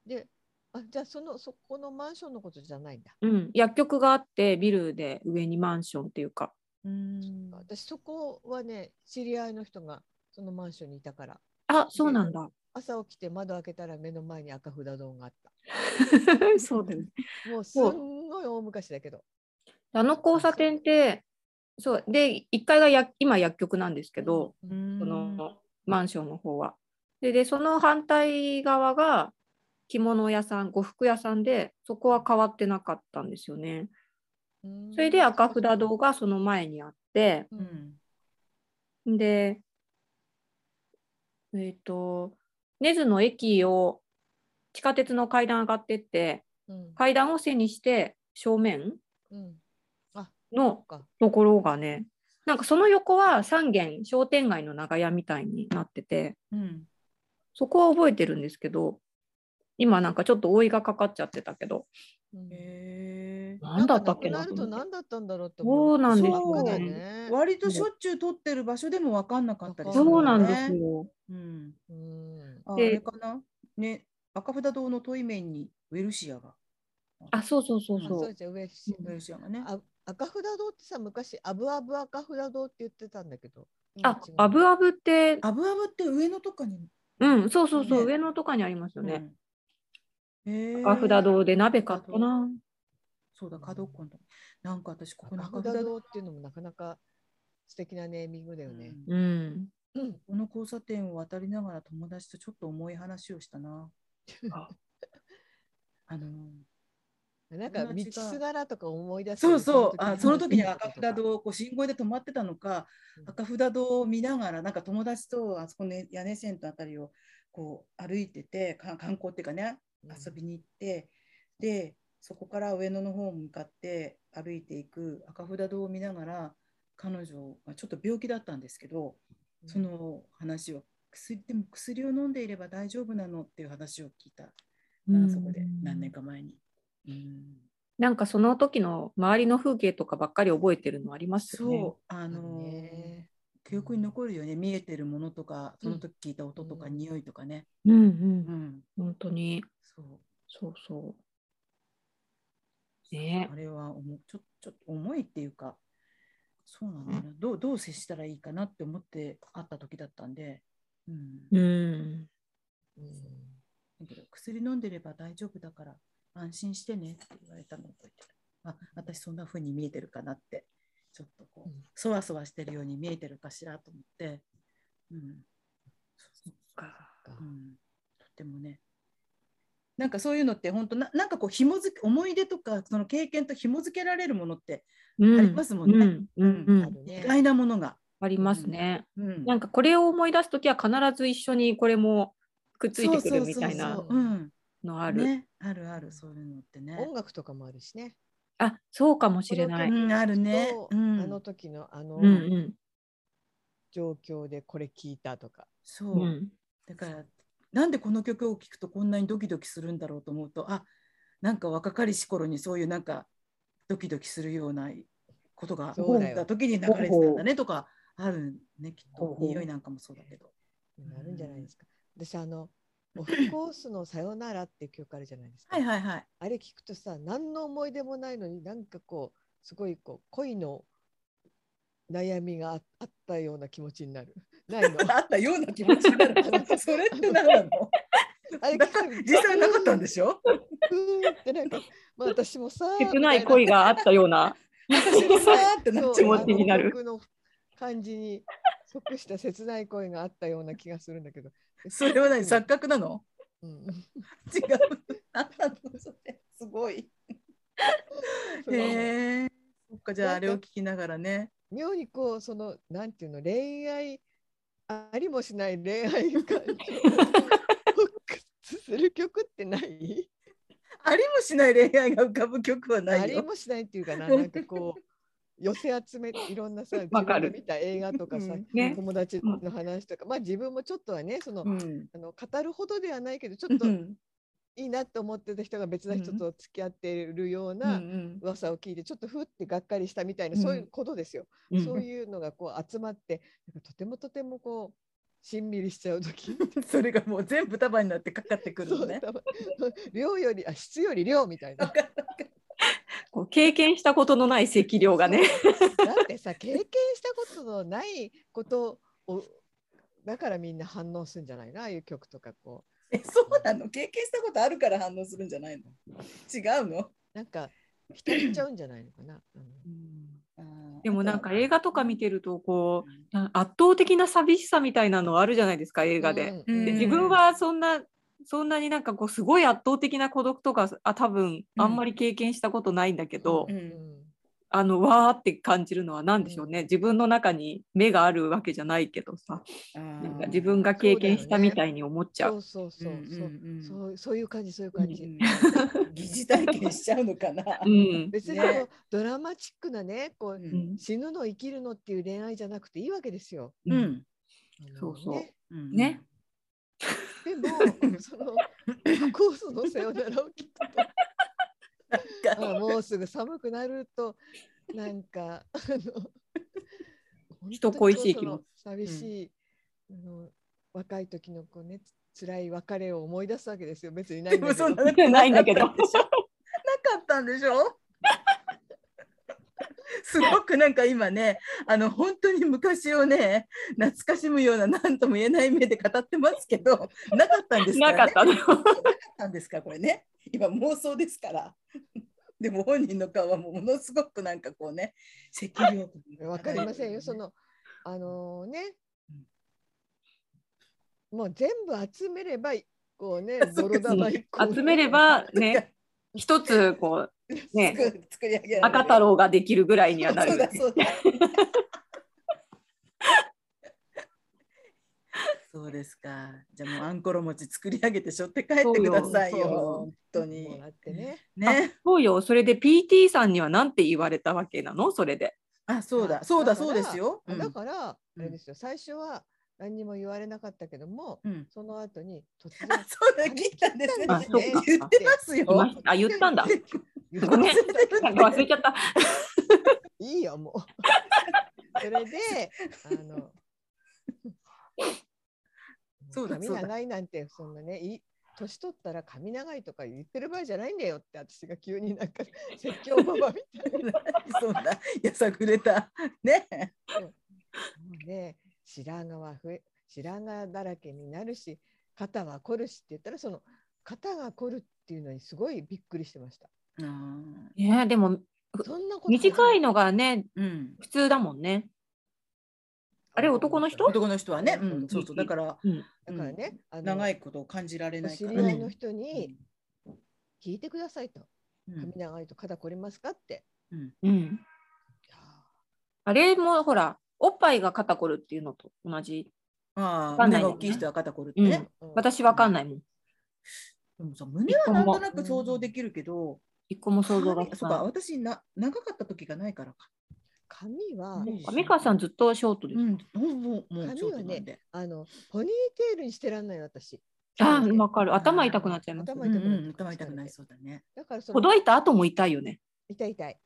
[SPEAKER 2] であじゃあそのそこのマンションのことじゃないんだ、
[SPEAKER 3] うん、薬局があってビルで上にマンションっていうか。
[SPEAKER 1] うん
[SPEAKER 2] 私そこはね知り合いの人がそのマンションにいたから
[SPEAKER 3] あ、そうなんだ。
[SPEAKER 2] 朝起きて窓開けたら目の前に赤札丼があっ
[SPEAKER 3] <laughs> そうだよね。
[SPEAKER 2] たもうすんごい大昔だけど
[SPEAKER 3] あの交差点って、そうで1階がや今薬局なんですけど、
[SPEAKER 1] うん
[SPEAKER 3] そのマンションの方は。ででその反対側が着物屋さん呉服屋さんでそこは変わってなかったんですよね。それで赤札堂がその前にあって
[SPEAKER 2] う
[SPEAKER 1] うんん
[SPEAKER 3] でえっ、と根津の駅を地下鉄の階段上がってって
[SPEAKER 2] うん
[SPEAKER 3] 階段を背にして正面
[SPEAKER 2] うんそ
[SPEAKER 3] の
[SPEAKER 2] っか
[SPEAKER 3] ところがねなんかその横は三軒商店街の長屋みたいになってて。
[SPEAKER 1] うん
[SPEAKER 3] そこは覚えてるんですけど、今なんかちょっと覆いがかかっちゃってたけど、
[SPEAKER 2] うん
[SPEAKER 1] へー
[SPEAKER 3] なんだったっけ
[SPEAKER 2] な
[SPEAKER 3] なん
[SPEAKER 2] か
[SPEAKER 3] と
[SPEAKER 2] くなると
[SPEAKER 3] 思っ
[SPEAKER 2] 何
[SPEAKER 3] て。
[SPEAKER 2] だったんだろうって
[SPEAKER 3] そうなんです
[SPEAKER 1] よ
[SPEAKER 2] よ
[SPEAKER 1] ね
[SPEAKER 2] ね
[SPEAKER 1] 割としょっちゅう撮ってる場所でも分かんなかったり
[SPEAKER 2] と
[SPEAKER 1] る
[SPEAKER 3] そ
[SPEAKER 1] も
[SPEAKER 3] うなん
[SPEAKER 1] ね
[SPEAKER 3] んです。よ。
[SPEAKER 1] うん、
[SPEAKER 2] うん
[SPEAKER 1] ああ
[SPEAKER 3] で
[SPEAKER 1] れかなね赤札堂の対面にウェルシアが。
[SPEAKER 3] あ、そうそうそ
[SPEAKER 2] あ
[SPEAKER 3] う
[SPEAKER 2] そ
[SPEAKER 3] そうう。
[SPEAKER 2] じゃん上し
[SPEAKER 3] う
[SPEAKER 1] ウェルシアがね。
[SPEAKER 2] あ赤札堂ってさ昔アブアブ赤札堂って言ってたんだけど
[SPEAKER 3] あ、アブアブって、
[SPEAKER 1] アブアブって上野とかに。
[SPEAKER 3] うん、そうそうそう、
[SPEAKER 1] ね
[SPEAKER 3] 上のとかにありますよね。
[SPEAKER 1] うん。へー
[SPEAKER 3] 赤札堂で鍋買ったな。
[SPEAKER 1] そうだ、角っこの。なんか私、ここの
[SPEAKER 2] 赤
[SPEAKER 1] 赤
[SPEAKER 2] 札
[SPEAKER 1] 札堂。
[SPEAKER 2] 堂っていうのもなかなか素敵なネーミングだよね、
[SPEAKER 1] うん
[SPEAKER 3] うん。
[SPEAKER 2] うん
[SPEAKER 1] この交差点を渡りながら友達とちょっと重い話をしたな。
[SPEAKER 3] あ
[SPEAKER 1] あの
[SPEAKER 2] なんか道
[SPEAKER 1] 友達が
[SPEAKER 2] すがらとか思い出す
[SPEAKER 1] そ
[SPEAKER 2] よ
[SPEAKER 1] う
[SPEAKER 2] ね
[SPEAKER 1] そう、あその時に
[SPEAKER 2] うん
[SPEAKER 1] 赤札堂をこう信号で止まってたのか
[SPEAKER 2] う、ん
[SPEAKER 1] 赤札堂を見ながら、なんか友達とあそこの屋根線とあたりをこう歩いてて、か観光っていうかね、遊びに行って、で、そこから上野の方向かって歩いていく赤札堂を見ながら、彼女がちょっと病気だったんですけど、
[SPEAKER 2] うん
[SPEAKER 1] その話を薬、でも薬を飲んでいれば大丈夫なのっていう話を聞いたな、
[SPEAKER 3] うん
[SPEAKER 1] そこで何年か前に。うん
[SPEAKER 3] なんかその時の周りの風景とかばっかり覚えてるのありますよね。
[SPEAKER 1] そう、あ
[SPEAKER 2] あ
[SPEAKER 1] の
[SPEAKER 2] の
[SPEAKER 1] ー
[SPEAKER 2] ね
[SPEAKER 1] 記憶に残るよね、見えてるものとか、その時聞いた音とか、
[SPEAKER 2] うん
[SPEAKER 1] 匂いとかね。
[SPEAKER 3] う。うん
[SPEAKER 1] う
[SPEAKER 3] うん。
[SPEAKER 1] ん、
[SPEAKER 3] 本当に。
[SPEAKER 1] そう。
[SPEAKER 3] そうそう。ね
[SPEAKER 1] あれはおもちょちょっと重いっていうか、そうなんだよな、どうどう接したらいいかなって思って会った時だったんで、うん、
[SPEAKER 3] え。うん。
[SPEAKER 2] うん
[SPEAKER 1] だけど薬飲んでれば大丈夫だから安心してねって言われたのを覚えてる。あ、私そんな風に見えてるかなって、ちょっとこう
[SPEAKER 2] うん、
[SPEAKER 1] そわそわしてるように見えてるかしらと思って、うん、そう
[SPEAKER 2] か
[SPEAKER 1] うん、とってもね。なんかそういうのって本当ななんかこう紐づけ思い出とかその経験と紐づけられるものって
[SPEAKER 3] うん
[SPEAKER 1] ありますもんね
[SPEAKER 3] うんうんう
[SPEAKER 2] あ
[SPEAKER 3] ん、
[SPEAKER 2] る
[SPEAKER 1] 意
[SPEAKER 2] ね
[SPEAKER 1] 外なものが。
[SPEAKER 3] ありますね。
[SPEAKER 1] うん、
[SPEAKER 3] なんかこれを思い出すときは必ず一緒にこれもくっついてくるみたい
[SPEAKER 1] そう
[SPEAKER 3] な
[SPEAKER 1] そうそううん、
[SPEAKER 3] のある。
[SPEAKER 1] ね、あるあるそういうのってね。
[SPEAKER 2] 音楽とかもあるしね。
[SPEAKER 3] あそうかもしれない。
[SPEAKER 1] うん、あるね。
[SPEAKER 2] そ
[SPEAKER 1] う
[SPEAKER 2] う
[SPEAKER 1] ん、
[SPEAKER 2] あの時のあの
[SPEAKER 3] うんうん
[SPEAKER 2] 状況でこれ聞いたとか。
[SPEAKER 1] そう、
[SPEAKER 3] うん
[SPEAKER 1] だからなんでこの曲を聴くとこんなにドキドキするんだろうと思うとあなんか若かりし頃にそういうなんかドキドキするようなことが起
[SPEAKER 2] そう
[SPEAKER 1] こ
[SPEAKER 2] だよ
[SPEAKER 1] った時に流れてたんだねとかあるねきっ
[SPEAKER 3] ほう
[SPEAKER 1] と
[SPEAKER 3] ほう
[SPEAKER 1] 匂いなんかもそうだけど。
[SPEAKER 2] あるんじゃないですか。私
[SPEAKER 1] <clears throat>
[SPEAKER 2] あの「オフコースのさよなら」っていう曲あるじゃないですか。
[SPEAKER 1] はいはいはい。
[SPEAKER 2] あれ聞くとさ何の思い出もないのになんかこうすごいこう恋の悩みがああったような気持ちにな
[SPEAKER 1] <laughs>
[SPEAKER 2] る。ないの
[SPEAKER 1] あったような気持ちになるそれって何なの
[SPEAKER 2] あれ
[SPEAKER 1] だから <laughs> 実際なかったんでしょ
[SPEAKER 2] うーんってなんか、まあ、私もさ
[SPEAKER 3] 切ない恋があったような。
[SPEAKER 1] <laughs> 私もさーってなっち
[SPEAKER 3] 気
[SPEAKER 1] ゃう
[SPEAKER 3] 持ちになる
[SPEAKER 2] 僕の感じに即した切ない恋があったような気がするんだけど。
[SPEAKER 1] それは何錯覚なの
[SPEAKER 2] うん
[SPEAKER 1] 違う。何なのそれすごい。
[SPEAKER 2] そう
[SPEAKER 1] へえ。そっかじゃあ
[SPEAKER 2] な
[SPEAKER 1] あ
[SPEAKER 2] んか
[SPEAKER 1] れを聞きながらね。
[SPEAKER 2] 妙にこうそのなんていうの恋愛ありもしない恋愛感情を発掘する曲ってない
[SPEAKER 1] ありもしない恋愛が浮かぶ曲はな
[SPEAKER 2] あ
[SPEAKER 1] い
[SPEAKER 2] り
[SPEAKER 1] よ。
[SPEAKER 2] もしないっていうかななんかこう寄せ集めいろん
[SPEAKER 1] <laughs>
[SPEAKER 2] なさ自
[SPEAKER 3] わか
[SPEAKER 2] 分
[SPEAKER 3] る
[SPEAKER 2] が見た映画とかさ、
[SPEAKER 1] うん
[SPEAKER 3] ね
[SPEAKER 2] 友達の話とか、まあ自分もちょっとはねその、
[SPEAKER 1] うん
[SPEAKER 2] あの語るほどではないけどちょっと
[SPEAKER 1] う
[SPEAKER 2] い
[SPEAKER 1] ん
[SPEAKER 2] いなと思ってた人が別な人と付き合っている
[SPEAKER 1] う
[SPEAKER 2] よう
[SPEAKER 1] んう
[SPEAKER 2] なん噂を聞いてちょっとふってがっかりしたみたいな、
[SPEAKER 1] うん
[SPEAKER 2] そういうことですよ。
[SPEAKER 3] うん
[SPEAKER 2] そういうのがこう集まって、なんかとてもとてもこう、しんみりしちゃう
[SPEAKER 3] <laughs>
[SPEAKER 2] 時
[SPEAKER 1] それがもう全部束になってかかってくる
[SPEAKER 2] そ
[SPEAKER 1] の
[SPEAKER 2] う
[SPEAKER 1] ね。
[SPEAKER 2] たま <laughs> 量より、あ、質より量みたいな。
[SPEAKER 3] こう経験したことのない積量がね。
[SPEAKER 2] だってさ、経験したことのないことを、だからみんな反応するんじゃないな、ああいう曲とかこう。
[SPEAKER 1] えそうなの経験したことあるから反応するんじゃないの違うの
[SPEAKER 2] なんか、浸っちゃうんじゃないのかな。うん
[SPEAKER 3] でもなんか映画とか見てるとこ
[SPEAKER 1] う
[SPEAKER 3] うあ圧倒的な寂しさみたいなのあるじゃないですか映画で。
[SPEAKER 2] うん
[SPEAKER 3] で
[SPEAKER 1] うん
[SPEAKER 3] 自分はそんなそんなになんかこうすごい圧倒的な孤独とかあ多
[SPEAKER 1] う
[SPEAKER 3] 分
[SPEAKER 1] ん
[SPEAKER 3] あんまり経験したことないんだけど、
[SPEAKER 1] うん
[SPEAKER 3] あのわーって感じるのは何でしょうね、自分の中に目があるわけじゃないけどさな
[SPEAKER 1] なん
[SPEAKER 3] か自分が経験したみたいに思っちゃ
[SPEAKER 2] そううそうそう、そう
[SPEAKER 1] う
[SPEAKER 2] そうそういう感じそういう感じ、
[SPEAKER 1] うん疑似体験しちゃうのかな。
[SPEAKER 3] うん
[SPEAKER 2] 別にこう、
[SPEAKER 1] ね
[SPEAKER 2] ドラマチックなねこう、
[SPEAKER 1] う
[SPEAKER 3] うんん
[SPEAKER 2] 死ぬの生きるのっていう恋愛じゃなくていいわけですよ。
[SPEAKER 1] うん
[SPEAKER 3] そうそう
[SPEAKER 2] あのね
[SPEAKER 1] うん
[SPEAKER 3] ね
[SPEAKER 2] で
[SPEAKER 3] <laughs>
[SPEAKER 2] もそのコースのさよならを聞くと
[SPEAKER 1] なん
[SPEAKER 3] <laughs>
[SPEAKER 1] か
[SPEAKER 2] あもうすぐ寒くなるとなんかあの
[SPEAKER 3] <laughs> 人恋しい気
[SPEAKER 2] 本
[SPEAKER 3] 持ち
[SPEAKER 2] 当にそうその寂しい、あの若い時のこうねつ辛い別れを思い出すわけですよ別にない
[SPEAKER 1] で
[SPEAKER 2] んだ
[SPEAKER 1] も
[SPEAKER 2] けど
[SPEAKER 1] そんなな
[SPEAKER 3] <laughs> ないんだけど
[SPEAKER 1] <laughs> なかったんでしょ <laughs> すごくなんか今ねあの本当に昔をね懐かしむような何とも言えない目で語ってますけどなかったんですから、
[SPEAKER 3] な
[SPEAKER 1] ね、
[SPEAKER 3] かったの
[SPEAKER 1] なかったんですかこれね今妄想ですから <laughs> でも本人の顔はもうものすごくなんかこうね赤涼感
[SPEAKER 2] わかりませんよそのあのねもう全部集めればこう
[SPEAKER 3] <laughs>
[SPEAKER 2] ね
[SPEAKER 1] そうか
[SPEAKER 2] 泥玉一個
[SPEAKER 3] 集めればね一つこう
[SPEAKER 1] <laughs>
[SPEAKER 3] ね
[SPEAKER 1] 作作り上げられる
[SPEAKER 3] 赤太郎ができるぐらいにはな
[SPEAKER 1] そう
[SPEAKER 3] る
[SPEAKER 1] だそうだ。 <laughs> そうですか。じゃあもうあんころ餅作り上げてしょって帰ってくださいよ。
[SPEAKER 2] そうよ
[SPEAKER 1] 本当に
[SPEAKER 2] も。らってね
[SPEAKER 1] ね。
[SPEAKER 3] そうよそれで PT さんには何て言われたわけなのそれで。
[SPEAKER 1] あ、そうだ。
[SPEAKER 2] あ
[SPEAKER 1] そうだ。
[SPEAKER 2] だから
[SPEAKER 1] そうですよ。う
[SPEAKER 2] あ
[SPEAKER 1] ん
[SPEAKER 2] だから、あ
[SPEAKER 1] うん
[SPEAKER 2] れですよ、最初は何にも言われなかったけども、
[SPEAKER 1] うん。
[SPEAKER 2] その後に突
[SPEAKER 1] あ <laughs>
[SPEAKER 2] 然、
[SPEAKER 1] そうだ。聞いたんですね。
[SPEAKER 3] あそうか
[SPEAKER 1] 言ってます
[SPEAKER 3] 言いま
[SPEAKER 1] よ
[SPEAKER 3] し。たあ言ったんだ。
[SPEAKER 1] <laughs>
[SPEAKER 3] ごめんなんか忘れちゃった。
[SPEAKER 2] <laughs> いいよ、も
[SPEAKER 1] <laughs>
[SPEAKER 2] う。それで、あの、
[SPEAKER 1] そうだ <laughs>
[SPEAKER 2] 髪
[SPEAKER 1] そうだ
[SPEAKER 2] 長いなんて、そんなね、い年取ったら髪長いとか言ってる場合じゃないんだよって私が急になんか説教ママみたいな。も
[SPEAKER 1] そんなやさぐれた。ね。
[SPEAKER 2] うね白髪は増え白髪だらけになるし肩は凝るしって言ったらその肩が凝るっていうのにすごいびっくりしてました。
[SPEAKER 1] うん
[SPEAKER 3] ねえでも
[SPEAKER 2] そんなこと
[SPEAKER 3] 短い
[SPEAKER 2] の
[SPEAKER 3] のがね
[SPEAKER 1] うん。
[SPEAKER 3] 普通だもんね。あれ男の人
[SPEAKER 1] 男の人はね、うん、そうそう、だから
[SPEAKER 3] うん
[SPEAKER 2] だからね、あの
[SPEAKER 1] 長いことを感じられ
[SPEAKER 2] お
[SPEAKER 1] ない
[SPEAKER 2] 知
[SPEAKER 1] から
[SPEAKER 2] り
[SPEAKER 1] ね。
[SPEAKER 2] 合いの人に聞いてくださいと
[SPEAKER 1] うん
[SPEAKER 2] 髪長いと肩こりますかって。
[SPEAKER 1] うん
[SPEAKER 3] うん、あれもほらおっぱいが肩こるっていうのと同じ。
[SPEAKER 1] あ
[SPEAKER 3] わ
[SPEAKER 1] あ、
[SPEAKER 3] かん
[SPEAKER 1] 胸
[SPEAKER 3] ない
[SPEAKER 1] が
[SPEAKER 3] よね
[SPEAKER 1] 大きい人は肩こるってね。
[SPEAKER 3] 私わかんないもん。
[SPEAKER 1] でもさ、胸はなんとなく想像できるけど、
[SPEAKER 3] 一個も想像がつ
[SPEAKER 1] そう
[SPEAKER 3] か
[SPEAKER 1] か、
[SPEAKER 3] ない。
[SPEAKER 1] 私な長かった時がないからか。
[SPEAKER 2] 髪は、
[SPEAKER 1] うん
[SPEAKER 3] 美香さんずっとショートです。
[SPEAKER 1] うん、もうもうもう
[SPEAKER 2] 髪
[SPEAKER 1] ちょうど
[SPEAKER 2] は
[SPEAKER 1] な
[SPEAKER 2] ね
[SPEAKER 1] んで。
[SPEAKER 2] あのポニーテールにしてらんないの私。
[SPEAKER 3] ああ、わかる。頭痛くなっちゃいます。
[SPEAKER 2] 頭
[SPEAKER 1] う
[SPEAKER 2] 痛
[SPEAKER 1] ん
[SPEAKER 2] くな
[SPEAKER 1] う
[SPEAKER 2] っ
[SPEAKER 1] ん
[SPEAKER 2] て
[SPEAKER 1] 頭痛くないそうだ
[SPEAKER 3] <laughs>
[SPEAKER 1] ね。
[SPEAKER 2] だからそ
[SPEAKER 3] ほ
[SPEAKER 2] の
[SPEAKER 3] どいた後も痛いよね。
[SPEAKER 2] 痛い痛い。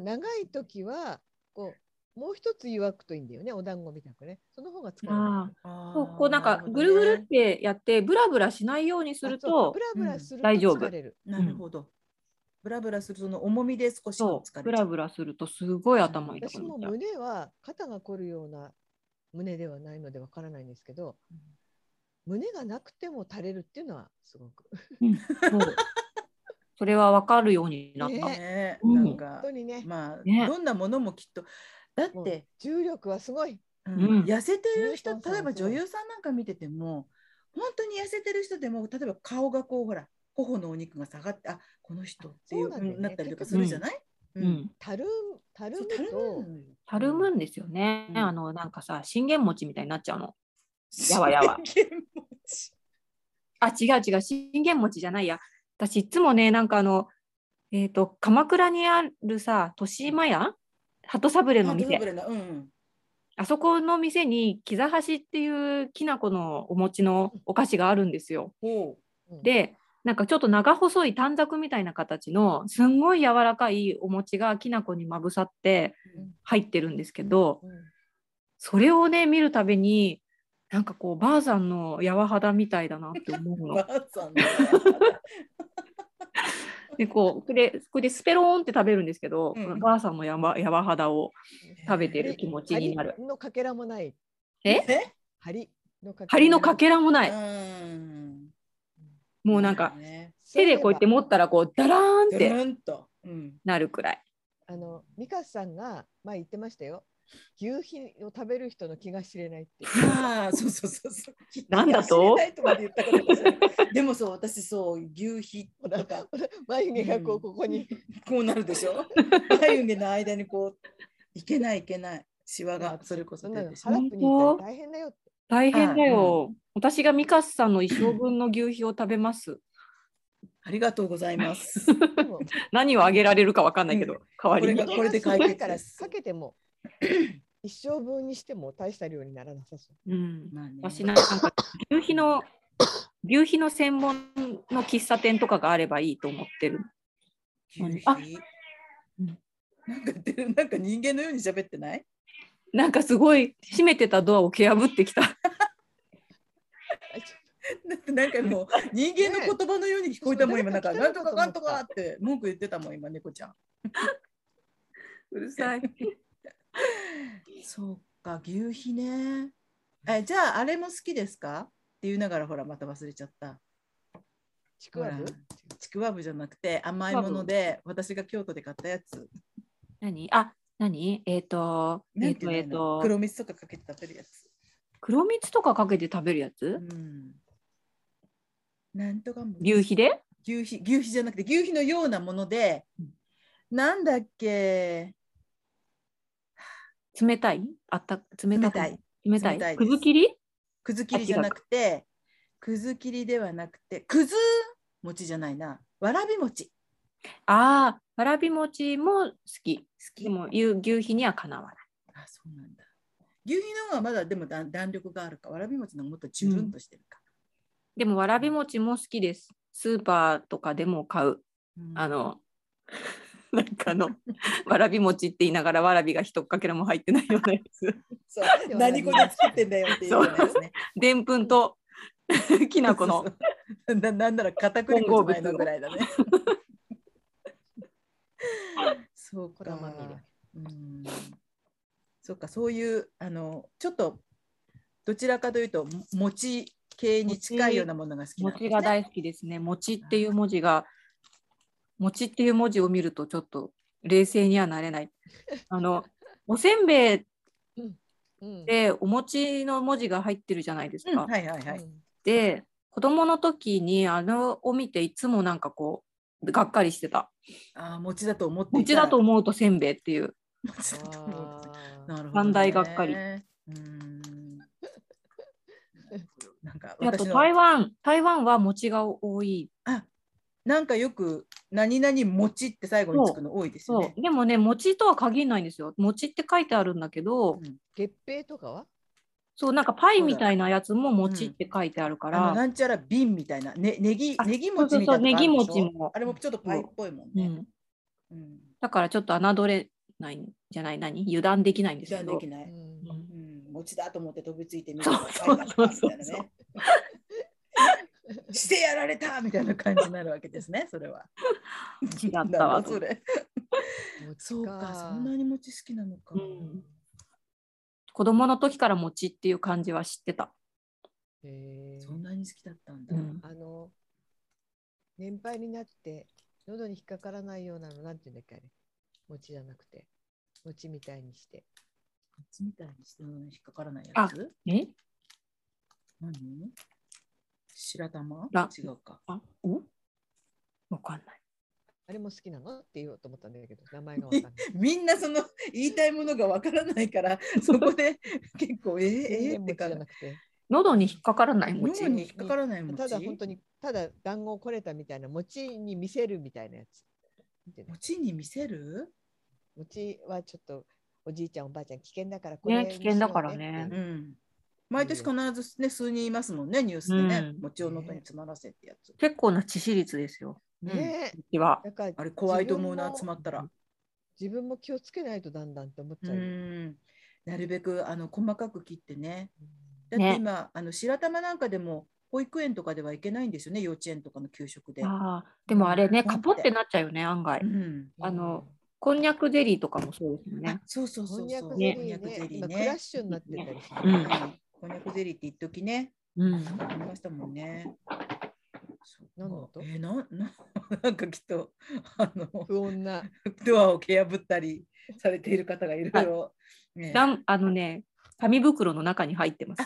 [SPEAKER 2] 長い時はこうもう一つ湯沸くといいんだよねお団子みたくねその方が疲れない
[SPEAKER 3] ああ。
[SPEAKER 1] あ
[SPEAKER 3] こ
[SPEAKER 1] ー
[SPEAKER 3] うこうなんかぐるぐるっ。てやってブラブラしないようにする
[SPEAKER 2] そう
[SPEAKER 3] と
[SPEAKER 2] ブラブラすると
[SPEAKER 3] 大丈夫
[SPEAKER 2] 疲れる、
[SPEAKER 1] なるほど。ブラブラするその重みで少し
[SPEAKER 3] そ
[SPEAKER 1] 疲れ
[SPEAKER 3] うブ
[SPEAKER 1] ちゃ
[SPEAKER 3] ラ
[SPEAKER 1] う
[SPEAKER 3] ブラするとすごい頭痛
[SPEAKER 2] 私
[SPEAKER 3] くな
[SPEAKER 2] も
[SPEAKER 3] っちゃう。
[SPEAKER 2] 胸は肩が凝るような胸ではないのでわからないんですけど、胸がなくても垂れるっていうのはすごく
[SPEAKER 3] そう <laughs> それはわかるようになった。
[SPEAKER 2] ね
[SPEAKER 1] ね
[SPEAKER 3] うん
[SPEAKER 1] なん
[SPEAKER 2] 本
[SPEAKER 1] か
[SPEAKER 2] 当にね、
[SPEAKER 1] まあ
[SPEAKER 3] ね
[SPEAKER 1] どんなものもきっとだっ
[SPEAKER 2] もう
[SPEAKER 1] て
[SPEAKER 2] 重力はすごい
[SPEAKER 1] うん
[SPEAKER 3] うん
[SPEAKER 1] 痩せてる人
[SPEAKER 2] 13
[SPEAKER 1] 例えば
[SPEAKER 2] そう
[SPEAKER 1] 女優さんなんか見てても本当に痩せてる人でも例えば顔がこうほら頬のお肉が下がってあこの人っていう
[SPEAKER 2] あそうなんだよね
[SPEAKER 1] うんなったりとかするじゃない
[SPEAKER 3] う
[SPEAKER 1] うん
[SPEAKER 3] ん
[SPEAKER 2] たるむたる
[SPEAKER 1] そう
[SPEAKER 2] む
[SPEAKER 1] たる
[SPEAKER 2] と
[SPEAKER 1] むのよ
[SPEAKER 3] たるむんですよね。
[SPEAKER 1] うん
[SPEAKER 3] あのなんかさ信玄餅みたいになっちゃうの。やわや
[SPEAKER 1] <laughs>
[SPEAKER 3] わ
[SPEAKER 1] 信玄餅
[SPEAKER 3] あ違う違う信玄餅じゃないや。私いつもねなんかあのえっ、と鎌倉にあるさ豊島屋鳩サブレの
[SPEAKER 1] ハンドサ
[SPEAKER 3] 店
[SPEAKER 1] ブレのうん
[SPEAKER 3] あそこの店にキザハシっていうきな粉のお餅のお菓子があるんですよ。
[SPEAKER 1] ほ
[SPEAKER 2] うん
[SPEAKER 3] でなんかちょっと長細い短冊みたいな形のすんごい柔らかいお餅がきな粉にまぶさって
[SPEAKER 1] うん
[SPEAKER 3] 入ってるんですけど
[SPEAKER 2] うん
[SPEAKER 3] それをね見るたびになんかこうばあさんの柔肌みたいだなって思う
[SPEAKER 1] うば
[SPEAKER 3] の。
[SPEAKER 1] あさんだ
[SPEAKER 3] でこうこれこれでスペローンって食べるんですけど、
[SPEAKER 1] うん
[SPEAKER 3] このばあさんのやば柔肌を食べてる気持ちになる。
[SPEAKER 2] 針のかけらもない
[SPEAKER 3] え
[SPEAKER 1] ね
[SPEAKER 2] 針のかけらもない
[SPEAKER 3] 針のかけらもな
[SPEAKER 1] う
[SPEAKER 3] い
[SPEAKER 1] ん
[SPEAKER 3] もうなんか
[SPEAKER 1] ね
[SPEAKER 3] 手でこうやって持ったらこうダラーンっ
[SPEAKER 1] ド
[SPEAKER 3] て
[SPEAKER 1] ゥルンとうん
[SPEAKER 3] なるくらい。
[SPEAKER 2] あの美香さんが前言ってましたよ。牛皮を食べる人の気が知れないって。
[SPEAKER 1] あ <laughs> あ、そうそうそうそう。
[SPEAKER 3] なんだ
[SPEAKER 1] 知れ
[SPEAKER 3] と
[SPEAKER 1] ないとまで言ったからかもしれないでもそう、私そう、牛皮
[SPEAKER 2] ほ
[SPEAKER 1] と
[SPEAKER 2] ら
[SPEAKER 1] か、
[SPEAKER 2] ほら眉毛がこ
[SPEAKER 1] う
[SPEAKER 2] うんここに、
[SPEAKER 1] こうなるでし <laughs> ょ。眉毛の間にこう、いけないいけない、シワがそれこそ
[SPEAKER 2] そんな
[SPEAKER 1] 出
[SPEAKER 2] の
[SPEAKER 1] てし
[SPEAKER 2] 腹
[SPEAKER 1] ま
[SPEAKER 2] っ
[SPEAKER 1] う。
[SPEAKER 2] ぷに行ったら大変だよって。
[SPEAKER 3] 大変だよ。私がミカスさんの一生分の牛皮を食べます。 <laughs>
[SPEAKER 1] ありがとうございます。
[SPEAKER 2] でも
[SPEAKER 3] 何をあげられるかわかんないけど、
[SPEAKER 1] うん
[SPEAKER 3] 代わり
[SPEAKER 1] これ
[SPEAKER 3] に
[SPEAKER 1] が。これで解決
[SPEAKER 2] から
[SPEAKER 1] です
[SPEAKER 2] かけても一生分にしても大した量にならなさそう。
[SPEAKER 3] うん、
[SPEAKER 1] まあね
[SPEAKER 3] 私なんか牛皮の牛皮の専門の喫茶店とかがあればいいと思ってる。
[SPEAKER 1] 牛皮
[SPEAKER 3] あうん
[SPEAKER 1] なんか出る、なんか人間のように喋ってない。 <laughs>
[SPEAKER 3] なんかすごい閉めてたドアを蹴破ってきた。
[SPEAKER 1] だってなんかもう、人間の言葉のように聞こえたもん、
[SPEAKER 2] ね
[SPEAKER 1] 今なんか、
[SPEAKER 2] そう
[SPEAKER 1] なん
[SPEAKER 2] そう
[SPEAKER 1] とかかんとかって、文句言ってたもん、今猫ちゃん。
[SPEAKER 3] うるさい。
[SPEAKER 1] そうか、牛皮ね。え、じゃあ、あれも好きですかって言いながら、ほら、また忘れちゃった。
[SPEAKER 2] ちくわぶ
[SPEAKER 1] ほらちくわぶじゃなくて、甘いもので、私が京都で買ったやつ。
[SPEAKER 3] 何？あ、何？えっ、と、
[SPEAKER 1] な
[SPEAKER 3] えっ、
[SPEAKER 1] んて
[SPEAKER 3] と、
[SPEAKER 1] い
[SPEAKER 3] え
[SPEAKER 1] う
[SPEAKER 3] っ、
[SPEAKER 1] の
[SPEAKER 3] と、
[SPEAKER 1] 黒蜜とかかけて食べるやつ。
[SPEAKER 3] 黒蜜とかかけて食べるや
[SPEAKER 1] う
[SPEAKER 3] つ？
[SPEAKER 1] ん。なんとかも。
[SPEAKER 3] 牛皮で？
[SPEAKER 1] 牛皮、牛皮じゃなくて、牛皮のようなもので
[SPEAKER 3] うん。
[SPEAKER 1] なんだっけ。
[SPEAKER 3] 冷たい？あった冷た
[SPEAKER 1] 冷
[SPEAKER 3] く
[SPEAKER 1] たい。
[SPEAKER 3] 冷た
[SPEAKER 1] 冷たいで
[SPEAKER 3] い。く
[SPEAKER 1] す
[SPEAKER 3] ず切り？
[SPEAKER 1] くず切りじゃなくて。くず切りではなくて、くず餅じゃないな。わらび餅。好
[SPEAKER 3] ああ、わらび餅も好き。
[SPEAKER 1] き
[SPEAKER 3] で。も牛牛皮にはかなわない。
[SPEAKER 1] あ、そうなんだ。牛皮の方がまだでもだ弾力があるか、わらび餅の方がもっとジュルンとしてるか。
[SPEAKER 3] でもわらび餅も好きです。スーパーとかでも買う。
[SPEAKER 1] うん
[SPEAKER 3] あの、 <laughs> なんかあ
[SPEAKER 1] <laughs>
[SPEAKER 3] の、わらび餅って言いながらわらびが一かけらも入ってないようなや
[SPEAKER 1] <laughs>
[SPEAKER 3] つ。
[SPEAKER 1] そう
[SPEAKER 2] でも
[SPEAKER 1] 何これ作ってんだよっていうようなやつね。
[SPEAKER 3] でんぷんと <laughs> きな粉
[SPEAKER 1] そ
[SPEAKER 3] の
[SPEAKER 1] うな <laughs> なんなら片栗粉じゃないのぐらいだね。そう
[SPEAKER 2] 粉ま
[SPEAKER 1] か
[SPEAKER 2] みれ。
[SPEAKER 1] うんそうかそういうあのちょっとどちらかというとも餅系に近いようなものが好きなんです、ね、
[SPEAKER 3] 餅が大好きですね。餅っていう文字が、餅っていう文字を見るとちょっと冷静にはなれない。
[SPEAKER 1] <laughs>
[SPEAKER 3] あの、おせんべい
[SPEAKER 2] うん
[SPEAKER 3] でお餅の文字が入ってるじゃないですか。
[SPEAKER 1] うんはいはいはい。
[SPEAKER 3] で、子供の時にあのを見ていつもなんかこう、がっかりしてた。
[SPEAKER 1] ああ餅だと思っていた
[SPEAKER 3] 餅だ
[SPEAKER 1] <laughs>
[SPEAKER 3] と思うとせんべいっていう。
[SPEAKER 1] 餅だと思ってた
[SPEAKER 2] あー
[SPEAKER 1] なるほど、ね。
[SPEAKER 3] 三大がっかり
[SPEAKER 1] うーん。なんか
[SPEAKER 3] あと
[SPEAKER 1] 私の
[SPEAKER 3] 台湾、台湾は餅が多い。
[SPEAKER 1] あなんかよく何々餅って最後につくの多いですよ
[SPEAKER 3] そ
[SPEAKER 1] ね。
[SPEAKER 3] う。でもね、餅とは限らないんですよ。餅って書いてあるんだけど、
[SPEAKER 1] うん
[SPEAKER 2] 月餅とかは
[SPEAKER 3] そうなんかパイみたいなやつも餅って書いてあるか
[SPEAKER 1] あの
[SPEAKER 3] ら、
[SPEAKER 1] なんちゃら瓶みたいな、ね、ネギ
[SPEAKER 3] あ
[SPEAKER 1] ネギ餅みたいなのがあるでしょ
[SPEAKER 3] そうそうそうネギ餅も
[SPEAKER 1] あれもちょっとパイっぽいもん
[SPEAKER 3] うん
[SPEAKER 1] ね。うん。
[SPEAKER 3] だからちょっと侮れないんじゃない何油断できないんです
[SPEAKER 1] じゃ
[SPEAKER 3] け
[SPEAKER 1] あ
[SPEAKER 3] ど
[SPEAKER 1] できな
[SPEAKER 2] う
[SPEAKER 1] い。
[SPEAKER 2] ん
[SPEAKER 3] うん
[SPEAKER 1] うん、餅だと思って飛びついてみる
[SPEAKER 3] そうそうそうそう
[SPEAKER 1] みたいなね。 <laughs> してやられたみたいな感じになるわけですね、それは。
[SPEAKER 3] 違った
[SPEAKER 1] な
[SPEAKER 3] わ
[SPEAKER 1] んだそれ。そうか、そんなに餅好きなのか。
[SPEAKER 3] うん子供の時から餅っていう感じは知ってた、
[SPEAKER 2] へー
[SPEAKER 1] そんなに好きだったんだ。
[SPEAKER 3] うん
[SPEAKER 2] あの年配になって喉に引っかからないようなのなんていうんだっけあれ餅じゃなくて餅みたいにして
[SPEAKER 1] 餅みたいにしてるのに引っかからないや
[SPEAKER 3] あ
[SPEAKER 1] つ
[SPEAKER 3] え
[SPEAKER 1] 何白玉
[SPEAKER 3] ら
[SPEAKER 1] 違うか。
[SPEAKER 3] あおわかんない
[SPEAKER 2] あれも好きなのって言おうと思ったんだけど名前がわかんない。
[SPEAKER 1] みんなその言いたいものがわからない
[SPEAKER 2] <laughs>
[SPEAKER 1] から、そこで結構、 <laughs> えー、え
[SPEAKER 2] 全
[SPEAKER 1] ー、って
[SPEAKER 2] 然餅じ
[SPEAKER 1] か
[SPEAKER 2] ゃなくて
[SPEAKER 3] 喉に引っかからない餅
[SPEAKER 1] 脳に引っかからない餅
[SPEAKER 2] ただ本当にただ団子をこれたみたいな餅に見せるみたいなやつ。なんていうの
[SPEAKER 1] 餅に見せる、
[SPEAKER 2] 餅はちょっとおじいちゃんおばあちゃん危険だからこ
[SPEAKER 3] ね
[SPEAKER 2] れにしよう
[SPEAKER 3] 危険だからね
[SPEAKER 2] って
[SPEAKER 1] う、
[SPEAKER 2] いうん
[SPEAKER 1] 毎年必ず、ね、数人いますもんね、ニュースでね。
[SPEAKER 3] うん
[SPEAKER 1] 餅を喉に詰まらせってやつ。
[SPEAKER 3] 結構な致死率ですよ
[SPEAKER 1] うん
[SPEAKER 2] ね
[SPEAKER 3] うちは
[SPEAKER 2] だから
[SPEAKER 1] あれ怖いと思うな、詰
[SPEAKER 2] 自分も
[SPEAKER 1] まったら。
[SPEAKER 2] 自分も気をつけないとだんだんって思っ
[SPEAKER 1] う
[SPEAKER 2] ちゃうよ。
[SPEAKER 1] んなるべくあの細かく切ってね。だっ
[SPEAKER 3] ね
[SPEAKER 1] て今、あの白玉なんかでも保育園とかではいけないんですよね、幼稚園とかの給食で。
[SPEAKER 3] あーでもあれね
[SPEAKER 1] うん
[SPEAKER 3] カポってなっちゃうよね案外
[SPEAKER 1] うん
[SPEAKER 3] あのこんにゃくゼリーとかもそうですよね
[SPEAKER 1] あそうそう
[SPEAKER 2] こ
[SPEAKER 1] そ
[SPEAKER 2] ん
[SPEAKER 1] う
[SPEAKER 2] にゃ
[SPEAKER 1] そう。
[SPEAKER 2] く
[SPEAKER 1] こ
[SPEAKER 2] ゼ
[SPEAKER 1] ん
[SPEAKER 2] リ
[SPEAKER 1] にゃ
[SPEAKER 2] ー
[SPEAKER 1] くゼ
[SPEAKER 2] ね、
[SPEAKER 1] リー
[SPEAKER 2] 今ク
[SPEAKER 1] ね
[SPEAKER 2] ラッ。シュになってたりして
[SPEAKER 3] う
[SPEAKER 2] る。
[SPEAKER 3] ん
[SPEAKER 1] こんにゃくゼリーって一時ね、
[SPEAKER 3] うん
[SPEAKER 1] ありましたもんね。そっか
[SPEAKER 2] 何の音
[SPEAKER 1] えー、なななんかきっとあの
[SPEAKER 2] 不穏な。
[SPEAKER 1] ドアを蹴破ったりされている方がいろいろ、ね、
[SPEAKER 3] なんあのね紙袋の中に入ってます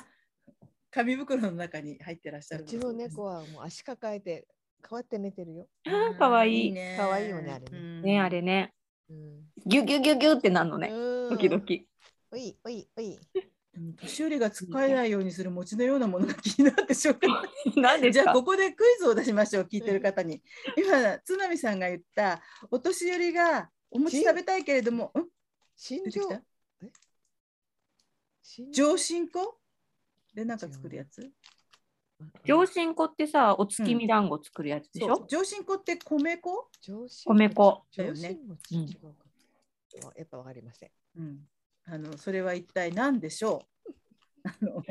[SPEAKER 1] 紙袋の中に入ってらっしゃ
[SPEAKER 2] う
[SPEAKER 1] る。
[SPEAKER 2] ちの猫はもう足抱えて、変わって寝てるよ。
[SPEAKER 1] うん。
[SPEAKER 3] かわいい
[SPEAKER 1] ね
[SPEAKER 2] かわいいよねあれね
[SPEAKER 1] うん
[SPEAKER 3] ねあれね
[SPEAKER 2] うん。
[SPEAKER 3] ギュギュギュギュってなんのね
[SPEAKER 2] うん
[SPEAKER 3] 時々。 <laughs>
[SPEAKER 2] おいおいおい。
[SPEAKER 1] うん年寄りが使えないようにする餅のようなものが気になってしょうがない
[SPEAKER 3] なんで
[SPEAKER 1] じゃあ
[SPEAKER 3] か
[SPEAKER 1] ここでクイズを出しましょう聞いてる方に。今津波さんが言ったお年寄りがお餅食べたいけれども、うん、
[SPEAKER 2] 心
[SPEAKER 1] 出て
[SPEAKER 2] 情
[SPEAKER 1] き。た
[SPEAKER 2] 心
[SPEAKER 1] 上新粉でなんか作るやつ
[SPEAKER 3] 上新粉ってさ、お月見団子作るやつでし
[SPEAKER 1] そう
[SPEAKER 3] ょ、
[SPEAKER 1] 上新粉って米粉、
[SPEAKER 2] 上司
[SPEAKER 3] 米粉
[SPEAKER 1] だよ
[SPEAKER 2] 上
[SPEAKER 1] ね
[SPEAKER 2] 司も違うか。あやっぱわかりません。
[SPEAKER 1] うん、あのそれは一体何でしょう <laughs> あの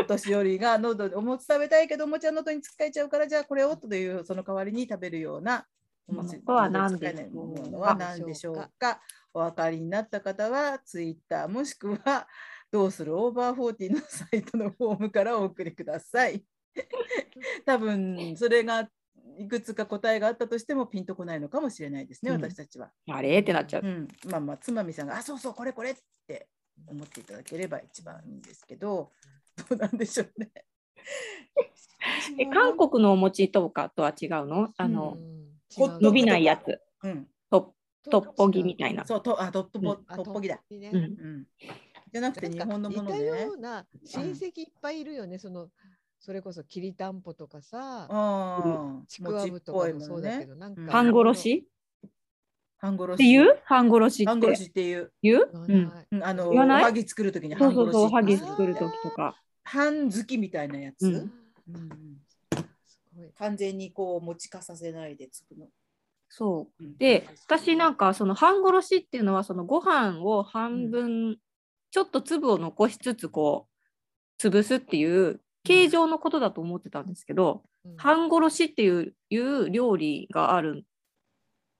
[SPEAKER 1] お年寄りが喉でお餅食べたいけどお餅は喉につっかえちゃうからじゃあこれをというその代わりに食べるようなお餅
[SPEAKER 3] これは何
[SPEAKER 1] 喉につっか
[SPEAKER 3] で
[SPEAKER 1] え
[SPEAKER 3] し
[SPEAKER 1] ない
[SPEAKER 3] ょ
[SPEAKER 1] うものは何でしょうかお分かりになった方はツイッターもしくはどうするオーバーフォーティーのサイトのフォームからお送りください。 <laughs> 多分それがいくつか答えがあったとしてもピンとこないのかもしれないですね、
[SPEAKER 3] うん
[SPEAKER 1] 私たちは。
[SPEAKER 3] あれってなっちゃう。
[SPEAKER 1] うん、まあまあつまみさんが「あそうそうこれこれ」って思っていただければ一番いいんですけどどうなんでしょうね。
[SPEAKER 3] え韓国のお餅とかとは違うのあ
[SPEAKER 1] う
[SPEAKER 3] の、
[SPEAKER 2] うん
[SPEAKER 1] こ
[SPEAKER 2] 違う
[SPEAKER 3] 伸びないやつ、
[SPEAKER 1] うん、
[SPEAKER 3] トトッポギみたいな。
[SPEAKER 1] そうとあトッポポ、
[SPEAKER 3] う
[SPEAKER 1] トッポギだ。。
[SPEAKER 2] 違うあトッポ
[SPEAKER 3] う
[SPEAKER 2] ギね
[SPEAKER 3] ん、
[SPEAKER 1] うん、じゃなくて
[SPEAKER 2] なん
[SPEAKER 1] 日
[SPEAKER 2] か
[SPEAKER 1] 本のもの
[SPEAKER 2] 似た
[SPEAKER 1] で
[SPEAKER 2] よ。うな親戚いっぱいいるよね、そのそれこそきりたんぽとかさ、
[SPEAKER 1] ああ、
[SPEAKER 2] ちくわぶとかもそうだけど、なんか
[SPEAKER 1] うん
[SPEAKER 3] 半殺し
[SPEAKER 1] 半殺し。
[SPEAKER 3] っていう半殺し
[SPEAKER 1] 半
[SPEAKER 3] っ
[SPEAKER 1] 殺
[SPEAKER 3] て
[SPEAKER 1] しっていう。
[SPEAKER 3] 言う
[SPEAKER 2] 言わ
[SPEAKER 3] う
[SPEAKER 2] ない
[SPEAKER 3] ん、
[SPEAKER 1] うんあのお
[SPEAKER 3] 言わない
[SPEAKER 1] はぎ作るときに
[SPEAKER 3] そ
[SPEAKER 1] 半
[SPEAKER 3] うそう
[SPEAKER 1] 殺し。
[SPEAKER 3] そう、ハギ
[SPEAKER 2] ギ
[SPEAKER 3] 作る時とか。
[SPEAKER 1] 半好きみたいなやつ。
[SPEAKER 3] う
[SPEAKER 1] うんう
[SPEAKER 3] ん
[SPEAKER 1] ん
[SPEAKER 2] すごい。
[SPEAKER 1] 完全にこう持ちかさせないでつくの。
[SPEAKER 3] そううんで私なんかその半殺しっていうのはそのご飯を半分、ちょっと粒を残しつつこう潰すっていう形状のことだと思ってたんですけど、半殺しっていういう料理がある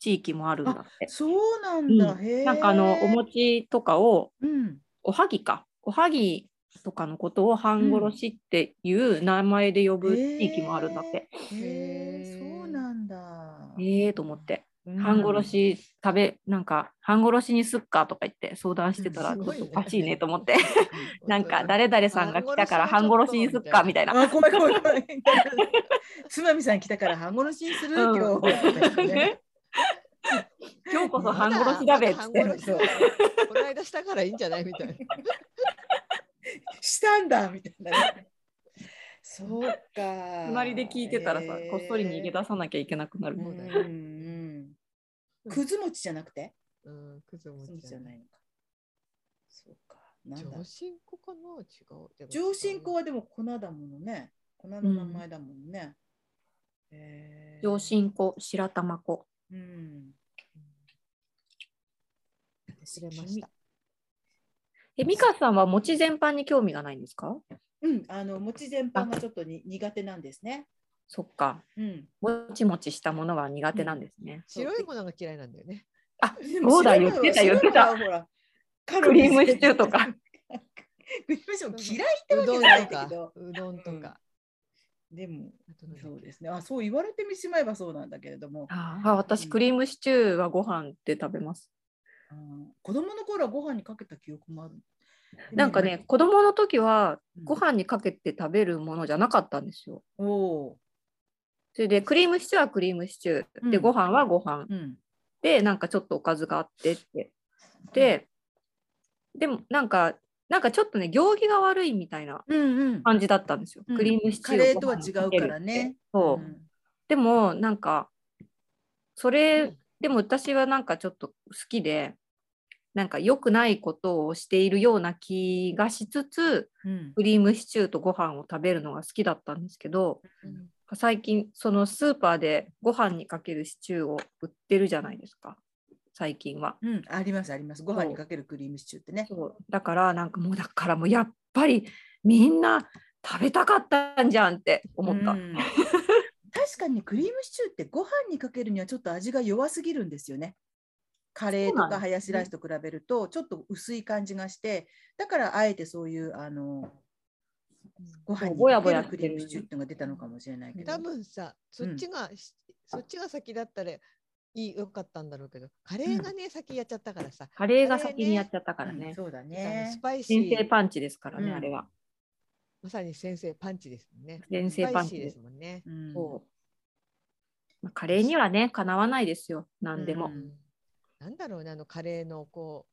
[SPEAKER 3] 地域もあるんだって。
[SPEAKER 1] そうな
[SPEAKER 3] うん
[SPEAKER 1] だ。へ
[SPEAKER 3] ん、
[SPEAKER 1] え。
[SPEAKER 3] なんかあのお餅とかを
[SPEAKER 1] うん。
[SPEAKER 3] おはぎかおはぎとかのことを半殺しっていう名前で呼ぶ地域もあるんだって。
[SPEAKER 1] へえ。
[SPEAKER 2] へー
[SPEAKER 1] そうなんだ。
[SPEAKER 3] ええー、と思って
[SPEAKER 1] うん
[SPEAKER 3] 半殺し食べなんか半殺しにすっかとか言って相談してたら
[SPEAKER 2] う
[SPEAKER 3] ち
[SPEAKER 2] ん
[SPEAKER 3] ょ
[SPEAKER 2] すごい
[SPEAKER 3] っと
[SPEAKER 2] ね
[SPEAKER 3] おかしいねと思って
[SPEAKER 2] <laughs> うん
[SPEAKER 3] なんか誰々さんが来たから半殺しにすっかみたいな。
[SPEAKER 1] あ、ごめんごめんごめん。つまみさん来たから半殺しにする、
[SPEAKER 3] うん
[SPEAKER 1] 今日。ね
[SPEAKER 3] <laughs> 今日こそ
[SPEAKER 1] う
[SPEAKER 3] 半殺しだべっつ
[SPEAKER 2] まだ
[SPEAKER 3] って
[SPEAKER 2] 半殺し
[SPEAKER 3] <laughs>
[SPEAKER 2] だべこの間したからいいんじゃないみたいな。
[SPEAKER 1] したんだみたいなね。そうか。
[SPEAKER 3] 隣で聞いてたらさこっそり逃げ出さなきゃいけなくなる
[SPEAKER 1] う
[SPEAKER 3] もん
[SPEAKER 1] ん
[SPEAKER 3] ね。
[SPEAKER 1] うんうん。くず餅じゃなくて。
[SPEAKER 2] うん、くず
[SPEAKER 1] くず
[SPEAKER 2] 餅
[SPEAKER 1] 餅
[SPEAKER 2] じ
[SPEAKER 1] じ
[SPEAKER 2] ゃ
[SPEAKER 1] ゃ
[SPEAKER 2] な。
[SPEAKER 1] ないいのか。そうか。なんだ
[SPEAKER 2] 上。新粉かな違う。でも
[SPEAKER 1] 上新粉はでも粉だものね。粉の名前だもんね。へー
[SPEAKER 3] 上。新粉白玉粉
[SPEAKER 1] うん。
[SPEAKER 2] 忘れました。
[SPEAKER 3] え美香さんは餅全般に興味がないんですか
[SPEAKER 1] うん、あの餅全般がちょっとに苦手なんですね。
[SPEAKER 3] そっか
[SPEAKER 1] うん。
[SPEAKER 3] もちもちしたものは苦手なんですね。
[SPEAKER 2] 白いものが嫌いなんだよね。
[SPEAKER 3] そうだ言ってた言ってた
[SPEAKER 1] 白いのは。
[SPEAKER 3] クリームシチューと
[SPEAKER 1] カ <laughs>
[SPEAKER 3] か
[SPEAKER 1] ロリー。クリームシチューも嫌いってわ
[SPEAKER 2] う
[SPEAKER 1] けじゃ
[SPEAKER 2] どんと
[SPEAKER 1] ないんだ
[SPEAKER 2] か
[SPEAKER 1] けど。、
[SPEAKER 2] うどんとか。
[SPEAKER 1] でも、
[SPEAKER 2] あとなんだっけ
[SPEAKER 1] そうですね。あ、そう言われてみしまえばそうなんだけれども、
[SPEAKER 3] ああ私クリームシチューはご飯で食べます。
[SPEAKER 1] うん、子供の頃はご飯にかけた記憶もある。
[SPEAKER 3] なんかね、子供の時は
[SPEAKER 1] うん
[SPEAKER 3] ご飯にかけて食べるものじゃなかったんですよ。
[SPEAKER 1] おお
[SPEAKER 3] それでクリームシチューはクリームシチューで
[SPEAKER 1] うん
[SPEAKER 3] ご飯はご飯
[SPEAKER 1] ー。うん。
[SPEAKER 3] でなんかちょっとおかずがあってって。ででもなんかなんかちょっとね行儀が悪いみたいな
[SPEAKER 1] うんうん。
[SPEAKER 3] 感じだったんですよ。
[SPEAKER 1] うん
[SPEAKER 3] クリームシチュー
[SPEAKER 1] カレー
[SPEAKER 3] を
[SPEAKER 1] と
[SPEAKER 3] ご
[SPEAKER 1] は
[SPEAKER 3] 飯にかける
[SPEAKER 1] 違
[SPEAKER 3] って
[SPEAKER 1] うからね。
[SPEAKER 3] そう、
[SPEAKER 1] うん
[SPEAKER 3] でもなんかそれ、
[SPEAKER 2] うん
[SPEAKER 3] でも私はなんかちょっと好きでなんか良くないことをしているような気がしつつ
[SPEAKER 1] うん。
[SPEAKER 3] クリームシチューとご飯を食べるのが好きだったんですけど
[SPEAKER 2] うん
[SPEAKER 3] 最近そのスーパーでご飯にかけるシチューを売ってるじゃないですか最近は。
[SPEAKER 1] うん、ありますあります。ご飯にかけるクリームシチューってね。
[SPEAKER 3] そうだからなんかもうだからもうやっぱりみんな食べたかったんじゃんって思った。
[SPEAKER 1] うん確かにクリームシチューってご飯にかけるにはちょっと味が弱すぎるんですよね。カレーと
[SPEAKER 3] そうなんで
[SPEAKER 1] か
[SPEAKER 3] す
[SPEAKER 1] ハヤシライスと比べるとちょっと薄い感じがして、だからあえてそういうあのご飯に
[SPEAKER 3] ぼや
[SPEAKER 1] か
[SPEAKER 3] ぼ
[SPEAKER 1] け
[SPEAKER 3] や
[SPEAKER 1] る
[SPEAKER 3] って
[SPEAKER 1] ク
[SPEAKER 3] る
[SPEAKER 1] リームシチューっていうのが出たのかもしれないけど。
[SPEAKER 2] 多分さ、そっちが、しそっちが先だったらいいよかったんだろうけど、カレーがね、先やっちゃったからさ、
[SPEAKER 3] カレーが先にやっちゃったから
[SPEAKER 1] うん
[SPEAKER 3] ね。
[SPEAKER 1] そうだ
[SPEAKER 2] あの
[SPEAKER 1] ね
[SPEAKER 2] ス。パイシ
[SPEAKER 3] 先生
[SPEAKER 2] ー、
[SPEAKER 3] パンチですからね、
[SPEAKER 1] うん
[SPEAKER 3] あれは。
[SPEAKER 2] まさに先生パンチですもんね。
[SPEAKER 3] 先
[SPEAKER 2] ス
[SPEAKER 3] 生
[SPEAKER 2] パ
[SPEAKER 3] パ
[SPEAKER 2] イ
[SPEAKER 3] ン
[SPEAKER 2] シ
[SPEAKER 3] チ
[SPEAKER 2] ー
[SPEAKER 3] で
[SPEAKER 2] ですす。もんね。
[SPEAKER 1] うん
[SPEAKER 3] そうまあカレーにはね、かなわないですよ、何でも。
[SPEAKER 1] うん
[SPEAKER 2] なんだろうね、あのカレーのこ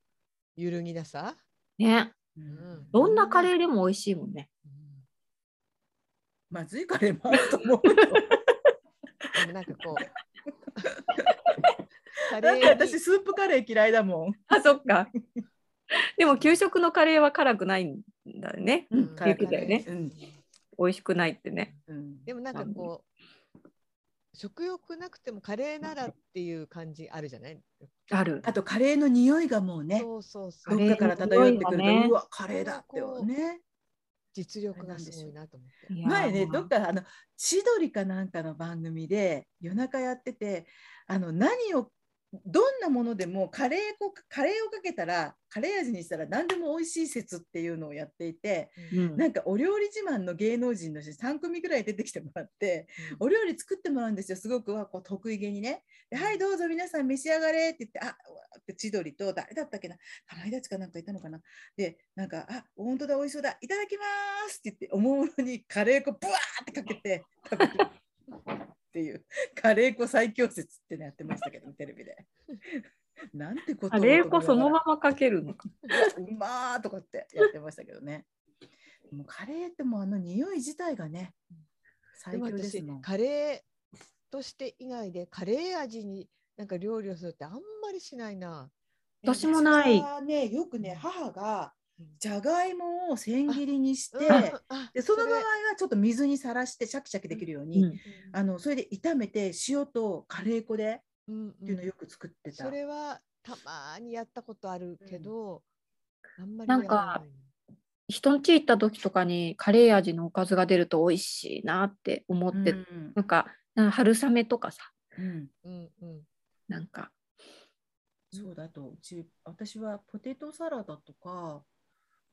[SPEAKER 2] う、揺るぎなさ。
[SPEAKER 3] ね、
[SPEAKER 1] うん
[SPEAKER 3] どんなカレーでも美味しいもんね。
[SPEAKER 2] うん
[SPEAKER 1] まずいカレーもあると思うよ。
[SPEAKER 2] でもなんか
[SPEAKER 3] <laughs>
[SPEAKER 2] こう。カレ
[SPEAKER 1] なんか
[SPEAKER 2] ーに
[SPEAKER 1] 私スープカレー嫌いだもん。
[SPEAKER 3] あ、そっか。 <laughs> でも給食のカレーは辛くないんだよね。
[SPEAKER 2] うん
[SPEAKER 1] 辛くない
[SPEAKER 3] 言って
[SPEAKER 2] た
[SPEAKER 1] う
[SPEAKER 2] よ
[SPEAKER 1] ん
[SPEAKER 3] 美味しくないってね。
[SPEAKER 1] うん
[SPEAKER 2] でもなんかこう。食欲なくてもカレーならっていう感じあるじゃない。
[SPEAKER 3] ある。
[SPEAKER 1] あとカレーの匂いがもうね、
[SPEAKER 2] そうそうそ
[SPEAKER 1] ど
[SPEAKER 2] う。
[SPEAKER 1] っかから漂ってくる
[SPEAKER 3] カレーの匂
[SPEAKER 1] と、
[SPEAKER 3] いがね
[SPEAKER 1] うわ、カレーだってね。
[SPEAKER 2] 実力がすごいなと思って。
[SPEAKER 3] いやー
[SPEAKER 1] 前ねどっかあの千鳥かなんかの番組で夜中やっててあの何をどんなものでもカレー粉カレーをかけたらカレー味にしたら何でも美味しい説っていうのをやっていて
[SPEAKER 3] う
[SPEAKER 2] うん
[SPEAKER 3] ん
[SPEAKER 1] なんかお料理自慢の芸能人の人3組ぐらい出てきてもらってお料理作ってもらうんですよすごくはこう得意げにね。ではいどうぞ皆さん召し上がれって言ってあうわーって千鳥と誰だったっけなかまいたちかなんかいたのかなでなんかあ本当だ美味しそうだいただきますって言っておもむろにカレー粉ブワーってかけて食べるっていうカレー粉最強説ってのやってましたけどテレビで。
[SPEAKER 3] <laughs>
[SPEAKER 1] なんてこと
[SPEAKER 3] カ
[SPEAKER 1] を
[SPEAKER 3] レー粉その
[SPEAKER 1] と思いながら
[SPEAKER 3] ままかけるのか。
[SPEAKER 1] うまーとかってやってましたけどね。もうカレーってもうあの匂い自体がね、
[SPEAKER 2] で
[SPEAKER 1] 最
[SPEAKER 2] も
[SPEAKER 1] 強です
[SPEAKER 2] 私
[SPEAKER 1] もん。
[SPEAKER 2] カレーとして以外でカレー味になんか料理をするってあんまりしないな。
[SPEAKER 3] 私もない
[SPEAKER 1] はね、よくね、母が
[SPEAKER 2] うん
[SPEAKER 1] じゃがいもを千切りにし
[SPEAKER 2] う
[SPEAKER 1] て、
[SPEAKER 2] んあ
[SPEAKER 1] でその
[SPEAKER 2] れ
[SPEAKER 1] 場合はちょっと水にさらしてシャキシャキできるように、
[SPEAKER 3] うん
[SPEAKER 1] あのそれで炒めて塩とカレー粉で
[SPEAKER 2] うん
[SPEAKER 1] っていうのをよく作ってた。
[SPEAKER 2] それはたまーにやったことあるけど、あんまり
[SPEAKER 3] なん
[SPEAKER 2] や
[SPEAKER 3] から
[SPEAKER 2] ないな
[SPEAKER 3] 人ん家行った時とかにカレー味のおかずが出ると美味しいなって思って、
[SPEAKER 1] うん
[SPEAKER 3] なんかなんか春雨とかさ
[SPEAKER 1] うん
[SPEAKER 2] うんうん。
[SPEAKER 3] なんか
[SPEAKER 1] そうだとうち私はポテトサラダとか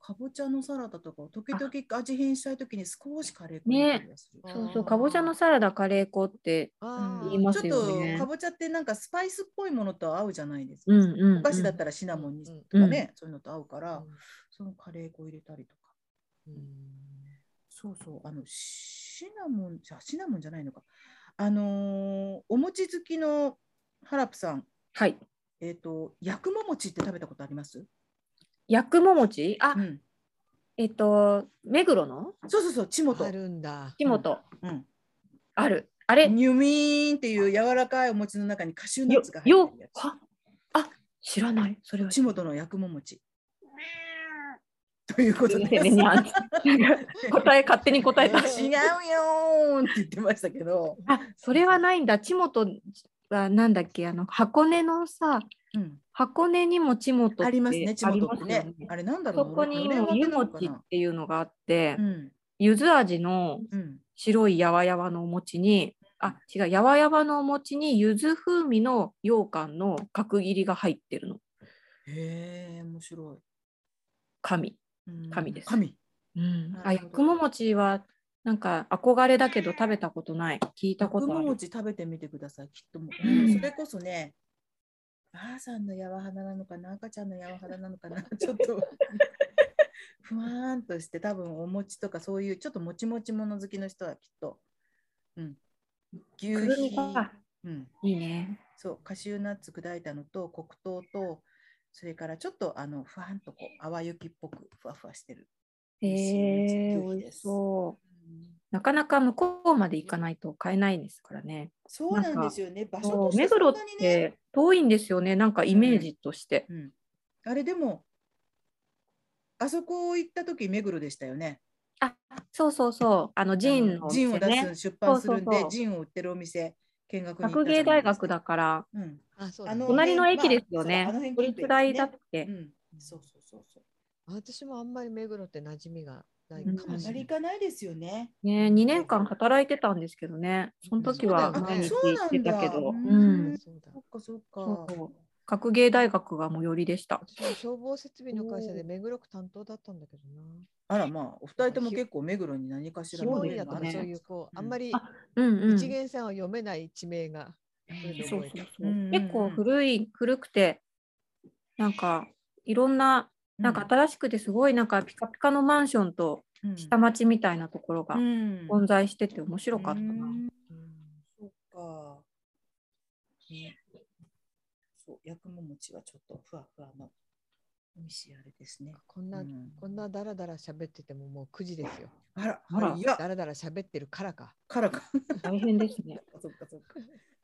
[SPEAKER 1] かぼちゃのサラダとかを時々味変したい時に少しカレー粉を入れたりはする
[SPEAKER 2] ね
[SPEAKER 3] そう
[SPEAKER 2] あ
[SPEAKER 3] そう
[SPEAKER 2] ー
[SPEAKER 3] かぼちゃのサラダカレー粉って
[SPEAKER 2] ああ。
[SPEAKER 3] 言います
[SPEAKER 1] ちょ
[SPEAKER 3] よね
[SPEAKER 1] っとかぼちゃってなんかスパイスっぽいものと合うじゃないですか。
[SPEAKER 3] うんうんうん
[SPEAKER 1] お菓子だったらシナモンに
[SPEAKER 2] うん
[SPEAKER 1] とかね、そういうのと合うから、そのカレー粉入れたりとか。
[SPEAKER 2] うん
[SPEAKER 1] そうそう、あのシナモンじゃシナモンじゃないのか。あのーお餅好きのハラプさん、
[SPEAKER 3] はい
[SPEAKER 1] えっ、と薬も餅って食べたことあります？
[SPEAKER 3] 薬くももちあ、
[SPEAKER 1] うん。
[SPEAKER 3] えっと目黒の
[SPEAKER 1] そうそうそう、ちもと。
[SPEAKER 2] あるんだ。
[SPEAKER 3] 木本、
[SPEAKER 1] うん。
[SPEAKER 3] あるあれ
[SPEAKER 1] ニュミーンっていう柔らかいお餅の中にカシューナッ
[SPEAKER 3] よ
[SPEAKER 1] ツが入っ
[SPEAKER 3] よ
[SPEAKER 1] てるや
[SPEAKER 3] はあ知らないそれは
[SPEAKER 1] つ。ちもとの薬も餅。ということです
[SPEAKER 3] すいませんねにゃーんって答え勝手に答えた
[SPEAKER 1] 違うよーんって言ってましたけど。
[SPEAKER 3] あ <laughs> それはないんだちもとはなんだっけあの箱根のさ
[SPEAKER 1] うん、
[SPEAKER 3] 箱根にもちもとって
[SPEAKER 1] ありますね、ちもとって
[SPEAKER 3] あ
[SPEAKER 1] ね
[SPEAKER 3] りますよ。
[SPEAKER 1] あれなんだろう
[SPEAKER 3] そ
[SPEAKER 1] な
[SPEAKER 3] こに
[SPEAKER 1] 俺
[SPEAKER 3] も
[SPEAKER 1] は
[SPEAKER 3] う湯
[SPEAKER 1] わ
[SPEAKER 3] 餅
[SPEAKER 1] かんないの
[SPEAKER 3] っ
[SPEAKER 1] か
[SPEAKER 3] ていうのがあって、
[SPEAKER 1] なうん
[SPEAKER 3] 柚子味の
[SPEAKER 1] うん
[SPEAKER 3] 白いやわやわのお餅にあ違うやわやわのお餅に柚子風味の羊羹の角切りが入ってるの
[SPEAKER 1] へえ、面白
[SPEAKER 3] 神、
[SPEAKER 1] い。うん
[SPEAKER 3] 神です
[SPEAKER 1] 神。
[SPEAKER 3] うん、あ
[SPEAKER 1] なるほど
[SPEAKER 3] やくも餅はなんか憧れだけど食べたことない聞いたこ
[SPEAKER 1] く
[SPEAKER 3] とあ
[SPEAKER 1] も
[SPEAKER 3] る
[SPEAKER 1] 餅食べてみてください、きっともう。
[SPEAKER 3] うん
[SPEAKER 1] それこそね、ばあさんのやわ肌なのかな、赤ちゃんのやわ肌なのかな、 <laughs> ちょっとふわーんとして、多分お餅とかそういうちょっともちもちもの好きの人はきっと、うん、牛
[SPEAKER 3] くるみ
[SPEAKER 1] 皮、
[SPEAKER 3] か
[SPEAKER 1] うん、
[SPEAKER 3] いいね
[SPEAKER 1] そう、カシューナッツ砕いたのと黒糖と、それからちょっとあのふわんとこう淡雪っぽくふわふわしてる。
[SPEAKER 3] え
[SPEAKER 1] 美味しい
[SPEAKER 3] ー、
[SPEAKER 1] お餅
[SPEAKER 3] 美味しそう
[SPEAKER 1] うん
[SPEAKER 3] なかなか向こうまで行かないと買えないですからね。
[SPEAKER 1] そうなんですよね。場所と
[SPEAKER 3] そう
[SPEAKER 1] して
[SPEAKER 3] 目
[SPEAKER 1] そん
[SPEAKER 3] 黒っ
[SPEAKER 1] なにね。
[SPEAKER 3] て遠いんですよね、なんかイメージとして。
[SPEAKER 1] うん、あれでも、あそこ行った時目黒でしたよね。
[SPEAKER 3] あそうそうそう、あのジンのお
[SPEAKER 1] ジン
[SPEAKER 3] 店
[SPEAKER 1] を出す、
[SPEAKER 3] ね。
[SPEAKER 1] 出版するんで
[SPEAKER 3] そうそうそう
[SPEAKER 1] ジンを売ってるお店、見学に行った
[SPEAKER 3] 学
[SPEAKER 1] じゃ
[SPEAKER 3] 芸
[SPEAKER 1] ない
[SPEAKER 3] 大
[SPEAKER 1] ですか
[SPEAKER 3] 学だ。から、
[SPEAKER 1] うん、
[SPEAKER 2] あ、そう
[SPEAKER 1] あ
[SPEAKER 2] だ、
[SPEAKER 1] の
[SPEAKER 2] ね。
[SPEAKER 3] 隣の駅です
[SPEAKER 1] ま
[SPEAKER 3] よ
[SPEAKER 1] あ
[SPEAKER 3] ね
[SPEAKER 1] そうあの辺。
[SPEAKER 3] これくらいだっ
[SPEAKER 1] う
[SPEAKER 3] て。
[SPEAKER 1] ん、そうそうそうそう。
[SPEAKER 2] 私もあんまり目黒って馴染みがない
[SPEAKER 3] うん
[SPEAKER 2] かも
[SPEAKER 1] あ
[SPEAKER 2] し
[SPEAKER 1] ま
[SPEAKER 2] れな
[SPEAKER 1] り
[SPEAKER 2] い
[SPEAKER 1] 行。かないですよね。
[SPEAKER 3] ね、2年間働いてたんですけどね、その時は
[SPEAKER 2] そうだよ
[SPEAKER 3] 毎
[SPEAKER 2] ね
[SPEAKER 3] 日行ってたけど、
[SPEAKER 1] そう
[SPEAKER 3] う
[SPEAKER 1] なんだ
[SPEAKER 3] ん、
[SPEAKER 2] そうだ
[SPEAKER 1] そっかそっ
[SPEAKER 3] そ
[SPEAKER 1] か
[SPEAKER 3] う。そう学芸大学が最寄りでした。
[SPEAKER 2] そう消防設備の会社で
[SPEAKER 1] お
[SPEAKER 2] 目黒区担当だったんだけどな。
[SPEAKER 1] あらまあ、お二人とも結構目黒に何かしら
[SPEAKER 2] 広
[SPEAKER 3] 広
[SPEAKER 2] い
[SPEAKER 3] い
[SPEAKER 2] だ
[SPEAKER 3] よ
[SPEAKER 2] と
[SPEAKER 3] ね
[SPEAKER 2] かそういうこう、あんまり
[SPEAKER 3] うんうん、
[SPEAKER 2] 一元さんを読めない地名が。
[SPEAKER 1] うん
[SPEAKER 3] そうそうそううん
[SPEAKER 1] うんうん
[SPEAKER 3] 結構古い古くてなんかいろんななんか
[SPEAKER 1] た
[SPEAKER 3] 新しくてすごいなんかピカピカのマンションと下町みたいなところが
[SPEAKER 1] うん
[SPEAKER 3] 混在してて面白かったな。
[SPEAKER 1] うん
[SPEAKER 2] うん
[SPEAKER 1] そっか。ね。そう、薬も餅はちょっとふわふわの。美味しいあれですね。
[SPEAKER 2] こんな、
[SPEAKER 1] うん
[SPEAKER 2] こんなだらだら喋っててももう9時ですよ。
[SPEAKER 1] あら、
[SPEAKER 3] あら
[SPEAKER 1] いや、
[SPEAKER 2] だらだら喋ってるからか。
[SPEAKER 1] からか。
[SPEAKER 3] 大変ですね。
[SPEAKER 1] そっかそっか。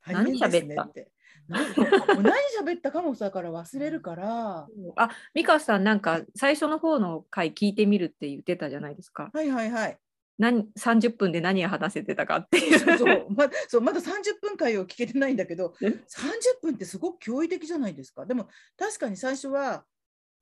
[SPEAKER 3] 何
[SPEAKER 1] 大変ですね
[SPEAKER 3] 喋った
[SPEAKER 1] て。なんかもう何喋ったかもさから忘れるから。
[SPEAKER 3] あ美香さんなんか最初の方の回聞いてみるって言ってたじゃないですか。
[SPEAKER 1] はいはいはい。
[SPEAKER 3] 何30分で何を話せてたかっていう。
[SPEAKER 1] そう <laughs> そう、ま、そう、まだ三十分回を聞けてないんだけど
[SPEAKER 3] え。
[SPEAKER 1] 三十分ってすごく驚異的じゃないですか。でも、確かに最初は。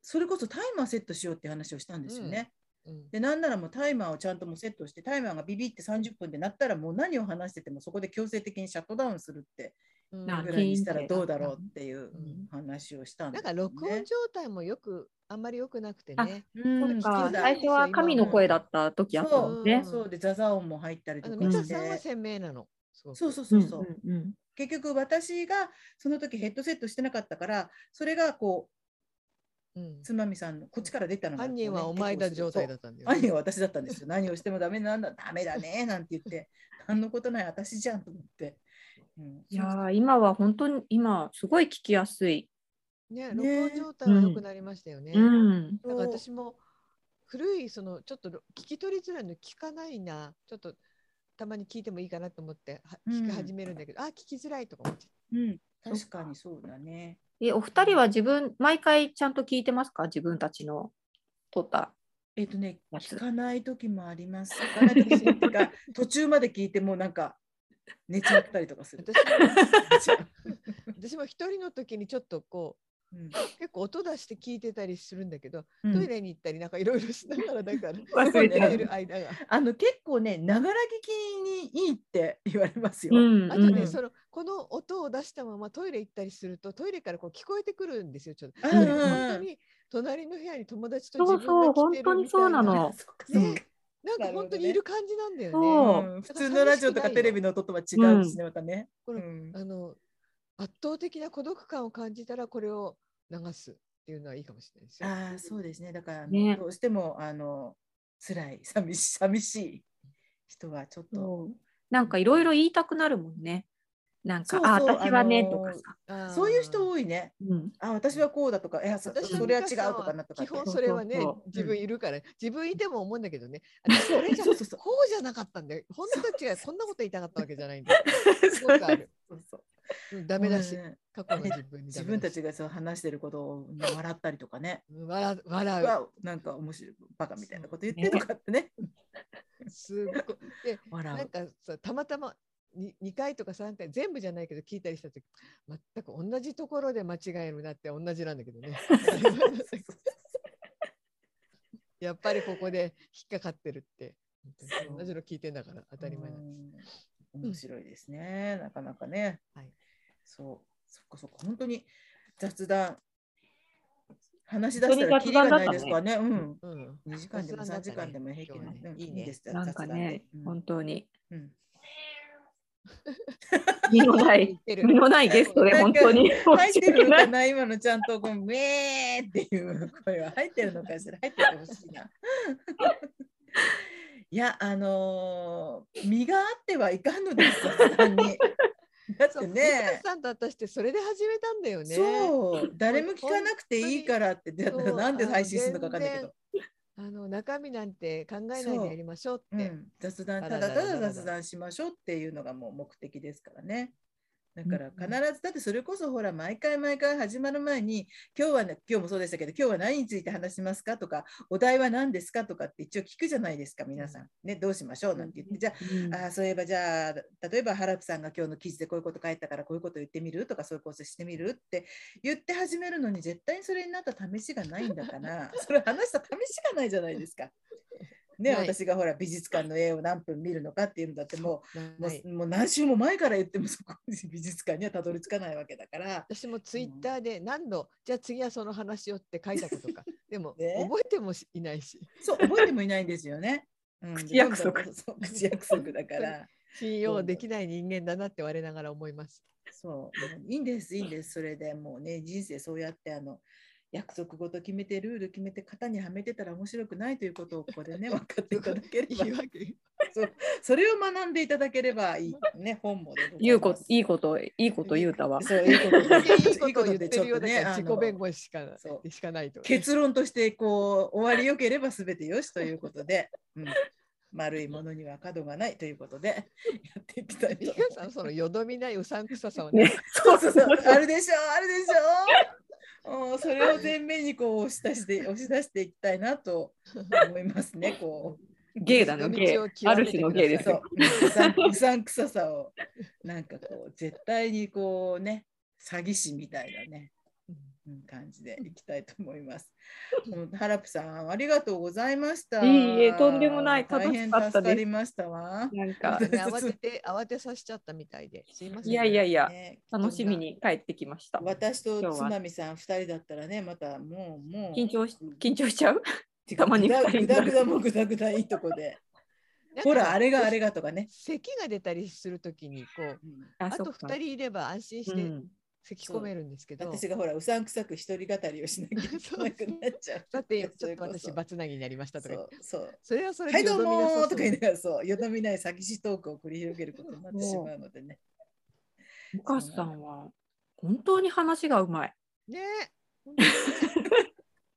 [SPEAKER 1] それこそタイマーセットしようって話をしたんですよね。
[SPEAKER 2] うんうん。
[SPEAKER 1] でなんならもうタイマーをちゃんともうセットしてタイマーがビビって30分でなったらもう何を話しててもそこで強制的にシャットダウンするって
[SPEAKER 2] うん
[SPEAKER 3] な
[SPEAKER 1] ぐらいにした
[SPEAKER 3] ピ
[SPEAKER 1] ら
[SPEAKER 3] ンと
[SPEAKER 1] どうだろうっていう
[SPEAKER 2] うん
[SPEAKER 1] 話をしたん
[SPEAKER 2] な
[SPEAKER 1] で
[SPEAKER 2] ん
[SPEAKER 1] すよ
[SPEAKER 2] か
[SPEAKER 1] ね
[SPEAKER 2] 録音状態もよく、あんまり良くなくて
[SPEAKER 3] あ
[SPEAKER 2] ね。
[SPEAKER 1] う
[SPEAKER 3] なん
[SPEAKER 1] ん
[SPEAKER 3] か
[SPEAKER 1] そうだ
[SPEAKER 3] 最初は神の声だった時あったもんね。
[SPEAKER 2] ん
[SPEAKER 1] そうでザザ音も入ったり
[SPEAKER 2] あ
[SPEAKER 1] とか
[SPEAKER 2] の、三
[SPEAKER 3] 美
[SPEAKER 2] 田
[SPEAKER 1] し
[SPEAKER 2] さんは
[SPEAKER 1] て
[SPEAKER 2] 鮮明なの。すごく
[SPEAKER 1] そうそうそうそう、
[SPEAKER 3] うんうんうん
[SPEAKER 1] 結局私がその時ヘッドセットしてなかったからそれがこ
[SPEAKER 2] うん
[SPEAKER 1] うつまみさんのこっちから出たのが
[SPEAKER 2] 犯人はお前だ状態だ
[SPEAKER 1] っ
[SPEAKER 2] ったんだよ
[SPEAKER 1] た
[SPEAKER 2] ね。
[SPEAKER 1] 犯人は私だったんですよ何をしてもダメなんだダメだねなんて言って何のことない私じゃんと思って、うん、
[SPEAKER 3] いやー今は本当に今すごい聞きやすい。
[SPEAKER 2] ね、録
[SPEAKER 1] ね
[SPEAKER 2] 音状態は良くなりましたよね。
[SPEAKER 3] うん。
[SPEAKER 2] なんか私も古いそのちょっとろ聞き取りづらいの聞かないなちょっとたまに聞いてもいいかなと思っては
[SPEAKER 1] うん
[SPEAKER 2] 聞き始めるんだけど、あ聞きづらいとか思っちゃっ
[SPEAKER 1] うん、確かにそうだね。
[SPEAKER 3] えお二人は自分毎回ちゃんと聞いてますか自分たちの撮った。
[SPEAKER 1] えっとね、
[SPEAKER 3] やつ
[SPEAKER 1] 聞かない時もあります。聞かない時もっていうか、途中まで聞いてもうなんか
[SPEAKER 3] <laughs>
[SPEAKER 1] 寝ちゃったりとかする。
[SPEAKER 2] た私も
[SPEAKER 1] <laughs> 寝ちゃう
[SPEAKER 2] 私も一人の時にちょっとこう結構音出して聞いてたりするんだけど、
[SPEAKER 1] うん
[SPEAKER 2] トイレに行ったりなんかいろいろしながら
[SPEAKER 3] <laughs>
[SPEAKER 2] だから
[SPEAKER 3] 忘れて
[SPEAKER 2] 寝て
[SPEAKER 3] る。
[SPEAKER 2] る間が。
[SPEAKER 1] あの結構ね、ながら聞きにいいって言われますよ。
[SPEAKER 3] うん
[SPEAKER 2] あとね、
[SPEAKER 3] うん
[SPEAKER 2] そのこの音を出したままトイレ行ったりするとトイレからこう聞こえてくるんですよちょっと。
[SPEAKER 1] あ
[SPEAKER 2] だ
[SPEAKER 1] ー
[SPEAKER 2] から本当に隣の部屋に友達と自分
[SPEAKER 3] そうそう
[SPEAKER 2] が来てるみたいな
[SPEAKER 3] 本当にそうなの
[SPEAKER 1] あそっかそっか
[SPEAKER 2] ねなんか本当にいる感じなんだよ
[SPEAKER 3] なる
[SPEAKER 2] ね。
[SPEAKER 3] ほどね
[SPEAKER 1] うん普通のラジオとかテレビの音とは違うしね、またね。
[SPEAKER 2] これ
[SPEAKER 1] うん
[SPEAKER 2] あの圧倒的な孤独感を感じたらこれを流すっていうのはいいかもしれないですよ。
[SPEAKER 1] ああ、そうですね。だから、
[SPEAKER 3] ね
[SPEAKER 1] どうしても、あの、辛い、寂し寂しい人はちょっと。
[SPEAKER 3] そうなんかいろいろ言いたくなるもんね。なん
[SPEAKER 1] そ
[SPEAKER 3] か、
[SPEAKER 1] うそう
[SPEAKER 3] あ、私はね、
[SPEAKER 1] あのー
[SPEAKER 3] とかさ。
[SPEAKER 2] あー
[SPEAKER 1] そういう人多いね。
[SPEAKER 3] うん、
[SPEAKER 1] あ、私はこうだとか、いや、そ
[SPEAKER 2] 私の
[SPEAKER 1] それは違
[SPEAKER 2] ミ
[SPEAKER 1] う
[SPEAKER 2] カさん
[SPEAKER 1] とかなとかって。
[SPEAKER 2] 基本それはね
[SPEAKER 3] そうそうそう
[SPEAKER 1] <laughs>
[SPEAKER 2] 自分いるから、自分いても思うんだけどね私
[SPEAKER 1] そう
[SPEAKER 2] これじゃ
[SPEAKER 1] そうそうそう
[SPEAKER 2] こうじゃなかったんだよ本当は違うこんなこと言いたかったわけじゃないんだ
[SPEAKER 1] <laughs>
[SPEAKER 2] よすごくある、
[SPEAKER 1] そうそう
[SPEAKER 2] うん、ダメだし
[SPEAKER 1] もうね
[SPEAKER 2] 過去の自分に
[SPEAKER 1] 自
[SPEAKER 2] ダメ
[SPEAKER 1] 分
[SPEAKER 2] だ
[SPEAKER 1] た
[SPEAKER 2] し
[SPEAKER 1] ちがそう話してることを笑ったりとかね。
[SPEAKER 2] うん笑う笑う
[SPEAKER 1] わおなんか面白いバカみたいなこと言ってとかってね。
[SPEAKER 2] すっごいでな
[SPEAKER 1] 笑
[SPEAKER 2] ん
[SPEAKER 1] う。
[SPEAKER 2] かさたまたまに2回とか3回全部じゃないけど聞いたりした時全く同じところで間違えるなって同じなんだけ
[SPEAKER 1] <laughs>
[SPEAKER 2] どねやっぱりここで引っかかってるって同じの聞いてんだから当たり前なんです。
[SPEAKER 1] うん面白いですね。なかなかね。
[SPEAKER 2] はい
[SPEAKER 1] そう。そっかそっか。本当に雑談。話し出
[SPEAKER 3] 本
[SPEAKER 1] し
[SPEAKER 3] 当
[SPEAKER 1] た
[SPEAKER 3] に
[SPEAKER 1] らキリがないですからね。うん。
[SPEAKER 2] うん
[SPEAKER 1] 2時間でも
[SPEAKER 2] 雑談だ
[SPEAKER 1] 3
[SPEAKER 2] っ
[SPEAKER 1] 時間
[SPEAKER 2] たね
[SPEAKER 1] でも平気な
[SPEAKER 2] 今日はね
[SPEAKER 1] うん
[SPEAKER 2] いいね
[SPEAKER 1] いいですよ。
[SPEAKER 3] なんかね、本当に、
[SPEAKER 1] うん
[SPEAKER 3] 身のない、
[SPEAKER 2] 言って
[SPEAKER 3] 身
[SPEAKER 2] る
[SPEAKER 3] のないゲストで、本当に。
[SPEAKER 1] 入ってるの
[SPEAKER 3] な
[SPEAKER 1] か
[SPEAKER 3] い。
[SPEAKER 1] な <laughs> 今のちゃんとこのウェーっていう声は入ってるのかしら入っててほしいな。 <laughs> いやあのー身があってはいかんのですさすが
[SPEAKER 2] <laughs>
[SPEAKER 1] に。だっ
[SPEAKER 2] そう
[SPEAKER 1] て
[SPEAKER 2] ね
[SPEAKER 1] ね。
[SPEAKER 2] さんと私ってそれで始めたんだよね。
[SPEAKER 1] そう誰も聞かなくていいからってだったら
[SPEAKER 2] そう
[SPEAKER 1] なんで配信するのかわかんないけど、
[SPEAKER 2] あの中身なんて考えない
[SPEAKER 1] そう
[SPEAKER 2] でやりましょう
[SPEAKER 1] う
[SPEAKER 2] って。
[SPEAKER 1] ん、雑談
[SPEAKER 2] だ
[SPEAKER 1] ただ
[SPEAKER 2] らだ
[SPEAKER 1] た
[SPEAKER 2] ら
[SPEAKER 1] だ
[SPEAKER 2] だら
[SPEAKER 1] 雑
[SPEAKER 2] だ
[SPEAKER 1] 談しましょうっていうのがもう目的ですからねだから必ずだってそれこそほら毎回毎回始まる前に今日はね今日もそうでしたけど今日は何について話しますかとかお題は何ですかとかって一応聞くじゃないですか皆さんねどうしましょうなんて言ってじゃああーそういえばじゃあ例えばハラプさんが今日の記事でこういうこと書いたからこういうこと言ってみるとかそういうことしてみるって言って始めるのに絶対にそれになった試しがないんだからそれ話した試しがないじゃないですか。ね
[SPEAKER 2] ない
[SPEAKER 1] 私がほら美術館の絵を何分見るのかっていうんだってもう,、
[SPEAKER 2] ない
[SPEAKER 1] もうもう何週も前から言ってもそこ美術館にはたどり着かないわけだ
[SPEAKER 2] <laughs>
[SPEAKER 1] から。
[SPEAKER 2] 私もツイッターで何度、じゃあ次はその話をって書いたこ
[SPEAKER 1] <laughs>
[SPEAKER 2] とかでも、
[SPEAKER 1] ね
[SPEAKER 2] 覚えてもしいないし
[SPEAKER 1] そう覚えてもいないんですよね。うん、
[SPEAKER 3] 口約
[SPEAKER 1] ど
[SPEAKER 3] 束
[SPEAKER 1] んどんそう口約束だから。
[SPEAKER 2] 信用できない人間だなって我ながら思います。
[SPEAKER 1] そう、もういいんです、いいんです、それでもうね、人生そうやってあの約束ごと決めて、ルール決めて、型にはめてたら面白くないということをここでね、分か <laughs> っていただければ
[SPEAKER 2] 言い、訳
[SPEAKER 1] それを学んでいただければいい、ね、本もね。
[SPEAKER 3] 言うこと、いいこと、いいこと言うたわ。
[SPEAKER 1] そう、いいこと
[SPEAKER 2] だけ
[SPEAKER 1] で、
[SPEAKER 2] いいこと
[SPEAKER 1] い
[SPEAKER 2] を言
[SPEAKER 1] い
[SPEAKER 2] っ
[SPEAKER 1] で
[SPEAKER 2] て
[SPEAKER 1] ちょ
[SPEAKER 2] る
[SPEAKER 1] っ
[SPEAKER 2] よ
[SPEAKER 1] と
[SPEAKER 2] うだ
[SPEAKER 1] ね、
[SPEAKER 2] から
[SPEAKER 1] あ
[SPEAKER 2] 自
[SPEAKER 1] の
[SPEAKER 2] 己弁護しかな
[SPEAKER 1] そ
[SPEAKER 2] しかないと。
[SPEAKER 1] 結論として、こう、終わりよければ全てよしということで、うん、丸いものには角がないということで、やっていきたいと
[SPEAKER 2] 美
[SPEAKER 1] 思います
[SPEAKER 2] 香さんそのよどみないうさんくささはね
[SPEAKER 3] ね、
[SPEAKER 1] そうそう
[SPEAKER 3] <laughs>
[SPEAKER 1] そう、あるでしょう、あるでしょう。うんそれを前面にこう押し出して、押し出していきたいなと思いますね。こ
[SPEAKER 3] ゲイだの、ゲイ。ある種のゲイ
[SPEAKER 1] う、
[SPEAKER 3] です
[SPEAKER 1] そ
[SPEAKER 3] よ
[SPEAKER 1] う。、うさん、うさんくささを、なんかこう、絶対にこうね、詐欺師みたいなね。うん感じでいきたいと思います。うんハラプさん、ありがとうございました。
[SPEAKER 3] いえいえとんでもない
[SPEAKER 1] 大変
[SPEAKER 3] 楽しかった
[SPEAKER 1] 助か
[SPEAKER 3] です
[SPEAKER 1] りましたわ。
[SPEAKER 3] な
[SPEAKER 2] <laughs>
[SPEAKER 3] んか、
[SPEAKER 2] ね慌てて慌てさせちゃったみたいで。すいません。
[SPEAKER 3] いやいやいや、
[SPEAKER 1] ね
[SPEAKER 3] 楽しみに帰ってきました。
[SPEAKER 1] 私と
[SPEAKER 3] 今日
[SPEAKER 1] つ
[SPEAKER 3] は
[SPEAKER 1] まみさん二人だったらね、またもうもう
[SPEAKER 3] 緊張し、緊張しちゃう。
[SPEAKER 1] てか
[SPEAKER 3] たまに
[SPEAKER 1] ぐだ
[SPEAKER 3] 二人
[SPEAKER 1] ぐ
[SPEAKER 3] にな
[SPEAKER 1] だ
[SPEAKER 3] る
[SPEAKER 1] ぐだもぐだぐだいいとこ
[SPEAKER 2] <laughs>
[SPEAKER 1] で。
[SPEAKER 2] なんか
[SPEAKER 1] ほら、あれがあれがとかね。
[SPEAKER 2] 咳が出たりするときにこう
[SPEAKER 1] うん
[SPEAKER 3] あ
[SPEAKER 2] あと二人
[SPEAKER 3] 人
[SPEAKER 2] いれば安心して咳込めるんですけど。
[SPEAKER 1] 私がほら、うさんくさく一人語りをしなきゃいけなくなっちゃう。
[SPEAKER 2] だってち
[SPEAKER 1] そ
[SPEAKER 2] ょっ
[SPEAKER 1] れ
[SPEAKER 2] と
[SPEAKER 1] こそ
[SPEAKER 2] 私バツナギになりましたと
[SPEAKER 1] そ
[SPEAKER 2] か言っ
[SPEAKER 1] う
[SPEAKER 2] て。
[SPEAKER 1] そう。
[SPEAKER 2] それはそれ
[SPEAKER 1] はい、どうも
[SPEAKER 2] よ
[SPEAKER 1] ー
[SPEAKER 2] ど
[SPEAKER 1] とか
[SPEAKER 2] み
[SPEAKER 1] 言い
[SPEAKER 2] なさ
[SPEAKER 1] ながら、そう、よどみない詐欺師トークを繰り広げることになってしまうのでね。
[SPEAKER 3] お母さんは本当に話がうまい。
[SPEAKER 2] そうねえ。本当
[SPEAKER 1] <laughs>
[SPEAKER 2] に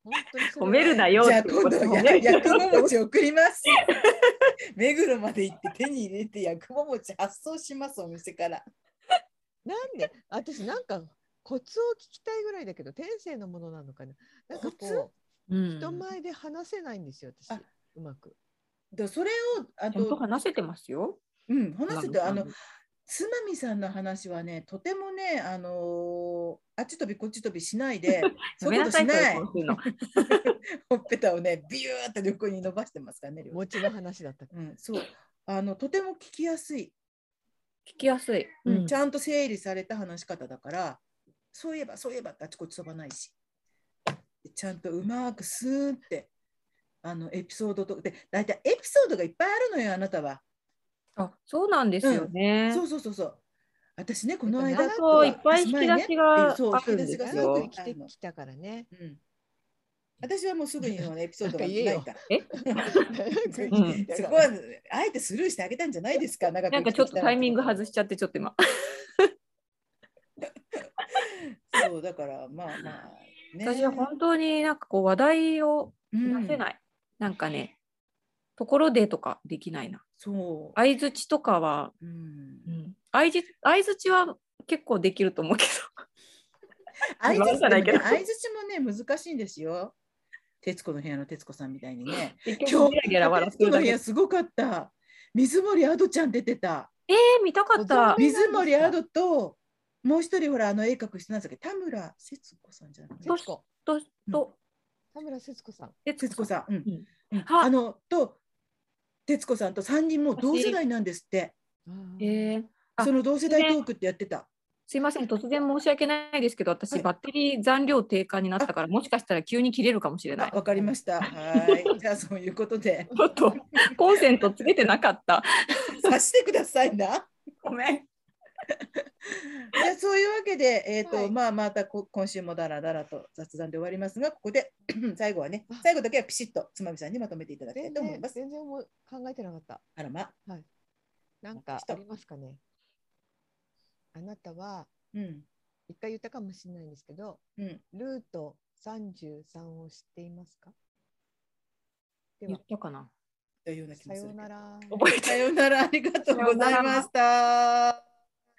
[SPEAKER 2] 本当にそれは
[SPEAKER 3] 褒めるなよ
[SPEAKER 1] じゃ
[SPEAKER 3] っ
[SPEAKER 1] あ
[SPEAKER 3] てこ
[SPEAKER 1] 今
[SPEAKER 3] と
[SPEAKER 1] 度
[SPEAKER 3] を
[SPEAKER 1] や、
[SPEAKER 3] ね。
[SPEAKER 1] 薬も餅送り
[SPEAKER 2] <laughs>
[SPEAKER 1] ます。目黒まで行って手に入れて薬も餅発送します、お店から。
[SPEAKER 2] なんで私なんかコツを聞きたいぐらいだけど天性のものなのかな。なんかこ
[SPEAKER 3] う
[SPEAKER 2] う人
[SPEAKER 3] ん。
[SPEAKER 2] 前で話せないんですよ私
[SPEAKER 1] あ
[SPEAKER 2] うまく。
[SPEAKER 1] でそれを、あ
[SPEAKER 3] ちゃんと
[SPEAKER 1] と、
[SPEAKER 3] 話せてますよ。
[SPEAKER 1] うん、話せて、あの、つまみさんの話はね、とてもね、あのーあっち飛びこっち飛びしない
[SPEAKER 3] <laughs>
[SPEAKER 1] で、そういうことしない、
[SPEAKER 3] そういうの
[SPEAKER 1] ほっぺたをね、ビューって横に伸ばしてますからね。両手
[SPEAKER 2] 餅の話だったか
[SPEAKER 1] うん、そう。あのとても聞きやすい、
[SPEAKER 3] 聞きやすい。うん
[SPEAKER 1] ちゃんと整理された話し方だから、そういえばそういえばってあちこち飛ばないし、ちゃんとうまくスーンって、あのエピソードと、で、大体エピソードがいっぱいあるのよ、あなたは。
[SPEAKER 3] あ、そうなんですよね。
[SPEAKER 1] そうそうそうそう。私ね、この
[SPEAKER 2] やっぱ
[SPEAKER 1] 間
[SPEAKER 2] 長
[SPEAKER 3] そういっぱい引き出しがあ
[SPEAKER 1] そう
[SPEAKER 3] るんで
[SPEAKER 2] 私
[SPEAKER 3] す
[SPEAKER 2] が
[SPEAKER 1] 引き
[SPEAKER 2] す
[SPEAKER 1] 出しが
[SPEAKER 2] ごく生。
[SPEAKER 3] よ
[SPEAKER 2] きてきたから
[SPEAKER 1] <laughs>
[SPEAKER 2] ね。
[SPEAKER 1] うん、私はもうすぐにのエピソードが
[SPEAKER 2] なんか
[SPEAKER 1] な
[SPEAKER 2] 言え
[SPEAKER 1] いか
[SPEAKER 2] よ
[SPEAKER 1] ら。
[SPEAKER 3] うん
[SPEAKER 1] そこはあえてスルーしてあげたんじゃないですか。なん
[SPEAKER 3] なんかちょっとタイミング外しちゃって、ちょっと今。
[SPEAKER 1] そうだからまあまあ、ね。
[SPEAKER 3] 私は本当になんかこう話題を出せ
[SPEAKER 1] い。
[SPEAKER 3] ない。なんかね、ところでとかできないな。
[SPEAKER 1] そう。
[SPEAKER 3] 相づちとかは、
[SPEAKER 1] うん
[SPEAKER 3] うん、相づ相づちは結構できると思うけ
[SPEAKER 1] <laughs> 相
[SPEAKER 3] 今
[SPEAKER 1] づち
[SPEAKER 3] 更だけど
[SPEAKER 1] 相づちもね難しいんですよ。徹子の部屋の徹子さんみたいに
[SPEAKER 3] <laughs>
[SPEAKER 1] ね。
[SPEAKER 3] ど、結局ギラギラ笑っ
[SPEAKER 1] 徹子
[SPEAKER 3] てる
[SPEAKER 1] の
[SPEAKER 3] だ
[SPEAKER 1] 部
[SPEAKER 3] け。え
[SPEAKER 1] 屋すごかった。水森アドちゃん出てた。
[SPEAKER 3] ー見たかっ
[SPEAKER 2] ご
[SPEAKER 3] た
[SPEAKER 2] 存。
[SPEAKER 1] 水森アドともう一人ほらあの絵描く人なんですけど田村節子さんじゃなくて
[SPEAKER 3] どう
[SPEAKER 2] 節子
[SPEAKER 3] とと、
[SPEAKER 2] 田村節子さん。
[SPEAKER 1] 徹子さん、うん
[SPEAKER 3] うん
[SPEAKER 1] うん
[SPEAKER 3] は
[SPEAKER 1] あのと徹子さんと3人もう同世代なんですって
[SPEAKER 3] えーあ
[SPEAKER 1] その同世代トークってやってた
[SPEAKER 3] すいません、突然申し訳ないですけど、私、
[SPEAKER 1] はい
[SPEAKER 3] バッテリー残量低下になったから、もしかしたら急に切れるかもしれない
[SPEAKER 1] あ。わかりましたはいじゃあそういうことで
[SPEAKER 3] ちょっとコンセントつけてなかった。
[SPEAKER 1] 察してくださいな <laughs>
[SPEAKER 3] ごめん。
[SPEAKER 1] じゃあそういうわけで、えーと
[SPEAKER 2] はい
[SPEAKER 1] まあ、またこ今週もだらだらと雑談で終わりますがここで <clears throat> 最後はね最後だけはピシッとつまみさんにまとめていただきたい
[SPEAKER 2] 全
[SPEAKER 1] と思い
[SPEAKER 2] 然
[SPEAKER 1] ます。
[SPEAKER 2] 全然もう考えてなかった。
[SPEAKER 1] あらま
[SPEAKER 2] なんかありますかね。あなたは
[SPEAKER 1] うん
[SPEAKER 2] 一回言ったかもしれないんですけど、
[SPEAKER 1] うん、
[SPEAKER 2] ルート三十三を知っていますか。で
[SPEAKER 3] 言
[SPEAKER 2] は
[SPEAKER 3] っ、たかな。
[SPEAKER 1] というような気
[SPEAKER 2] さ
[SPEAKER 1] もする
[SPEAKER 2] よ
[SPEAKER 1] け
[SPEAKER 2] う
[SPEAKER 1] ど
[SPEAKER 2] なら。
[SPEAKER 3] 覚えて
[SPEAKER 1] さようならありがとうございました。